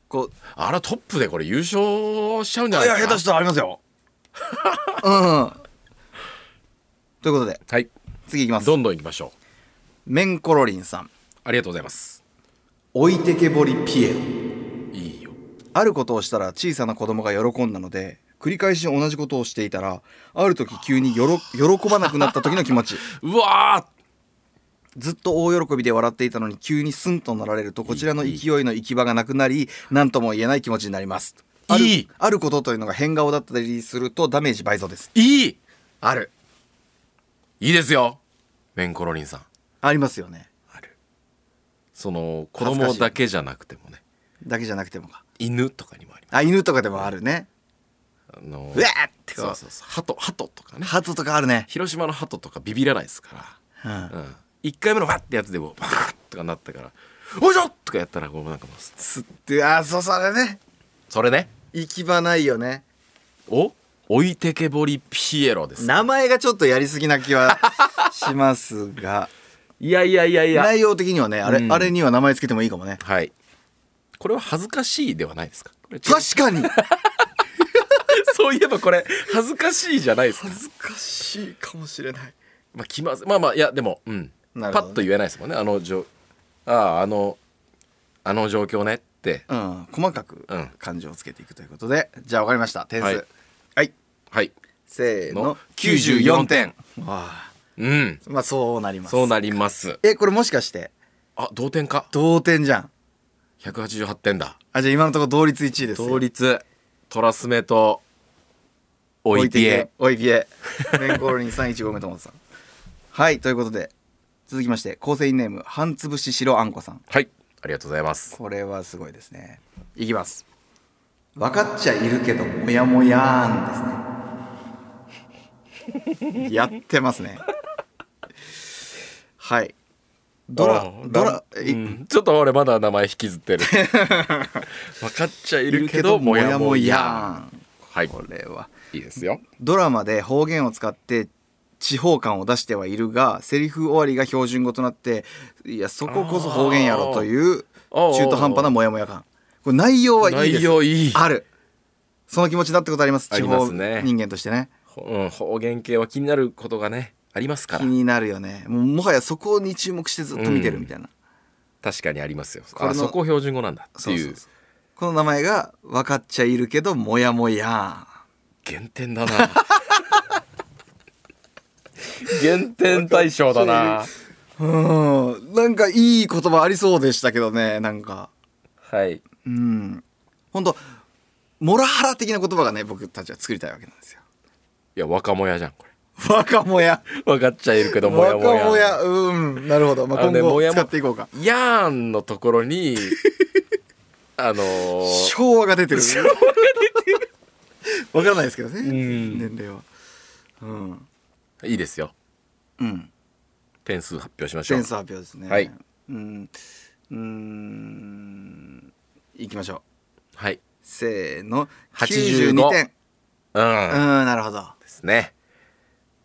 [SPEAKER 2] こう
[SPEAKER 1] あらトップでこれ優勝しちゃうん
[SPEAKER 2] い
[SPEAKER 1] じゃないで
[SPEAKER 2] や
[SPEAKER 1] すか
[SPEAKER 2] 下手したらありま すようんということで
[SPEAKER 1] はい
[SPEAKER 2] 次いきます
[SPEAKER 1] どんどんいきましょう
[SPEAKER 2] メンコロリンさん
[SPEAKER 1] ありがとうございます
[SPEAKER 2] 置いてけぼりピエロ
[SPEAKER 1] いいよ
[SPEAKER 2] あることをしたら小さな子供が喜んだので繰り返し同じことをしていたらある時急によろ喜ばなくなった時の気持ち
[SPEAKER 1] うわ
[SPEAKER 2] ずっと大喜びで笑っていたのに急にスンとなられるとこちらの勢いの行き場がなくなり何とも言えない気持ちになりますある
[SPEAKER 1] いい
[SPEAKER 2] あることというのが変顔だったりするとダメージ倍増です
[SPEAKER 1] ーいい
[SPEAKER 2] ある
[SPEAKER 1] いいですよメンコロリンさん
[SPEAKER 2] ありますよね
[SPEAKER 1] あるその子
[SPEAKER 2] 恥ずかしい
[SPEAKER 1] 供だけじゃなくてもね
[SPEAKER 2] だけじゃなくてもか
[SPEAKER 1] 犬とかにもあります
[SPEAKER 2] あ犬とかでもあるね
[SPEAKER 1] あの
[SPEAKER 2] うわーってこ
[SPEAKER 1] そううそうそうハトハトとかね
[SPEAKER 2] ハトとかあるね、
[SPEAKER 1] 広島のハトとかビビらないですか
[SPEAKER 2] うん
[SPEAKER 1] ら、うん、1回目のファッってやつでもバーッとかなったから「おいしょ!」とかやったらこうなんかもう
[SPEAKER 2] つってあーそうそれね
[SPEAKER 1] それね
[SPEAKER 2] 行き場ないよね
[SPEAKER 1] お置いてけぼりピエロです
[SPEAKER 2] 名前がちょっとやりすぎな気はしますが
[SPEAKER 1] いやいや いやい
[SPEAKER 2] 内容的にはねあれ,、
[SPEAKER 1] うん
[SPEAKER 2] あれには名前つけてもいいかもね
[SPEAKER 1] はいこれは恥ずかしいではないですかこれちょっと
[SPEAKER 2] 確かに
[SPEAKER 1] そういえばこれ恥ずかしいじゃないですか
[SPEAKER 2] 恥ずかしいかもしれない
[SPEAKER 1] まあ気まずまあまあいやでもうん、
[SPEAKER 2] なるほ
[SPEAKER 1] パ
[SPEAKER 2] どね
[SPEAKER 1] ッと言えないですもんねあのじょあああのあの状況ねって
[SPEAKER 2] うん細かく
[SPEAKER 1] うん
[SPEAKER 2] 漢字をつけていくということで、じゃあ分かりました点数
[SPEAKER 1] は
[SPEAKER 2] は
[SPEAKER 1] いい、はい
[SPEAKER 2] せーの
[SPEAKER 1] の94点
[SPEAKER 2] わあ
[SPEAKER 1] うん
[SPEAKER 2] まあそうなります
[SPEAKER 1] そうなります
[SPEAKER 2] えこれもしかして
[SPEAKER 1] あ同点か
[SPEAKER 2] 同点じゃん
[SPEAKER 1] 188点だ
[SPEAKER 2] あじゃあ今のところ同率1位ですよ
[SPEAKER 1] 同率トラスメとおいてえ
[SPEAKER 2] おいぴえメンコロリンさん1合目ともさん はいということで続きまして構成員ネーム半つぶし白あんこさん
[SPEAKER 1] はいありがとうございます
[SPEAKER 2] これはすごいですねいきます分かっちゃいるけどもやもやーんですね やってますねはいド
[SPEAKER 1] あ
[SPEAKER 2] ラ
[SPEAKER 1] ー
[SPEAKER 2] ドラ
[SPEAKER 1] な
[SPEAKER 2] えい
[SPEAKER 1] うんちょっと俺まだ名前引きず ってる分かっちゃい
[SPEAKER 2] いる
[SPEAKER 1] る
[SPEAKER 2] け
[SPEAKER 1] けど
[SPEAKER 2] ど
[SPEAKER 1] も
[SPEAKER 2] も
[SPEAKER 1] や
[SPEAKER 2] や
[SPEAKER 1] も
[SPEAKER 2] も
[SPEAKER 1] や
[SPEAKER 2] やーん
[SPEAKER 1] はい
[SPEAKER 2] これはい
[SPEAKER 1] いですよ
[SPEAKER 2] ドラマで方言を使って地方感を出してはいるがセリフ終わりが標準語となっていやそここそ方言やろという
[SPEAKER 1] あー
[SPEAKER 2] 中途半端なモヤモヤ感これ内容はいいです
[SPEAKER 1] 内容いい
[SPEAKER 2] あるその気持ちだってことあります
[SPEAKER 1] あ
[SPEAKER 2] 地
[SPEAKER 1] りま
[SPEAKER 2] 方
[SPEAKER 1] すね
[SPEAKER 2] 人間としてね
[SPEAKER 1] ほうん、方言系は気になることがねありますか
[SPEAKER 2] 気
[SPEAKER 1] ら
[SPEAKER 2] になるよねもうもはやそこに注目してずっと見てるみたいな、
[SPEAKER 1] 確かにありますよ
[SPEAKER 2] これの
[SPEAKER 1] あそこ標準語なんだって
[SPEAKER 2] そう
[SPEAKER 1] い
[SPEAKER 2] そううそうこの名前が分かっちゃいるけどモヤモヤ
[SPEAKER 1] 減点だ な減点対象だな
[SPEAKER 2] うんなんかいい言葉ありそうでしたけどねなんか
[SPEAKER 1] はい
[SPEAKER 2] うん本当モラハラ的な言葉がね僕たちは作りたいわけなんですよ
[SPEAKER 1] いや若もやじゃんこれ
[SPEAKER 2] 若もや
[SPEAKER 1] 分かっちゃいるけどもやも
[SPEAKER 2] 若
[SPEAKER 1] や
[SPEAKER 2] もやうんなるほど、まあ、
[SPEAKER 1] あの
[SPEAKER 2] 今
[SPEAKER 1] ねも
[SPEAKER 2] 後
[SPEAKER 1] やも
[SPEAKER 2] 使っていこうか
[SPEAKER 1] やーんのところ にあのー、
[SPEAKER 2] 昭和が出てるわからないですけどね、
[SPEAKER 1] ん
[SPEAKER 2] 年齢はうん、
[SPEAKER 1] いいですよ
[SPEAKER 2] うん、
[SPEAKER 1] 点数発表しましょう
[SPEAKER 2] 点数発表ですね
[SPEAKER 1] はい
[SPEAKER 2] うんうーんいきましょう
[SPEAKER 1] はい
[SPEAKER 2] せーの
[SPEAKER 1] 85
[SPEAKER 2] 92点
[SPEAKER 1] うん、
[SPEAKER 2] うんなるほど
[SPEAKER 1] ですね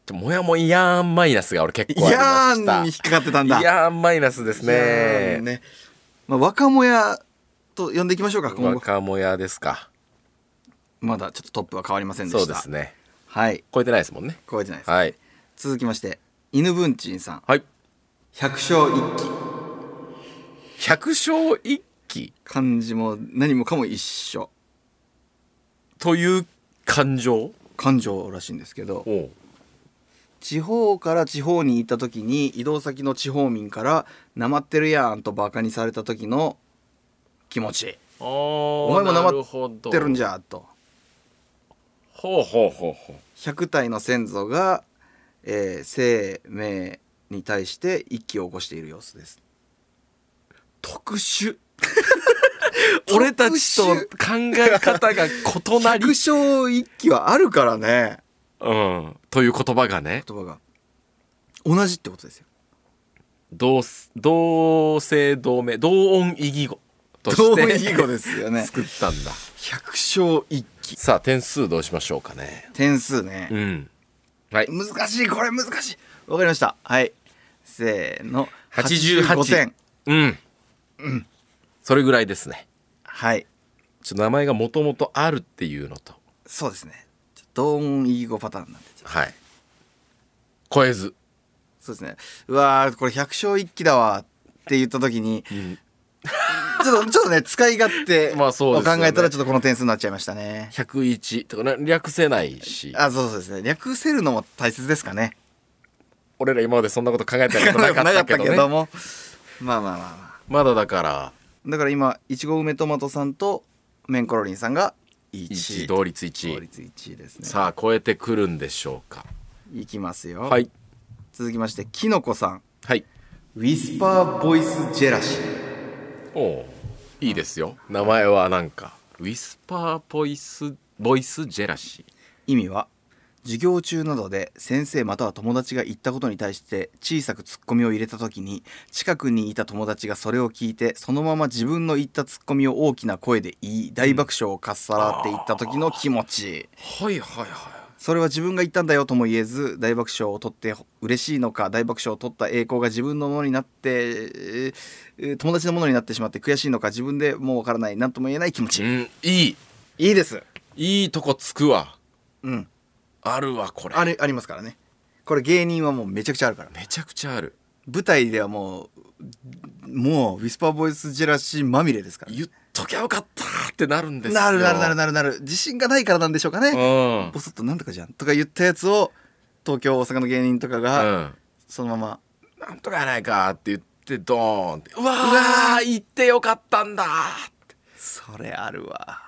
[SPEAKER 1] ちょもやもやーんマイナスが俺結
[SPEAKER 2] い
[SPEAKER 1] 構ありま
[SPEAKER 2] や
[SPEAKER 1] し
[SPEAKER 2] ー
[SPEAKER 1] た
[SPEAKER 2] に引っかかってたんだ
[SPEAKER 1] いやーんマイナスです
[SPEAKER 2] いやー
[SPEAKER 1] ね
[SPEAKER 2] ねまあ、若もやと呼んでいきましょうか今後
[SPEAKER 1] 若もやですか
[SPEAKER 2] まだちょっとトップは変わりませんでした
[SPEAKER 1] そうですね
[SPEAKER 2] はい
[SPEAKER 1] 超えてないですもんね
[SPEAKER 2] 超えてないです、
[SPEAKER 1] はい
[SPEAKER 2] 続きまして犬文鎮さん
[SPEAKER 1] はい
[SPEAKER 2] 百勝一揆
[SPEAKER 1] 百勝一き
[SPEAKER 2] 漢字も何もかも一緒
[SPEAKER 1] という感情
[SPEAKER 2] 感情らしいんですけど
[SPEAKER 1] を
[SPEAKER 2] 地方から地方に行った時に移動先の地方民から「なまってるやん」とバカにされた時の気持ち
[SPEAKER 1] お
[SPEAKER 2] 前もなまって「
[SPEAKER 1] っ
[SPEAKER 2] ってるんじゃ」と
[SPEAKER 1] ほうほうほうほう
[SPEAKER 2] 100体の先祖が、えー生命に対して一気を起こしている様子です
[SPEAKER 1] 特殊 俺たちと考え方が異なり
[SPEAKER 2] 百、姓一揆はあるからね
[SPEAKER 1] うん、という言葉がね
[SPEAKER 2] 言葉が同じってことですよ
[SPEAKER 1] 同同姓同名同音異義語とし
[SPEAKER 2] 同
[SPEAKER 1] て
[SPEAKER 2] 意語ですよね
[SPEAKER 1] 作ったんだ
[SPEAKER 2] 百姓一揆
[SPEAKER 1] さあ点数どうしましょうかね
[SPEAKER 2] 点数ね、
[SPEAKER 1] うんはい
[SPEAKER 2] 難しいこれ難しいわかりましたはいせーの
[SPEAKER 1] 88
[SPEAKER 2] 85点
[SPEAKER 1] うん、うん、それぐらいですね
[SPEAKER 2] はい
[SPEAKER 1] ちょっと名前がもともとあるっていうのと
[SPEAKER 2] そうですねちょっと同音異義語パターンなんでちょっと
[SPEAKER 1] はい超えず、
[SPEAKER 2] そうですねうわーこれ百姓一揆だわって言った時にちょっとちょっとね使い勝手
[SPEAKER 1] まあそう
[SPEAKER 2] を
[SPEAKER 1] ですよね
[SPEAKER 2] 考えたらちょっとこの点数になっちゃいましたね
[SPEAKER 1] 101とかな略せないし
[SPEAKER 2] あそうそうですね略せるのも大切ですかね
[SPEAKER 1] 俺ら今までそんなこと考えたことなかったけ どね
[SPEAKER 2] もまあまあまあま
[SPEAKER 1] ま
[SPEAKER 2] あ
[SPEAKER 1] だだから
[SPEAKER 2] だから今いちご梅トマトさんとメンコロリンさんが1
[SPEAKER 1] 1
[SPEAKER 2] 同
[SPEAKER 1] 同率1
[SPEAKER 2] 率1位ですね
[SPEAKER 1] さあ超えてくるんでしょうか
[SPEAKER 2] いきますよ、
[SPEAKER 1] はい
[SPEAKER 2] 続きましてきのこさん
[SPEAKER 1] はい
[SPEAKER 2] ウィスパーボイスジェラシー
[SPEAKER 1] おおいいですよ名前はなんかウィスパーボイスボイスジェラシ
[SPEAKER 2] 意味は授業中などで先生または友達が言ったことに対して小さくツッコミを入れた時に近くにいた友達がそれを聞いてそのまま自分の言ったツッコミを大きな声で言い大爆笑をかっさらっていった時の気持ち、
[SPEAKER 1] ーはいはいはい
[SPEAKER 2] それは自分が言ったんだよとも言えず大爆笑を取って嬉しいのか大爆笑を取った栄光が自分のものになってえー友達のものになってしまって悔しいのか自分でもうわからない何とも言えない気持ち
[SPEAKER 1] う
[SPEAKER 2] い
[SPEAKER 1] んいい
[SPEAKER 2] いです
[SPEAKER 1] いいとこつくわ
[SPEAKER 2] うん
[SPEAKER 1] あるわこれ
[SPEAKER 2] あれありますからねこれ芸人はもうめちゃくちゃあるから
[SPEAKER 1] めちゃくちゃある
[SPEAKER 2] 舞台ではもうもうウィスパーボイスジェラシーまみれですから
[SPEAKER 1] 言っときゃよかったってなるんですよ
[SPEAKER 2] なるなるな
[SPEAKER 1] な
[SPEAKER 2] るなるなる自信がないからなんでしょうかね
[SPEAKER 1] うん
[SPEAKER 2] ボソッとなんとかじゃんとか言ったやつを東京大阪の芸人とかが
[SPEAKER 1] うん
[SPEAKER 2] そのまま
[SPEAKER 1] なんとかやないかって言ってドーンってうわー行ってよかったんだって
[SPEAKER 2] それあるわ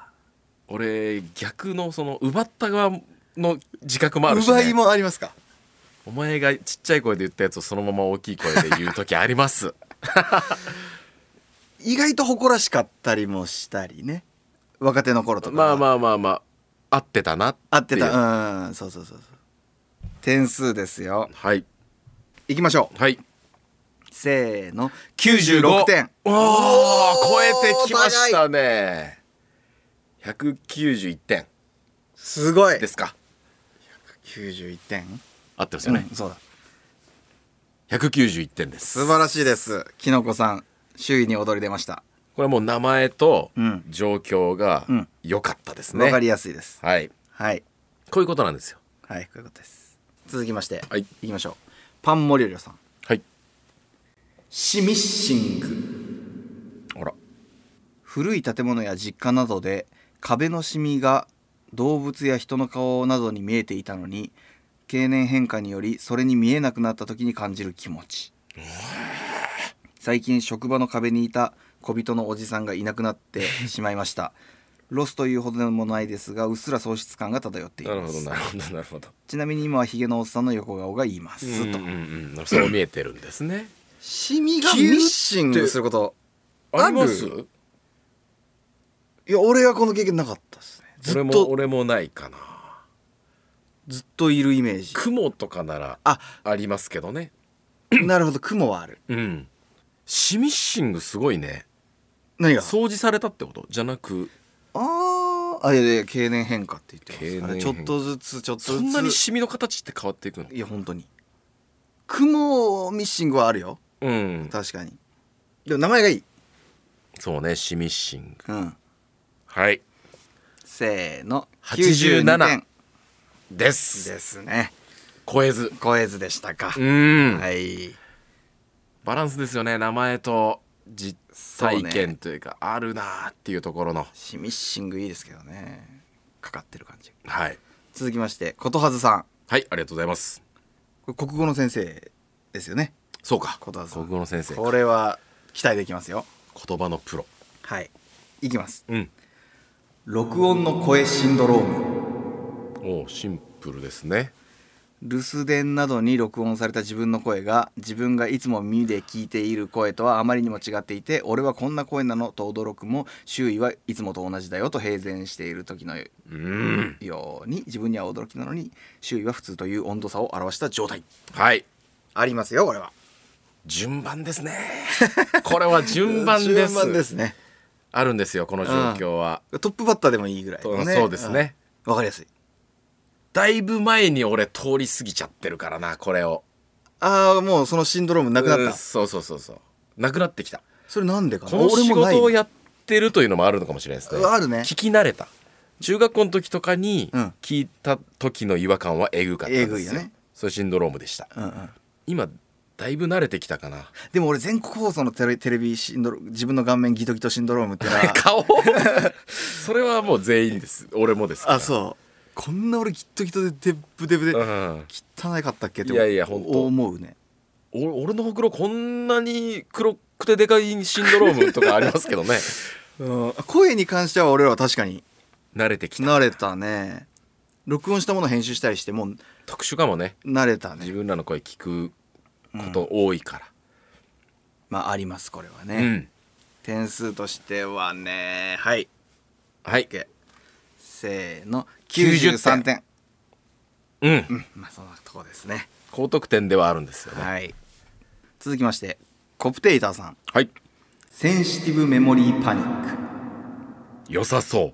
[SPEAKER 1] 俺逆のその奪った側の自覚もあるし、ね、
[SPEAKER 2] 奪いもありますか
[SPEAKER 1] お前がちっちゃい声で言ったやつをそのまま大きい声で言う時あります
[SPEAKER 2] 意外と誇らしかったりもしたりね若手の頃とか
[SPEAKER 1] まあ
[SPEAKER 2] あ
[SPEAKER 1] まあまあまあ合ってたな
[SPEAKER 2] 合って
[SPEAKER 1] っていう
[SPEAKER 2] たうんそうそうそうそう点数ですよ
[SPEAKER 1] はい
[SPEAKER 2] いきましょう
[SPEAKER 1] はい
[SPEAKER 2] せーの96点
[SPEAKER 1] おお超えてきましたね191点
[SPEAKER 2] すごい
[SPEAKER 1] ですか
[SPEAKER 2] 91点
[SPEAKER 1] 合ってますよね、
[SPEAKER 2] うんそうだ
[SPEAKER 1] 191点です
[SPEAKER 2] 素晴らしいですきのこさん周囲に踊り出ました
[SPEAKER 1] これはもう名前と
[SPEAKER 2] うん
[SPEAKER 1] 状況が
[SPEAKER 2] うん
[SPEAKER 1] 良かったですね、
[SPEAKER 2] わ、かりやすいです
[SPEAKER 1] はい
[SPEAKER 2] はい
[SPEAKER 1] こういうことなんですよ
[SPEAKER 2] はいこういうことです続きまして、
[SPEAKER 1] はい
[SPEAKER 2] いきましょうパンモリョリョさん
[SPEAKER 1] はい
[SPEAKER 2] シミッシング
[SPEAKER 1] ほら
[SPEAKER 2] 古い建物や実家などで壁のシミが動物や人の顔などに見えていたのに経年変化によりそれに見えなくなった時に感じる気持ち最近職場の壁にいた小人のおじさんがいなくなってしまいましたロスというほどでもないですがうっすら喪失感が漂ってい
[SPEAKER 1] なる
[SPEAKER 2] ま
[SPEAKER 1] ほど
[SPEAKER 2] す
[SPEAKER 1] なるほどなるほど
[SPEAKER 2] ちなみに今はヒゲのおっさんの横顔が言います
[SPEAKER 1] ずっと
[SPEAKER 2] と
[SPEAKER 1] うんうんうんそう見えてるんですね
[SPEAKER 2] シミが
[SPEAKER 1] 消えるって
[SPEAKER 2] シングすることあ
[SPEAKER 1] あ
[SPEAKER 2] り
[SPEAKER 1] り
[SPEAKER 2] ま
[SPEAKER 1] ますす
[SPEAKER 2] いや俺はこの経験なかったですねず
[SPEAKER 1] 俺
[SPEAKER 2] っ
[SPEAKER 1] も
[SPEAKER 2] と
[SPEAKER 1] 俺もないかな
[SPEAKER 2] ずっといるイメージ
[SPEAKER 1] 雲とかなら
[SPEAKER 2] あ
[SPEAKER 1] ありますけどね
[SPEAKER 2] なるほど雲はある
[SPEAKER 1] うんシミッシングすごいね
[SPEAKER 2] 何が
[SPEAKER 1] 掃除されたってことじゃなく
[SPEAKER 2] あーあいやいや経年変化って言って
[SPEAKER 1] 経
[SPEAKER 2] ます
[SPEAKER 1] 年
[SPEAKER 2] あれ
[SPEAKER 1] 変
[SPEAKER 2] ち
[SPEAKER 1] 化
[SPEAKER 2] ょっとずつちょっとずつ
[SPEAKER 1] そんなにシミの形って変わっていくの
[SPEAKER 2] いや本当に雲ミッシングはあるよ
[SPEAKER 1] うん
[SPEAKER 2] 確かにでも名前がいい
[SPEAKER 1] そうねシミッシング
[SPEAKER 2] うん
[SPEAKER 1] はい
[SPEAKER 2] せーの
[SPEAKER 1] 87
[SPEAKER 2] 92点
[SPEAKER 1] です
[SPEAKER 2] ですね
[SPEAKER 1] 超えず
[SPEAKER 2] 声図でしたか
[SPEAKER 1] うん、
[SPEAKER 2] はい
[SPEAKER 1] バランスですよね名前と実体験というかあるなーっていうところの
[SPEAKER 2] シミッシングいいですけどねかかってる感じ
[SPEAKER 1] はい
[SPEAKER 2] 続きましてことはずさん
[SPEAKER 1] はいありがとうございます
[SPEAKER 2] これ国語の先生ですよね
[SPEAKER 1] そうか
[SPEAKER 2] ことはずさん
[SPEAKER 1] 国語の先生
[SPEAKER 2] これは期待できますよ
[SPEAKER 1] 言葉のプロ
[SPEAKER 2] はいいきます
[SPEAKER 1] うん
[SPEAKER 2] 録音の声シンドローム
[SPEAKER 1] おうシンプルですね
[SPEAKER 2] 留守電などに録音された自分の声が自分がいつも耳で聞いている声とはあまりにも違っていて俺はこんな声なのと驚くも周囲はいつもと同じだよと平然している時の
[SPEAKER 1] うん
[SPEAKER 2] ように自分には驚きなのに周囲は普通という温度差を表した状態
[SPEAKER 1] はい
[SPEAKER 2] ありますよこれは
[SPEAKER 1] 順番ですね これは順番です
[SPEAKER 2] 順番ですね
[SPEAKER 1] あるんですよこの状況は、
[SPEAKER 2] トップバッターでもいいぐらいのね、
[SPEAKER 1] とそうですね
[SPEAKER 2] うんわかりやすい
[SPEAKER 1] だいぶ前に俺通り過ぎちゃってるからなこれを
[SPEAKER 2] ああもうそのシンドロームなくなった、
[SPEAKER 1] うんそうそうそうそうなくなってきた
[SPEAKER 2] それなんでかな
[SPEAKER 1] この仕
[SPEAKER 2] 俺
[SPEAKER 1] 事
[SPEAKER 2] も
[SPEAKER 1] を
[SPEAKER 2] ない
[SPEAKER 1] やってるというのもあるのかもしれないですね
[SPEAKER 2] うわあるね
[SPEAKER 1] 聞き慣れた中学校の時とかに
[SPEAKER 2] うん
[SPEAKER 1] 聞いた時の違和感はえぐかったんですよ
[SPEAKER 2] えぐいよね
[SPEAKER 1] そういうシンドロームでした
[SPEAKER 2] うんうん、
[SPEAKER 1] 今だいぶ慣れてきたかな
[SPEAKER 2] でも俺全国放送のテレテレビシンドロ自分の顔面ギトギトシンドロームっ ていうのは
[SPEAKER 1] 顔それはもう全員です俺もですから
[SPEAKER 2] あそうこんな俺ギトギトでデブデブで
[SPEAKER 1] うん
[SPEAKER 2] 汚かったっけって
[SPEAKER 1] いやいやほんと
[SPEAKER 2] 思うね
[SPEAKER 1] お俺のほくろこんなに黒くてでかいシンドロームとかありますけど ね
[SPEAKER 2] うん声に関しては俺らは確かに
[SPEAKER 1] 慣れてきた
[SPEAKER 2] 慣れたね録音したもの編集したりしてもう
[SPEAKER 1] 特殊かもね
[SPEAKER 2] 慣れた
[SPEAKER 1] 自
[SPEAKER 2] ね
[SPEAKER 1] 分らの声聞くこと多いか
[SPEAKER 2] まあありますこれはね、
[SPEAKER 1] らうん
[SPEAKER 2] 点数としてはねはい
[SPEAKER 1] はい
[SPEAKER 2] OK せーの
[SPEAKER 1] 90
[SPEAKER 2] 93点
[SPEAKER 1] うん
[SPEAKER 2] うんまあそんなとこですね
[SPEAKER 1] 高得点ではあるんですよね
[SPEAKER 2] はい続きましてコプテイターさん
[SPEAKER 1] はい
[SPEAKER 2] センシティブメモリーパニック
[SPEAKER 1] 良さそう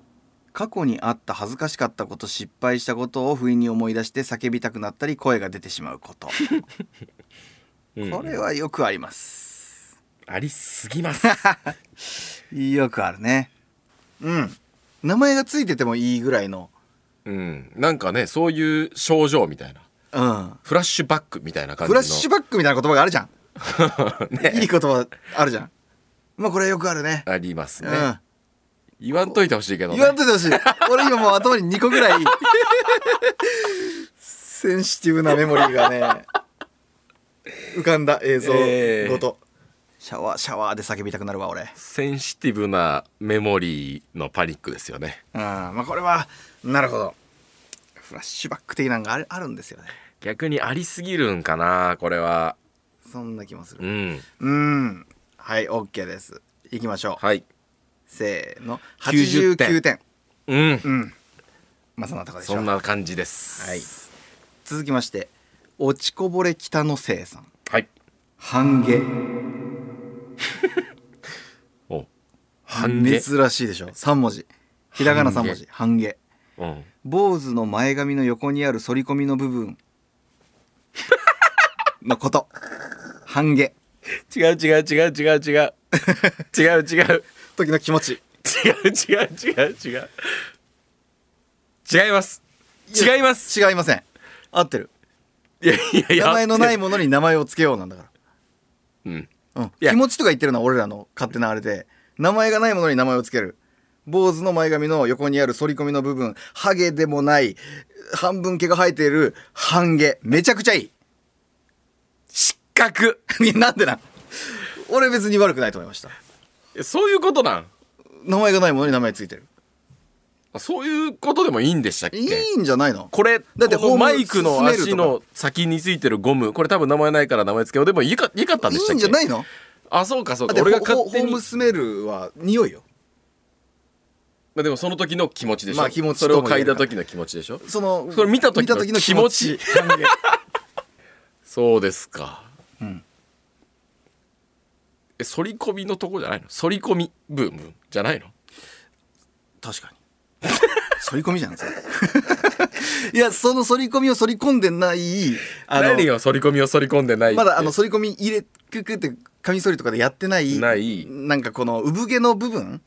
[SPEAKER 2] 過去にあった恥ずかしかったこと失敗したことを不意に思い出して叫びたくなったり声が出てしまうこと
[SPEAKER 1] うん
[SPEAKER 2] これはよくあります
[SPEAKER 1] ありすぎます
[SPEAKER 2] よくあるねうん名前がついててもいいぐらいの
[SPEAKER 1] うんなんかねそういう症状みたいな
[SPEAKER 2] うん
[SPEAKER 1] フラッシュバックみたいな感じ
[SPEAKER 2] フ
[SPEAKER 1] の
[SPEAKER 2] ラッシュバックみたいな言葉があるじゃん
[SPEAKER 1] バック
[SPEAKER 2] い い
[SPEAKER 1] ね
[SPEAKER 2] 言葉あるじゃんまあこれよくあるね
[SPEAKER 1] ありますね、
[SPEAKER 2] うん
[SPEAKER 1] 言わんといてほしいけどね
[SPEAKER 2] 言わんといてほしい俺今もう頭に2個 ぐらいセンシティブなメモリーがね浮かんだ映像
[SPEAKER 1] えー
[SPEAKER 2] ごと、シャワーシャワーで叫びたくなるわ俺うん
[SPEAKER 1] センシティブなメモリーのパニックですよね
[SPEAKER 2] まあこれはなるほどフラッシュバック的なんがあるあるんですよね
[SPEAKER 1] 逆にありすぎるんかなこれは
[SPEAKER 2] そんな気もす
[SPEAKER 1] う
[SPEAKER 2] る
[SPEAKER 1] ん
[SPEAKER 2] うんはい OK ですいきましょう、
[SPEAKER 1] はい
[SPEAKER 2] せーの
[SPEAKER 1] 90
[SPEAKER 2] 89点
[SPEAKER 1] うん
[SPEAKER 2] うんまあそんなとこでしょう
[SPEAKER 1] そんな感じです
[SPEAKER 2] はい続きまして落ちこぼれ北のせいさん
[SPEAKER 1] はい
[SPEAKER 2] 半毛
[SPEAKER 1] お半毛
[SPEAKER 2] 珍しいでしょ3文字ひらがな3文字半毛
[SPEAKER 1] うん
[SPEAKER 2] 坊主の前髪の横にある反り込みの部 分のこと半毛
[SPEAKER 1] 違う違う違う違う違う 違う違う
[SPEAKER 2] 時の気持ち
[SPEAKER 1] 違う違う違う違う違います違います
[SPEAKER 2] 違いません合ってる
[SPEAKER 1] いやいやいや
[SPEAKER 2] 名前のない
[SPEAKER 1] も
[SPEAKER 2] ものに名前を付けようなんだか
[SPEAKER 1] うん
[SPEAKER 2] ら、うん、
[SPEAKER 1] いや
[SPEAKER 2] 気持ちとか言ってるのは俺らの勝手なあれで名前がないものに名前を付ける坊主の前髪の横にある反り込みの部分ハゲでもない半分毛が生えている半毛めちゃくちゃいい
[SPEAKER 1] 失格
[SPEAKER 2] いやなんでなん俺別に悪くないと思いました
[SPEAKER 1] えそういうことなん
[SPEAKER 2] 名前がないものに名前ついてる
[SPEAKER 1] あそういうことでもいいんでしたっけ
[SPEAKER 2] いいんじゃないの
[SPEAKER 1] これ
[SPEAKER 2] だって
[SPEAKER 1] この
[SPEAKER 2] ホーム
[SPEAKER 1] マイクの
[SPEAKER 2] 進める
[SPEAKER 1] 足
[SPEAKER 2] とか
[SPEAKER 1] の先についてるゴムこれ多分名前ないから名前つけようでもいいかいいかったんでした
[SPEAKER 2] いい
[SPEAKER 1] っ
[SPEAKER 2] ん
[SPEAKER 1] け
[SPEAKER 2] じゃないの
[SPEAKER 1] あそうかそう
[SPEAKER 2] だっ
[SPEAKER 1] か
[SPEAKER 2] て
[SPEAKER 1] 俺が
[SPEAKER 2] ほ
[SPEAKER 1] 勝
[SPEAKER 2] ほ
[SPEAKER 1] 手
[SPEAKER 2] ホー
[SPEAKER 1] に
[SPEAKER 2] ムスメルは匂いよ
[SPEAKER 1] まあでもその時の気持ちでしょ、
[SPEAKER 2] まあ気持ち
[SPEAKER 1] それ
[SPEAKER 2] と
[SPEAKER 1] を
[SPEAKER 2] も
[SPEAKER 1] 嗅
[SPEAKER 2] 言え
[SPEAKER 1] い
[SPEAKER 2] るか
[SPEAKER 1] だ
[SPEAKER 2] ら
[SPEAKER 1] 時の気持ちでしょ
[SPEAKER 2] その
[SPEAKER 1] それ見た時の
[SPEAKER 2] 気持ち半毛
[SPEAKER 1] そうですか
[SPEAKER 2] うん
[SPEAKER 1] え反り込みのとこじゃないの反り込みブームじゃないの
[SPEAKER 2] 確かに 反り込みじゃんそれ いやその反り込みを反り込んでないあの
[SPEAKER 1] 何よ反り込みを反り込んでないって
[SPEAKER 2] まだあの反り込み入れくくってカミソリとかでやってない
[SPEAKER 1] ない
[SPEAKER 2] んかこの産毛の部分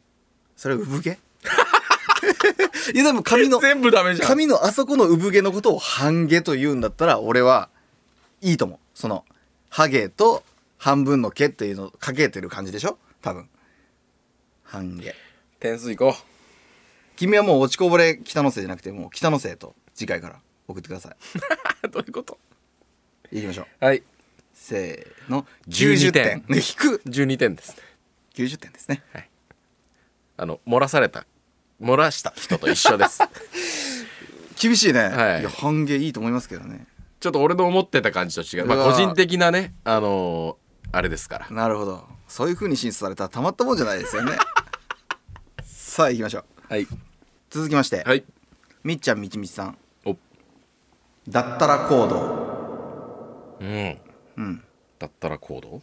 [SPEAKER 2] それ産毛 いやでも髪の
[SPEAKER 1] 全部ダメじゃん
[SPEAKER 2] 髪のあそこの産毛のことを半毛と言うんだったら俺はいいと思うそのハゲと半分の毛っていうのをかけてる感じでしょ多分半減
[SPEAKER 1] 点数いこ
[SPEAKER 2] 君はもう落ちこぼれ北のせいじゃなくてもう北のせいと次回から送ってくださ
[SPEAKER 1] う どういうこと
[SPEAKER 2] い行きま しょう
[SPEAKER 1] はい
[SPEAKER 2] せーの
[SPEAKER 1] 12
[SPEAKER 2] 90
[SPEAKER 1] 点
[SPEAKER 2] 点ね引く
[SPEAKER 1] 12点ですね
[SPEAKER 2] 90点ですね
[SPEAKER 1] あの漏らされた漏らした人と一緒です
[SPEAKER 2] 厳しいね、
[SPEAKER 1] はい
[SPEAKER 2] や半減いいと思いますけどね
[SPEAKER 1] ちょっと俺の思ってた感じと違うま
[SPEAKER 2] う
[SPEAKER 1] あ
[SPEAKER 2] わ
[SPEAKER 1] 個人的なねあのーあれですから
[SPEAKER 2] なるほどそういう風に審査されたらたまったもんじゃないです よねさあ行きましょう
[SPEAKER 1] はい
[SPEAKER 2] 続きまして、
[SPEAKER 1] はい
[SPEAKER 2] みっちゃんみちみちさん
[SPEAKER 1] お
[SPEAKER 2] だったら行動
[SPEAKER 1] うん
[SPEAKER 2] うん
[SPEAKER 1] だったら行動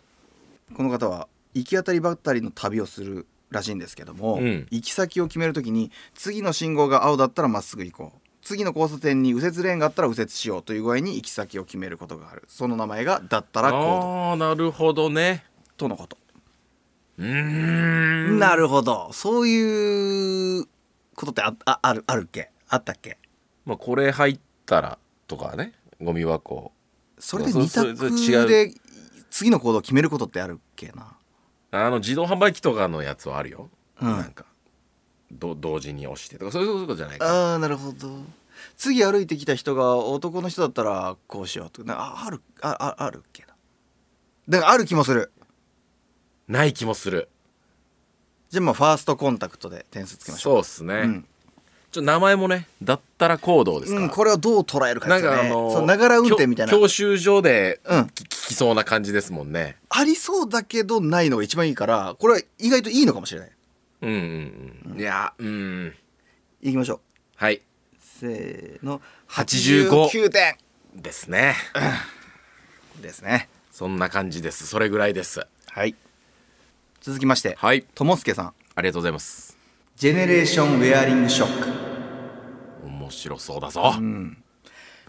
[SPEAKER 2] この方は行き当たりばったりの旅をするらしいんですけども、
[SPEAKER 1] うん
[SPEAKER 2] 行き先を決めるときに次の信号が青だったらまっすぐ行こう次の交差点に右折レーンがあったら右折しようという具合に行き先を決めることがあるその名前がだったら行
[SPEAKER 1] ああなるほどね
[SPEAKER 2] 動とのこと、
[SPEAKER 1] うーん
[SPEAKER 2] なるほどそういうことってあああるあるっけあったっけ
[SPEAKER 1] まあこれ入ったらとかねゴミ箱
[SPEAKER 2] それで
[SPEAKER 1] そう
[SPEAKER 2] 二
[SPEAKER 1] そうそう
[SPEAKER 2] 択で次の行動を決めることってあるっけな
[SPEAKER 1] あの自動販売機とかのやつはあるよ、
[SPEAKER 2] うん
[SPEAKER 1] なんかど同時に押してとかそういうことじゃないか
[SPEAKER 2] あーなるほど次歩いてきた人が男の人だったらこうしようとかああるあああるっけなだからある気もする
[SPEAKER 1] ない気もする
[SPEAKER 2] じゃあまあファーストコンタクトで点数つけましょう
[SPEAKER 1] そうっすね、
[SPEAKER 2] うん
[SPEAKER 1] ちょっと名前もねだったら行動です
[SPEAKER 2] う
[SPEAKER 1] から、
[SPEAKER 2] ん、これをどう捉えるか
[SPEAKER 1] な
[SPEAKER 2] で
[SPEAKER 1] ん
[SPEAKER 2] すよ
[SPEAKER 1] かあ
[SPEAKER 2] ね
[SPEAKER 1] の
[SPEAKER 2] そうながら運転みたいな
[SPEAKER 1] 教教習所で、
[SPEAKER 2] うん
[SPEAKER 1] き聞きそうな感じですもんね
[SPEAKER 2] ありそうだけどないのが一番いいからこれは意外といいのかもしれない
[SPEAKER 1] うんうんうんいやうん
[SPEAKER 2] いきましょう
[SPEAKER 1] はい
[SPEAKER 2] せーの
[SPEAKER 1] 85
[SPEAKER 2] 9点
[SPEAKER 1] ですね
[SPEAKER 2] ですね
[SPEAKER 1] そんな感じですそれぐらいです
[SPEAKER 2] はい続きまして
[SPEAKER 1] はい
[SPEAKER 2] ともすけさん
[SPEAKER 1] ありがとうございます
[SPEAKER 2] ジェネレーションウェアリングショック
[SPEAKER 1] 面白そうだぞ、ウ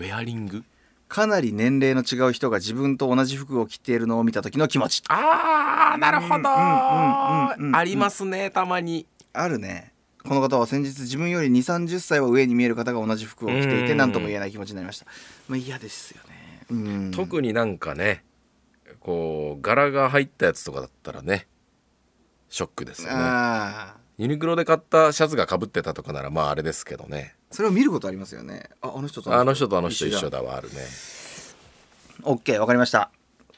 [SPEAKER 1] ェアリング
[SPEAKER 2] かなり年齢の違う人が自分と同じ服を着ているのを見た時の気持ち
[SPEAKER 1] あーなるほど
[SPEAKER 2] うんうんうんうんうん
[SPEAKER 1] ありますねたまに
[SPEAKER 2] あるねこの方は先日自分より2 3 0歳は上に見える方が同じ服を着ていて
[SPEAKER 1] うん
[SPEAKER 2] 何とも言えない気持ちになりましたまあ嫌ですよねうん
[SPEAKER 1] 特になんかねこう柄が入ったやつとかだったらねショックですよね
[SPEAKER 2] ああ
[SPEAKER 1] ユニクロで買ったシャツがかぶってたとかならまああれですけどね
[SPEAKER 2] それを見ることありますよねああの人と
[SPEAKER 1] あの人とあの人一緒だはあるね
[SPEAKER 2] オッケーわかりました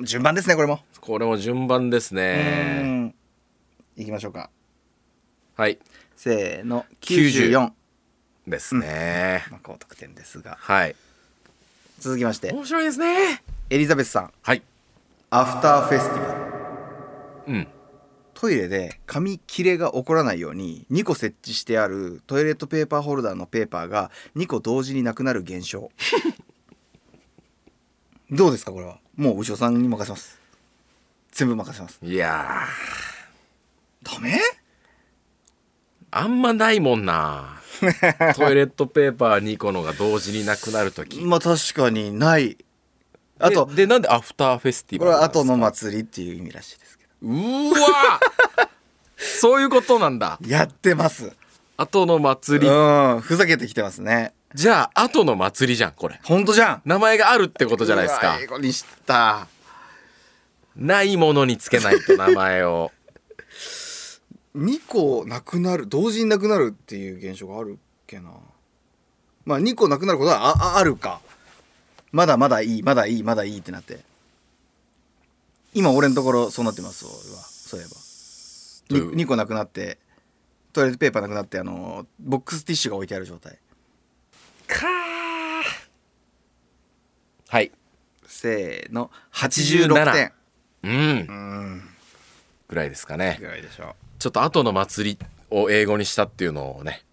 [SPEAKER 2] 順番ですねこれも
[SPEAKER 1] これも順番です
[SPEAKER 2] う
[SPEAKER 1] ね
[SPEAKER 2] んいきましょうか
[SPEAKER 1] はい
[SPEAKER 2] せーの
[SPEAKER 1] 90
[SPEAKER 2] 94
[SPEAKER 1] ですね、
[SPEAKER 2] まあ高得点ですが
[SPEAKER 1] はい
[SPEAKER 2] 続きまして
[SPEAKER 1] 面白いですね
[SPEAKER 2] エリザベスさん
[SPEAKER 1] はい
[SPEAKER 2] アフターフェスティバル
[SPEAKER 1] うん
[SPEAKER 2] トイレで紙切れが起こらないように2個設置してあるトイレットペーパーホルダーのペーパーが2個同時になくなる現象 どうですかこれはもう牛尾さんに任せます全部任せます
[SPEAKER 1] いや
[SPEAKER 2] ダメ
[SPEAKER 1] ーあんまないもん なトイレットペーパー2個のが同時になくなる時
[SPEAKER 2] まあ確かにないあと
[SPEAKER 1] ででなんでアフターフェスティ
[SPEAKER 2] こ
[SPEAKER 1] バ
[SPEAKER 2] れ
[SPEAKER 1] ルなん
[SPEAKER 2] は
[SPEAKER 1] ですか
[SPEAKER 2] 後の祭りっていう意味らしいですけ
[SPEAKER 1] うー わそういうことなんだ
[SPEAKER 2] どやってます
[SPEAKER 1] 後の祭り
[SPEAKER 2] うんふざけてきてますね
[SPEAKER 1] じゃあ後の祭りじゃんこれ
[SPEAKER 2] 本当じゃん
[SPEAKER 1] 名前があるってことじゃないです
[SPEAKER 2] う
[SPEAKER 1] か
[SPEAKER 2] わ英語にした
[SPEAKER 1] ないものにつけないと名前 を
[SPEAKER 2] 2個なくなる同時になくなるっていう現象があるっけなまあ2個なくなることはあああるかまだまだいいまだいいまだいいってなって今俺のところそうなってます俺はそういえ
[SPEAKER 1] どういう
[SPEAKER 2] ば 2, 個なくなってトイレットペーパーなくなってあのボックスティッシュが置いてある状態
[SPEAKER 1] かはい
[SPEAKER 2] せーの86点
[SPEAKER 1] うん
[SPEAKER 2] うん
[SPEAKER 1] ぐらいですかね
[SPEAKER 2] ぐらいでしょ
[SPEAKER 1] ちょっと後の祭りを英語にしたっていうのをね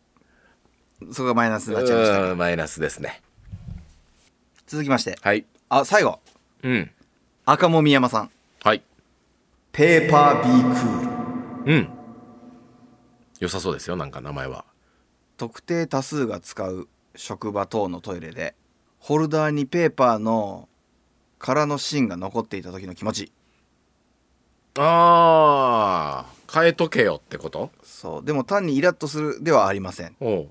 [SPEAKER 2] うそこがマイナスになっちゃいました
[SPEAKER 1] うーんマイナスですね
[SPEAKER 2] 続きまして
[SPEAKER 1] はい
[SPEAKER 2] あ最後
[SPEAKER 1] うん
[SPEAKER 2] 赤もみ山さん
[SPEAKER 1] はい
[SPEAKER 2] ペーパービークール
[SPEAKER 1] うん良さそうですよなんか名前は
[SPEAKER 2] 特定多数が使う職場等のトイレでホルダーにペーパーの空の芯が残っていた時の気持ち
[SPEAKER 1] ああ変えとけよってこと
[SPEAKER 2] そうでも単にイラッとするではありません
[SPEAKER 1] おう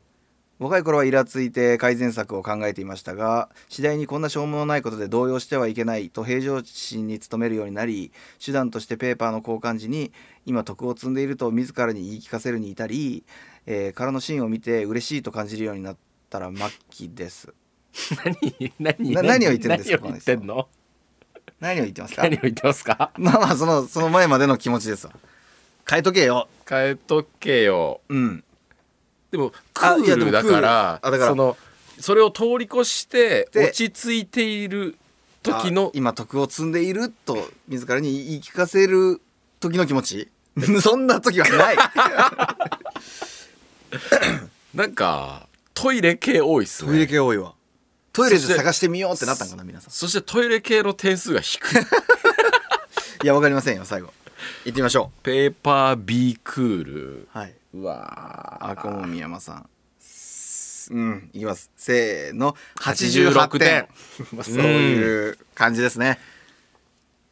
[SPEAKER 2] 若い頃はイラついて改善策を考えていましたが次第にこんなしょうもないことで動揺してはいけないと平常心に努めるようになり手段としてペーパーの交換時に今徳を積んでいると自らに言い聞かせるに至り、えー空のシーンを見て嬉しいと感じるようになったら末期です
[SPEAKER 1] 何何
[SPEAKER 2] な何を言ってるんですか
[SPEAKER 1] 何を言ってんの
[SPEAKER 2] 何を言ってますか
[SPEAKER 1] 何を言ってますか
[SPEAKER 2] まあまあそのその前までの気持ちですわ変えとけよ
[SPEAKER 1] 変えとけよ
[SPEAKER 2] うん
[SPEAKER 1] でもク
[SPEAKER 2] あいや
[SPEAKER 1] ー
[SPEAKER 2] でも
[SPEAKER 1] ルだから
[SPEAKER 2] クールあだから
[SPEAKER 1] そのそれを通り越して
[SPEAKER 2] で
[SPEAKER 1] 落ち着いている時の
[SPEAKER 2] あ今徳を積んでいると自らに言い聞かせる時の気持ち そんな時はない
[SPEAKER 1] なんかトイレ系多いっすね
[SPEAKER 2] トイレ系多いわトイレで探してみようってなったんかな皆さん
[SPEAKER 1] そしてトイレ系の点数が低い
[SPEAKER 2] いやわかりませんよ最後行ってみましょ
[SPEAKER 1] ペーパー B クール
[SPEAKER 2] うはいう
[SPEAKER 1] わ
[SPEAKER 2] あこもみやまさんうんいきますせーの
[SPEAKER 1] 86
[SPEAKER 2] 88点
[SPEAKER 1] 点
[SPEAKER 2] まあそういう感じですね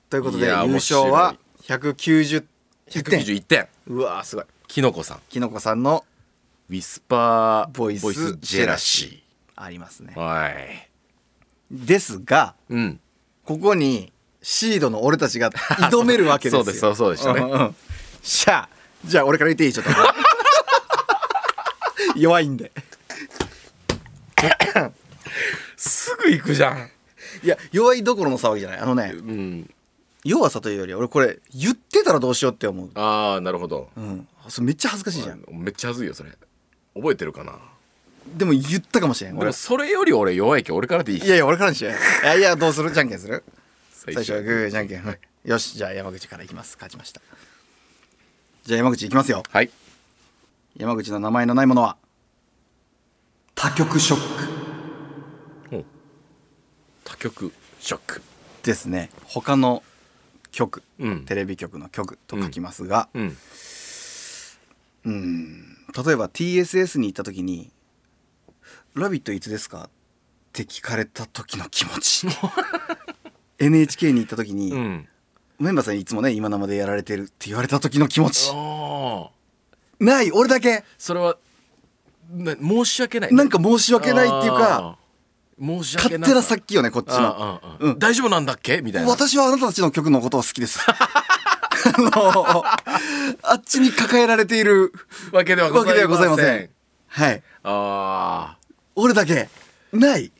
[SPEAKER 2] ということで
[SPEAKER 1] い
[SPEAKER 2] 優
[SPEAKER 1] や面白い
[SPEAKER 2] 勝は190
[SPEAKER 1] ー
[SPEAKER 2] 点
[SPEAKER 1] 191点
[SPEAKER 2] うわーすごい
[SPEAKER 1] きのこさん
[SPEAKER 2] きのこさんの
[SPEAKER 1] ウィスパー
[SPEAKER 2] ボイス
[SPEAKER 1] ジェラシ
[SPEAKER 2] ありますね
[SPEAKER 1] ーはい
[SPEAKER 2] ですが
[SPEAKER 1] うん
[SPEAKER 2] ここにシードの俺たち が挑めるわけですよ
[SPEAKER 1] そうですそうそうでしたね
[SPEAKER 2] んうんしゃあじゃあ俺から言っていいちょ っと弱いんです
[SPEAKER 1] ぐ行くじゃん
[SPEAKER 2] いや弱いどころの騒ぎじゃないあのね
[SPEAKER 1] うん
[SPEAKER 2] 弱さというより俺これ言ってたらどうしようって思う、
[SPEAKER 1] ああなるほど
[SPEAKER 2] うん、それめっちゃ恥ずかしいじゃん
[SPEAKER 1] めっちゃ恥ずいよそれ覚えてるかな
[SPEAKER 2] でも言ったかもしれん
[SPEAKER 1] で
[SPEAKER 2] 俺
[SPEAKER 1] もそれより俺弱いけど俺からでいい
[SPEAKER 2] いやいや俺からにしようよいやいやどうするじゃんけんする
[SPEAKER 1] 最
[SPEAKER 2] 最初はグーじゃんけんはいよしじゃあ山口からいきます勝ちましたじゃあ山口いきますよ
[SPEAKER 1] はい
[SPEAKER 2] 山口の名前のないものは多極ショック
[SPEAKER 1] 他局ショック
[SPEAKER 2] ですね他の局、
[SPEAKER 1] うん
[SPEAKER 2] テレビ局の局と書きますが、
[SPEAKER 1] うん
[SPEAKER 2] うん例えば TSS に行った時に「ラビットいつですか?」って聞かれた時の気持 ち NHK に行った時に、
[SPEAKER 1] うん
[SPEAKER 2] メンバーさんにいつもね「今生でやられてる」って言われた時の気持ち
[SPEAKER 1] ああ
[SPEAKER 2] ない俺だけ
[SPEAKER 1] それはな申し訳ない
[SPEAKER 2] なんか申し訳ないっていうか
[SPEAKER 1] あー申し訳
[SPEAKER 2] 勝
[SPEAKER 1] な
[SPEAKER 2] 手
[SPEAKER 1] さ
[SPEAKER 2] なさっきよねこっちの。
[SPEAKER 1] ああああ
[SPEAKER 2] うん
[SPEAKER 1] 大丈夫なんだっけみたいな
[SPEAKER 2] 私はあなたたちの曲のことを好き です。あのあっちに抱えられている
[SPEAKER 1] わけでは
[SPEAKER 2] わけではございません
[SPEAKER 1] ん。
[SPEAKER 2] はい。
[SPEAKER 1] あー
[SPEAKER 2] 俺だけない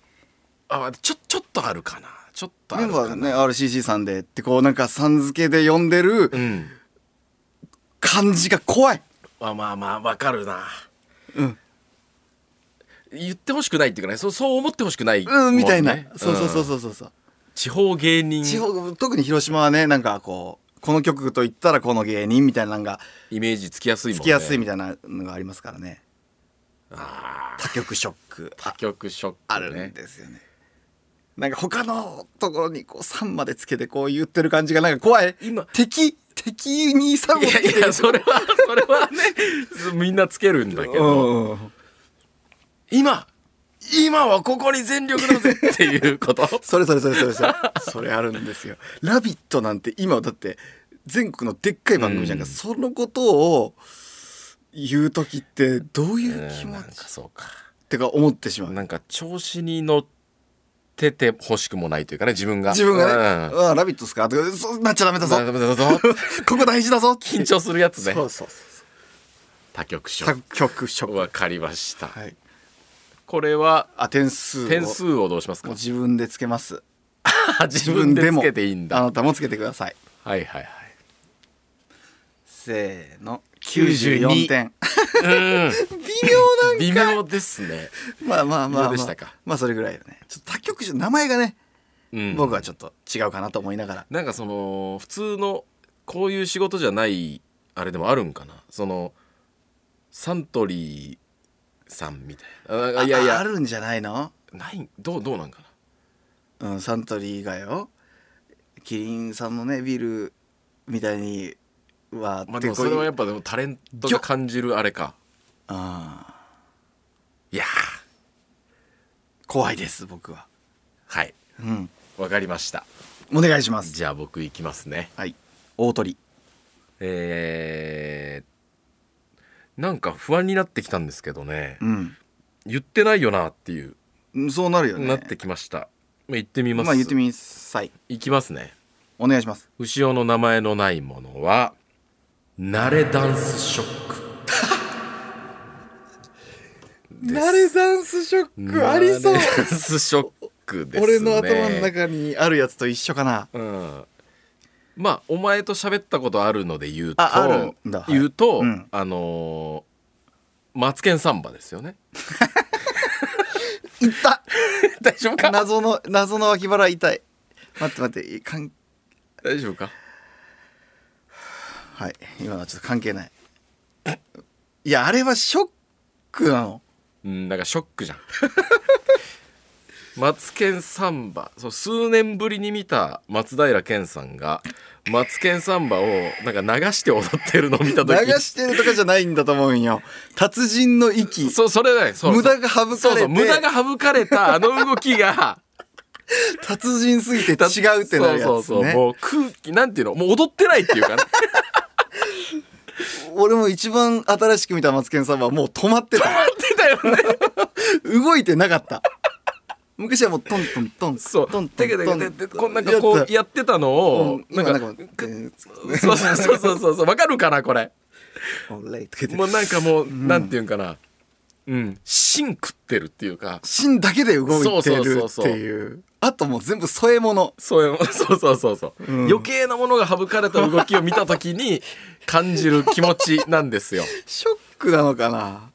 [SPEAKER 1] あちょちょっとあるかなちょっとあ
[SPEAKER 2] メ
[SPEAKER 1] る
[SPEAKER 2] ン
[SPEAKER 1] か
[SPEAKER 2] バ
[SPEAKER 1] な
[SPEAKER 2] ーね RCC さんでってこうなんかさん付けで呼んでる
[SPEAKER 1] うん
[SPEAKER 2] 感じが怖い、
[SPEAKER 1] あまあまあわかるな
[SPEAKER 2] うん
[SPEAKER 1] 言ってほしくないっていうかねそうそう思ってほしくないもんね、
[SPEAKER 2] うん、みたいな、そうそうそう
[SPEAKER 1] うん
[SPEAKER 2] そうそうそう
[SPEAKER 1] 地方芸人
[SPEAKER 2] 地方特に広島はねなんかこうこの曲といったらこの芸人みたいなのが
[SPEAKER 1] イメージつきやすいもん
[SPEAKER 2] つ
[SPEAKER 1] ね
[SPEAKER 2] きやすいみたいなのがありますからね
[SPEAKER 1] あ
[SPEAKER 2] 多曲ショック
[SPEAKER 1] ー曲ショック、ね、
[SPEAKER 2] あるんですよねなんか他のところにこう「さん」までつけてこう言ってる感じがなんか怖い
[SPEAKER 1] 今
[SPEAKER 2] 敵敵に「さん」を
[SPEAKER 1] い
[SPEAKER 2] つけ
[SPEAKER 1] や
[SPEAKER 2] て
[SPEAKER 1] いやそれはそれはねみんなつけるんだけど、
[SPEAKER 2] うんうんうん
[SPEAKER 1] 今今はここに全力だぜっていうこと
[SPEAKER 2] それそれそれそ れそれそれあるんですよ「ラビット!」なんて今だって全国のでっかい番組じゃんか、
[SPEAKER 1] うん
[SPEAKER 2] そのことを言う時ってどう
[SPEAKER 1] う
[SPEAKER 2] い
[SPEAKER 1] ん
[SPEAKER 2] う 気持
[SPEAKER 1] なんか
[SPEAKER 2] ちっ
[SPEAKER 1] そうか
[SPEAKER 2] てか思ってしまう
[SPEAKER 1] なんか調子に乗っててほしくもないというかね自分が
[SPEAKER 2] 自分がね
[SPEAKER 1] う
[SPEAKER 2] 「
[SPEAKER 1] ん
[SPEAKER 2] ああラビット!」っすかとかそうなっちゃダメだぞ
[SPEAKER 1] だだだだ
[SPEAKER 2] ここ大事だぞ
[SPEAKER 1] 緊張するやつね
[SPEAKER 2] そうそうそう
[SPEAKER 1] 他局ショッ
[SPEAKER 2] 作曲書
[SPEAKER 1] クわかりました、
[SPEAKER 2] はい
[SPEAKER 1] これは
[SPEAKER 2] あ点数を
[SPEAKER 1] 点数をどうしますか
[SPEAKER 2] もう自分でつけます
[SPEAKER 1] 自分でつけていいん
[SPEAKER 2] あ
[SPEAKER 1] だ
[SPEAKER 2] なたもつけてください
[SPEAKER 1] はいはい
[SPEAKER 2] せーの
[SPEAKER 1] 92
[SPEAKER 2] 94
[SPEAKER 1] は
[SPEAKER 2] 点
[SPEAKER 1] い
[SPEAKER 2] 微妙な
[SPEAKER 1] うん微妙ですね
[SPEAKER 2] まあまあまあ、まあ、
[SPEAKER 1] どうでしたか
[SPEAKER 2] まあそれぐらいだねちょっと他局じゃ名前がね、
[SPEAKER 1] うん
[SPEAKER 2] 僕はちょっと違うかなと思いながら
[SPEAKER 1] なんかその普通のこういう仕事じゃないあれでもあるんかなそのサントリーさんみたいなあいやい
[SPEAKER 2] ああ
[SPEAKER 1] や
[SPEAKER 2] るんじゃないの、
[SPEAKER 1] ないどうどうなんかな
[SPEAKER 2] うん、サントリー以外をキリンさんのねビールみたいには、
[SPEAKER 1] まあで
[SPEAKER 2] てこ
[SPEAKER 1] も
[SPEAKER 2] い
[SPEAKER 1] それはやっぱでもタレントが感じるあれか
[SPEAKER 2] あー
[SPEAKER 1] いやー
[SPEAKER 2] 怖いです僕は
[SPEAKER 1] はい
[SPEAKER 2] うん
[SPEAKER 1] わかりました
[SPEAKER 2] お願いします
[SPEAKER 1] じゃあ僕行きますね
[SPEAKER 2] はい大鳥
[SPEAKER 1] えー、なんか不安になってきたんですけどね
[SPEAKER 2] うん
[SPEAKER 1] 言ってないよなっていう、
[SPEAKER 2] うんそうなるよね
[SPEAKER 1] なってきました、まあ、行ってみます、
[SPEAKER 2] まあ言ってみなさい
[SPEAKER 1] いきますね
[SPEAKER 2] お願いします
[SPEAKER 1] 牛尾の名前のないものは慣れダンスショック
[SPEAKER 2] 慣れダンスショックありそう
[SPEAKER 1] 慣れダンスショックですね
[SPEAKER 2] 俺の頭の中にあるやつと一緒かな
[SPEAKER 1] うんまあお前と喋ったことあるので言うと
[SPEAKER 2] ああるんだはい
[SPEAKER 1] 言うと、
[SPEAKER 2] うん
[SPEAKER 1] あのーマツケンサンバですよ ね
[SPEAKER 2] いった
[SPEAKER 1] 大丈夫か
[SPEAKER 2] 謎の謎の脇腹痛い待って待ってかん
[SPEAKER 1] 大丈夫か
[SPEAKER 2] はい今のはちょっと関係ないいやあれはショックなの
[SPEAKER 1] うんなんかショックじゃんマツケンサンバそう数年ぶりに見た松平健さんがマツケンサンバをなんか流して踊ってるのを見た
[SPEAKER 2] 流
[SPEAKER 1] 時
[SPEAKER 2] してるとかじゃないんだと思うんよ達人の息
[SPEAKER 1] そうそれだよそう
[SPEAKER 2] 無駄が省かれて
[SPEAKER 1] そうそう無駄が省かれたあの動きが
[SPEAKER 2] 達人すぎて違うってなるやつね
[SPEAKER 1] そうそうそうもう空気なんていうのもう踊ってないっていうかね
[SPEAKER 2] 俺も一番新しく見たマツケンサンバはもう止まってた
[SPEAKER 1] やってたよね
[SPEAKER 2] 動いてなかった昔はもうトントントン
[SPEAKER 1] そう
[SPEAKER 2] トント
[SPEAKER 1] テ
[SPEAKER 2] ン
[SPEAKER 1] ケテ
[SPEAKER 2] ト
[SPEAKER 1] ケ
[SPEAKER 2] ン
[SPEAKER 1] テケこんなんかこうやってたのを
[SPEAKER 2] うん
[SPEAKER 1] なんか
[SPEAKER 2] 今なんかえー
[SPEAKER 1] そうそうそうそうそうそうわかるかなこれ
[SPEAKER 2] オレイとか言
[SPEAKER 1] も
[SPEAKER 2] っ
[SPEAKER 1] うなんかもう、なんていうんかなうん芯食ってるっていうか
[SPEAKER 2] て芯だけで動いて
[SPEAKER 1] そう
[SPEAKER 2] る
[SPEAKER 1] そう
[SPEAKER 2] って
[SPEAKER 1] そうそう
[SPEAKER 2] いうあともう全部添え物
[SPEAKER 1] そういうそうそうそうそう、
[SPEAKER 2] うん
[SPEAKER 1] 余計なものが省かれた動きを見た時に感じる気持ちなんですよ
[SPEAKER 2] ショックなのかな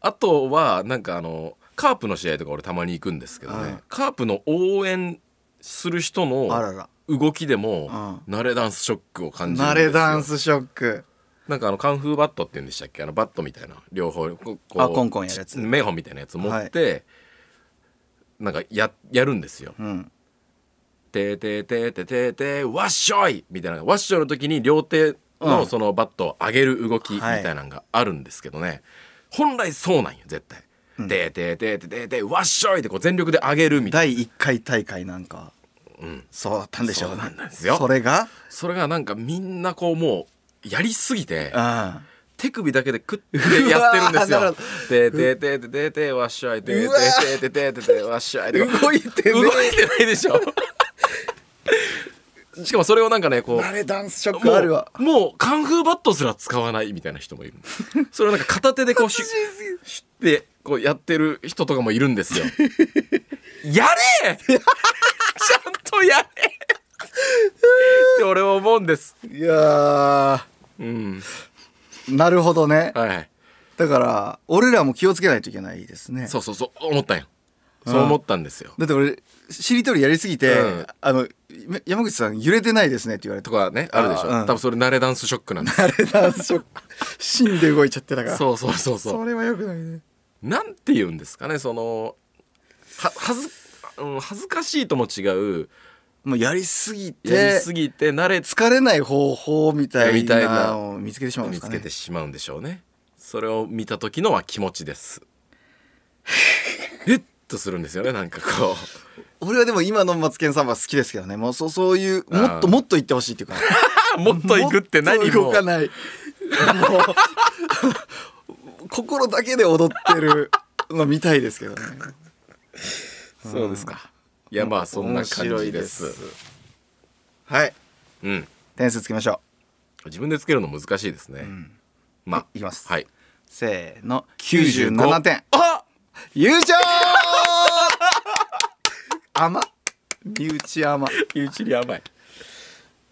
[SPEAKER 1] あとはなんかあのカープの試合とか俺たまに行くんですけどね、
[SPEAKER 2] はい
[SPEAKER 1] カープの応援する人
[SPEAKER 2] あ
[SPEAKER 1] の
[SPEAKER 2] らら
[SPEAKER 1] 動きでも、慣れダンスショックを感じるん
[SPEAKER 2] 慣
[SPEAKER 1] ですよ
[SPEAKER 2] れダンスショック
[SPEAKER 1] なんかあのカンフーバットって言うんでしたっけあのバットみたいな両方ここ
[SPEAKER 2] あコンコンやるやつ
[SPEAKER 1] メホンみたいなやつ持って、なんかややるんですよ。
[SPEAKER 2] うん
[SPEAKER 1] てーてーてーてーてーてーわっしょいみたいなわっしょいの時に両手
[SPEAKER 2] う
[SPEAKER 1] の
[SPEAKER 2] ん
[SPEAKER 1] そのバットを上げる動きみ
[SPEAKER 2] はい
[SPEAKER 1] たいなのがあるんですけどね、本来そうなんよ絶対。てーてーてーてーてーてーわっしょいってこう全力で上げるみたい
[SPEAKER 2] 第1回大会なんか
[SPEAKER 1] うん
[SPEAKER 2] そうだったんでしょうね
[SPEAKER 1] そうなんですよ
[SPEAKER 2] それが
[SPEAKER 1] なそれがなんかみんなこうもうやりすぎて。
[SPEAKER 2] うん
[SPEAKER 1] 手首だけでクッてやってるんです
[SPEAKER 2] うわー
[SPEAKER 1] よ
[SPEAKER 2] なるほ。
[SPEAKER 1] ででででででわっしょいでで
[SPEAKER 2] うわ
[SPEAKER 1] ででででわっしょいで
[SPEAKER 2] 動いてね
[SPEAKER 1] 動いてないでしょ。しかもそれをなんかねこう。
[SPEAKER 2] 慣れダンスショッ
[SPEAKER 1] も
[SPEAKER 2] クあるわ
[SPEAKER 1] うもうカンフーバットすら使わないみたいな人もい るそれをなんか片手でこうシュッシュッてこうやってる人とかもいるん ですよや れちゃんとやれって俺は思うんです
[SPEAKER 2] いやー
[SPEAKER 1] うん
[SPEAKER 2] なるほどね
[SPEAKER 1] はい
[SPEAKER 2] だから俺らも気をつけないといけないですね
[SPEAKER 1] そうそうそう思ったんよそう思ったんですよ、
[SPEAKER 2] だって俺しりとりやりすぎて、
[SPEAKER 1] うん
[SPEAKER 2] あのめ山口さん揺れてないですねって言われた
[SPEAKER 1] とかねあるでしょ、
[SPEAKER 2] あうん
[SPEAKER 1] 多分それ慣れダンスショックなん です
[SPEAKER 2] あれだそう芯で動いちゃってたから
[SPEAKER 1] そうそうそうそう
[SPEAKER 2] それはよくないね
[SPEAKER 1] なんて言うんですかねそのははず、うん、恥ずかしいとも違う
[SPEAKER 2] もうやりすぎて
[SPEAKER 1] やりすぎて慣れつ
[SPEAKER 2] 疲れない方法みたい
[SPEAKER 1] みたい
[SPEAKER 2] な
[SPEAKER 1] な
[SPEAKER 2] のを見つけてしまうんで
[SPEAKER 1] 見
[SPEAKER 2] すか
[SPEAKER 1] つ
[SPEAKER 2] ね
[SPEAKER 1] けてしまうんでしょうねそれを見た時のは気持ちですえっとするんですよねなんかこう
[SPEAKER 2] 俺はでも今のマツケンさんは好きですけどねもうそうそういう
[SPEAKER 1] あー
[SPEAKER 2] もっともっと行ってほしいっていうか
[SPEAKER 1] あもっと行くって何
[SPEAKER 2] もっと
[SPEAKER 1] も
[SPEAKER 2] 動かないもう心だけで踊ってるの見たいですけどね
[SPEAKER 1] そうですかいやまあそんな感じです
[SPEAKER 2] 面白いではい
[SPEAKER 1] うん
[SPEAKER 2] 点数つけましょ
[SPEAKER 1] 自分でつけるの難しいですね、まあ
[SPEAKER 2] いきます
[SPEAKER 1] はい、
[SPEAKER 2] うせーの97点
[SPEAKER 1] あ
[SPEAKER 2] 優勝甘身内甘
[SPEAKER 1] 身内に甘い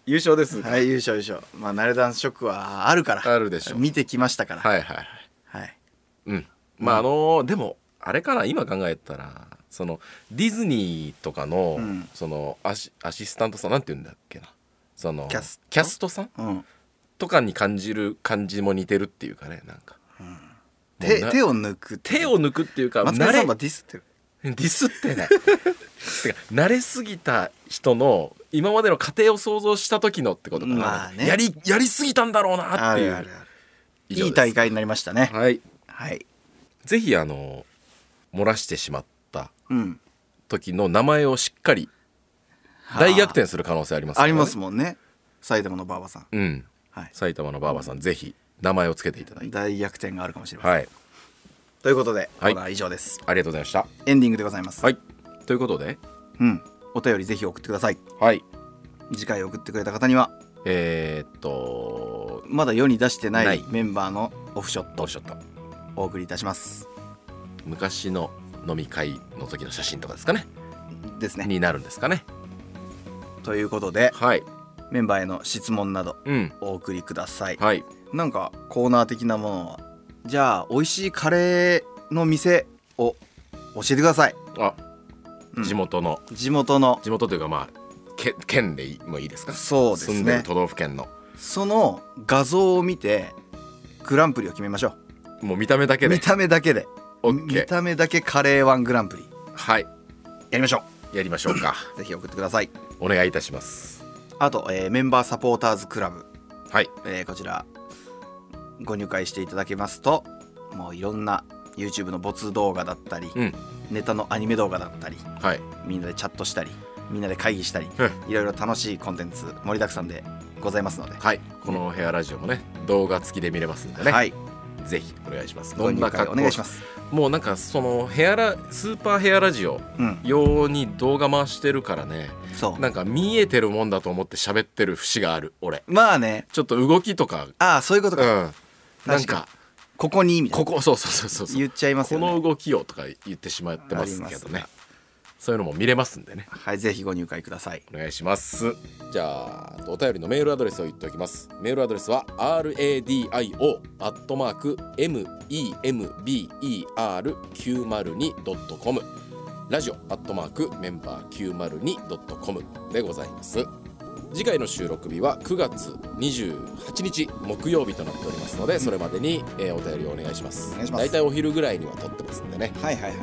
[SPEAKER 1] 優勝ですはい
[SPEAKER 2] はい優勝優勝まあ慣れダンスショックはあるから
[SPEAKER 1] あるでしょう
[SPEAKER 2] 見てきましたから
[SPEAKER 1] はいはい
[SPEAKER 2] はい
[SPEAKER 1] うんまああのーでもあれかな今考えたらそのディズニーとかの、
[SPEAKER 2] うん
[SPEAKER 1] そのアシアシスタントさんなんて言うんだっけなその
[SPEAKER 2] キャスト
[SPEAKER 1] トさん
[SPEAKER 2] うん
[SPEAKER 1] とかに感じる感じも似てるっていうかねなんか
[SPEAKER 2] 手
[SPEAKER 1] もうな
[SPEAKER 2] 手を抜く
[SPEAKER 1] 手を抜くっていうか
[SPEAKER 2] 松
[SPEAKER 1] 慣
[SPEAKER 2] 本さ
[SPEAKER 1] れ
[SPEAKER 2] んはディスってる
[SPEAKER 1] ディス ってないてか慣れすぎた人の今までの過程を想像した時のってことかな、
[SPEAKER 2] まあね
[SPEAKER 1] やりやりすぎたんだろうな
[SPEAKER 2] あ
[SPEAKER 1] っていう
[SPEAKER 2] るあるある
[SPEAKER 1] 以上で
[SPEAKER 2] い
[SPEAKER 1] す
[SPEAKER 2] い大会になりましたね
[SPEAKER 1] はい
[SPEAKER 2] はい
[SPEAKER 1] ぜひあの漏らしてしまった
[SPEAKER 2] うん
[SPEAKER 1] 時の名前をしっかり
[SPEAKER 2] はあ
[SPEAKER 1] 大逆転する可能性ありますか
[SPEAKER 2] あ
[SPEAKER 1] ら
[SPEAKER 2] り
[SPEAKER 1] ね
[SPEAKER 2] ますもんね埼玉のバーバさん
[SPEAKER 1] うん
[SPEAKER 2] はい
[SPEAKER 1] 埼玉のばあばさんぜひ名前をつけていただいて
[SPEAKER 2] 大逆転があるかもしれません
[SPEAKER 1] はい
[SPEAKER 2] ということで、
[SPEAKER 1] はい
[SPEAKER 2] コーナー以上です
[SPEAKER 1] ありがとうございました
[SPEAKER 2] エンディングでございます、
[SPEAKER 1] はいということで
[SPEAKER 2] うんお便りぜひ送ってください
[SPEAKER 1] はい
[SPEAKER 2] 次回送ってくれた方には
[SPEAKER 1] えー、っと
[SPEAKER 2] まだ世に出してな
[SPEAKER 1] ないい
[SPEAKER 2] メンバーのオフショッ
[SPEAKER 1] ど
[SPEAKER 2] ト
[SPEAKER 1] うしようと
[SPEAKER 2] お送りいたします
[SPEAKER 1] 昔の飲み会の時の写真とかですかね
[SPEAKER 2] ですね
[SPEAKER 1] になるんですかね
[SPEAKER 2] ということで
[SPEAKER 1] はい
[SPEAKER 2] メンバーへの質問など
[SPEAKER 1] うん
[SPEAKER 2] お送りください
[SPEAKER 1] はい
[SPEAKER 2] なんかコーナー的なものはじゃあ美味しいカレーの店を教えてください、
[SPEAKER 1] あ、
[SPEAKER 2] うん
[SPEAKER 1] 地元の
[SPEAKER 2] 地元の
[SPEAKER 1] 地元というかまあけ県でいいもいいですか
[SPEAKER 2] そうですね
[SPEAKER 1] 住んでる都道府県の
[SPEAKER 2] その画像を見てグランプリを決めましょ
[SPEAKER 1] もう見た目だけ
[SPEAKER 2] う
[SPEAKER 1] で
[SPEAKER 2] 見た目だけで
[SPEAKER 1] オッケ
[SPEAKER 2] 見
[SPEAKER 1] ー
[SPEAKER 2] た目だけカレーワングランプリ
[SPEAKER 1] はい
[SPEAKER 2] やりましょ
[SPEAKER 1] やりましょうか
[SPEAKER 2] うぜひ送ってください
[SPEAKER 1] お願いいたします
[SPEAKER 2] あと、えーメンバーサポーターズクラブ、
[SPEAKER 1] はい
[SPEAKER 2] えーこちらご入会していただけますともういろんな YouTube の没動画だったり、
[SPEAKER 1] うん
[SPEAKER 2] ネタのアニメ動画だったり
[SPEAKER 1] はい
[SPEAKER 2] みんなでチャットしたりみんなで会議したり
[SPEAKER 1] うん
[SPEAKER 2] いろいろ楽しいコンテンツ盛りだくさんでございますので、
[SPEAKER 1] はいこのヘアラジオもね動画付きで見れますんでね、
[SPEAKER 2] はい
[SPEAKER 1] ぜひお願いします
[SPEAKER 2] ご
[SPEAKER 1] どん
[SPEAKER 2] 入
[SPEAKER 1] な
[SPEAKER 2] 会
[SPEAKER 1] 格好
[SPEAKER 2] お願いします
[SPEAKER 1] もうなんかそのヘアラスーパーヘアラジオ
[SPEAKER 2] うん
[SPEAKER 1] 用に動画回してるからね
[SPEAKER 2] そう
[SPEAKER 1] なんか見えてるもんだと思って喋ってる節がある俺
[SPEAKER 2] まあね
[SPEAKER 1] ちょっと動きとか
[SPEAKER 2] ああそういうこ
[SPEAKER 1] う
[SPEAKER 2] と
[SPEAKER 1] ん
[SPEAKER 2] か、
[SPEAKER 1] な
[SPEAKER 2] 確
[SPEAKER 1] ん
[SPEAKER 2] か
[SPEAKER 1] か
[SPEAKER 2] ここにみたい
[SPEAKER 1] こ
[SPEAKER 2] な
[SPEAKER 1] こそうそうそうそうそう
[SPEAKER 2] 言っちゃいます
[SPEAKER 1] こ
[SPEAKER 2] よね
[SPEAKER 1] の動きをとか言ってしまってます
[SPEAKER 2] あ
[SPEAKER 1] け
[SPEAKER 2] り
[SPEAKER 1] ど
[SPEAKER 2] ますね
[SPEAKER 1] ねそういうのも見れますんでね
[SPEAKER 2] はいぜひご入会ください
[SPEAKER 1] お願いしますじゃあお便りのメールアドレスを言っておきますメールアドレスは radio.member902.com ラジオアットマークメンバー 902.com でございます次回の収録日は9月28日木曜日となっておりますのでそれまでに、えーお便りをお願いします
[SPEAKER 2] お願いします
[SPEAKER 1] 大体お昼ぐらいには撮ってますんでね、
[SPEAKER 2] はいはいはい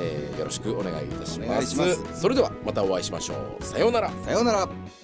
[SPEAKER 1] えーよろしくお願いいたし
[SPEAKER 2] お願いします
[SPEAKER 1] それではまたお会いしましょうさようなら
[SPEAKER 2] さようなら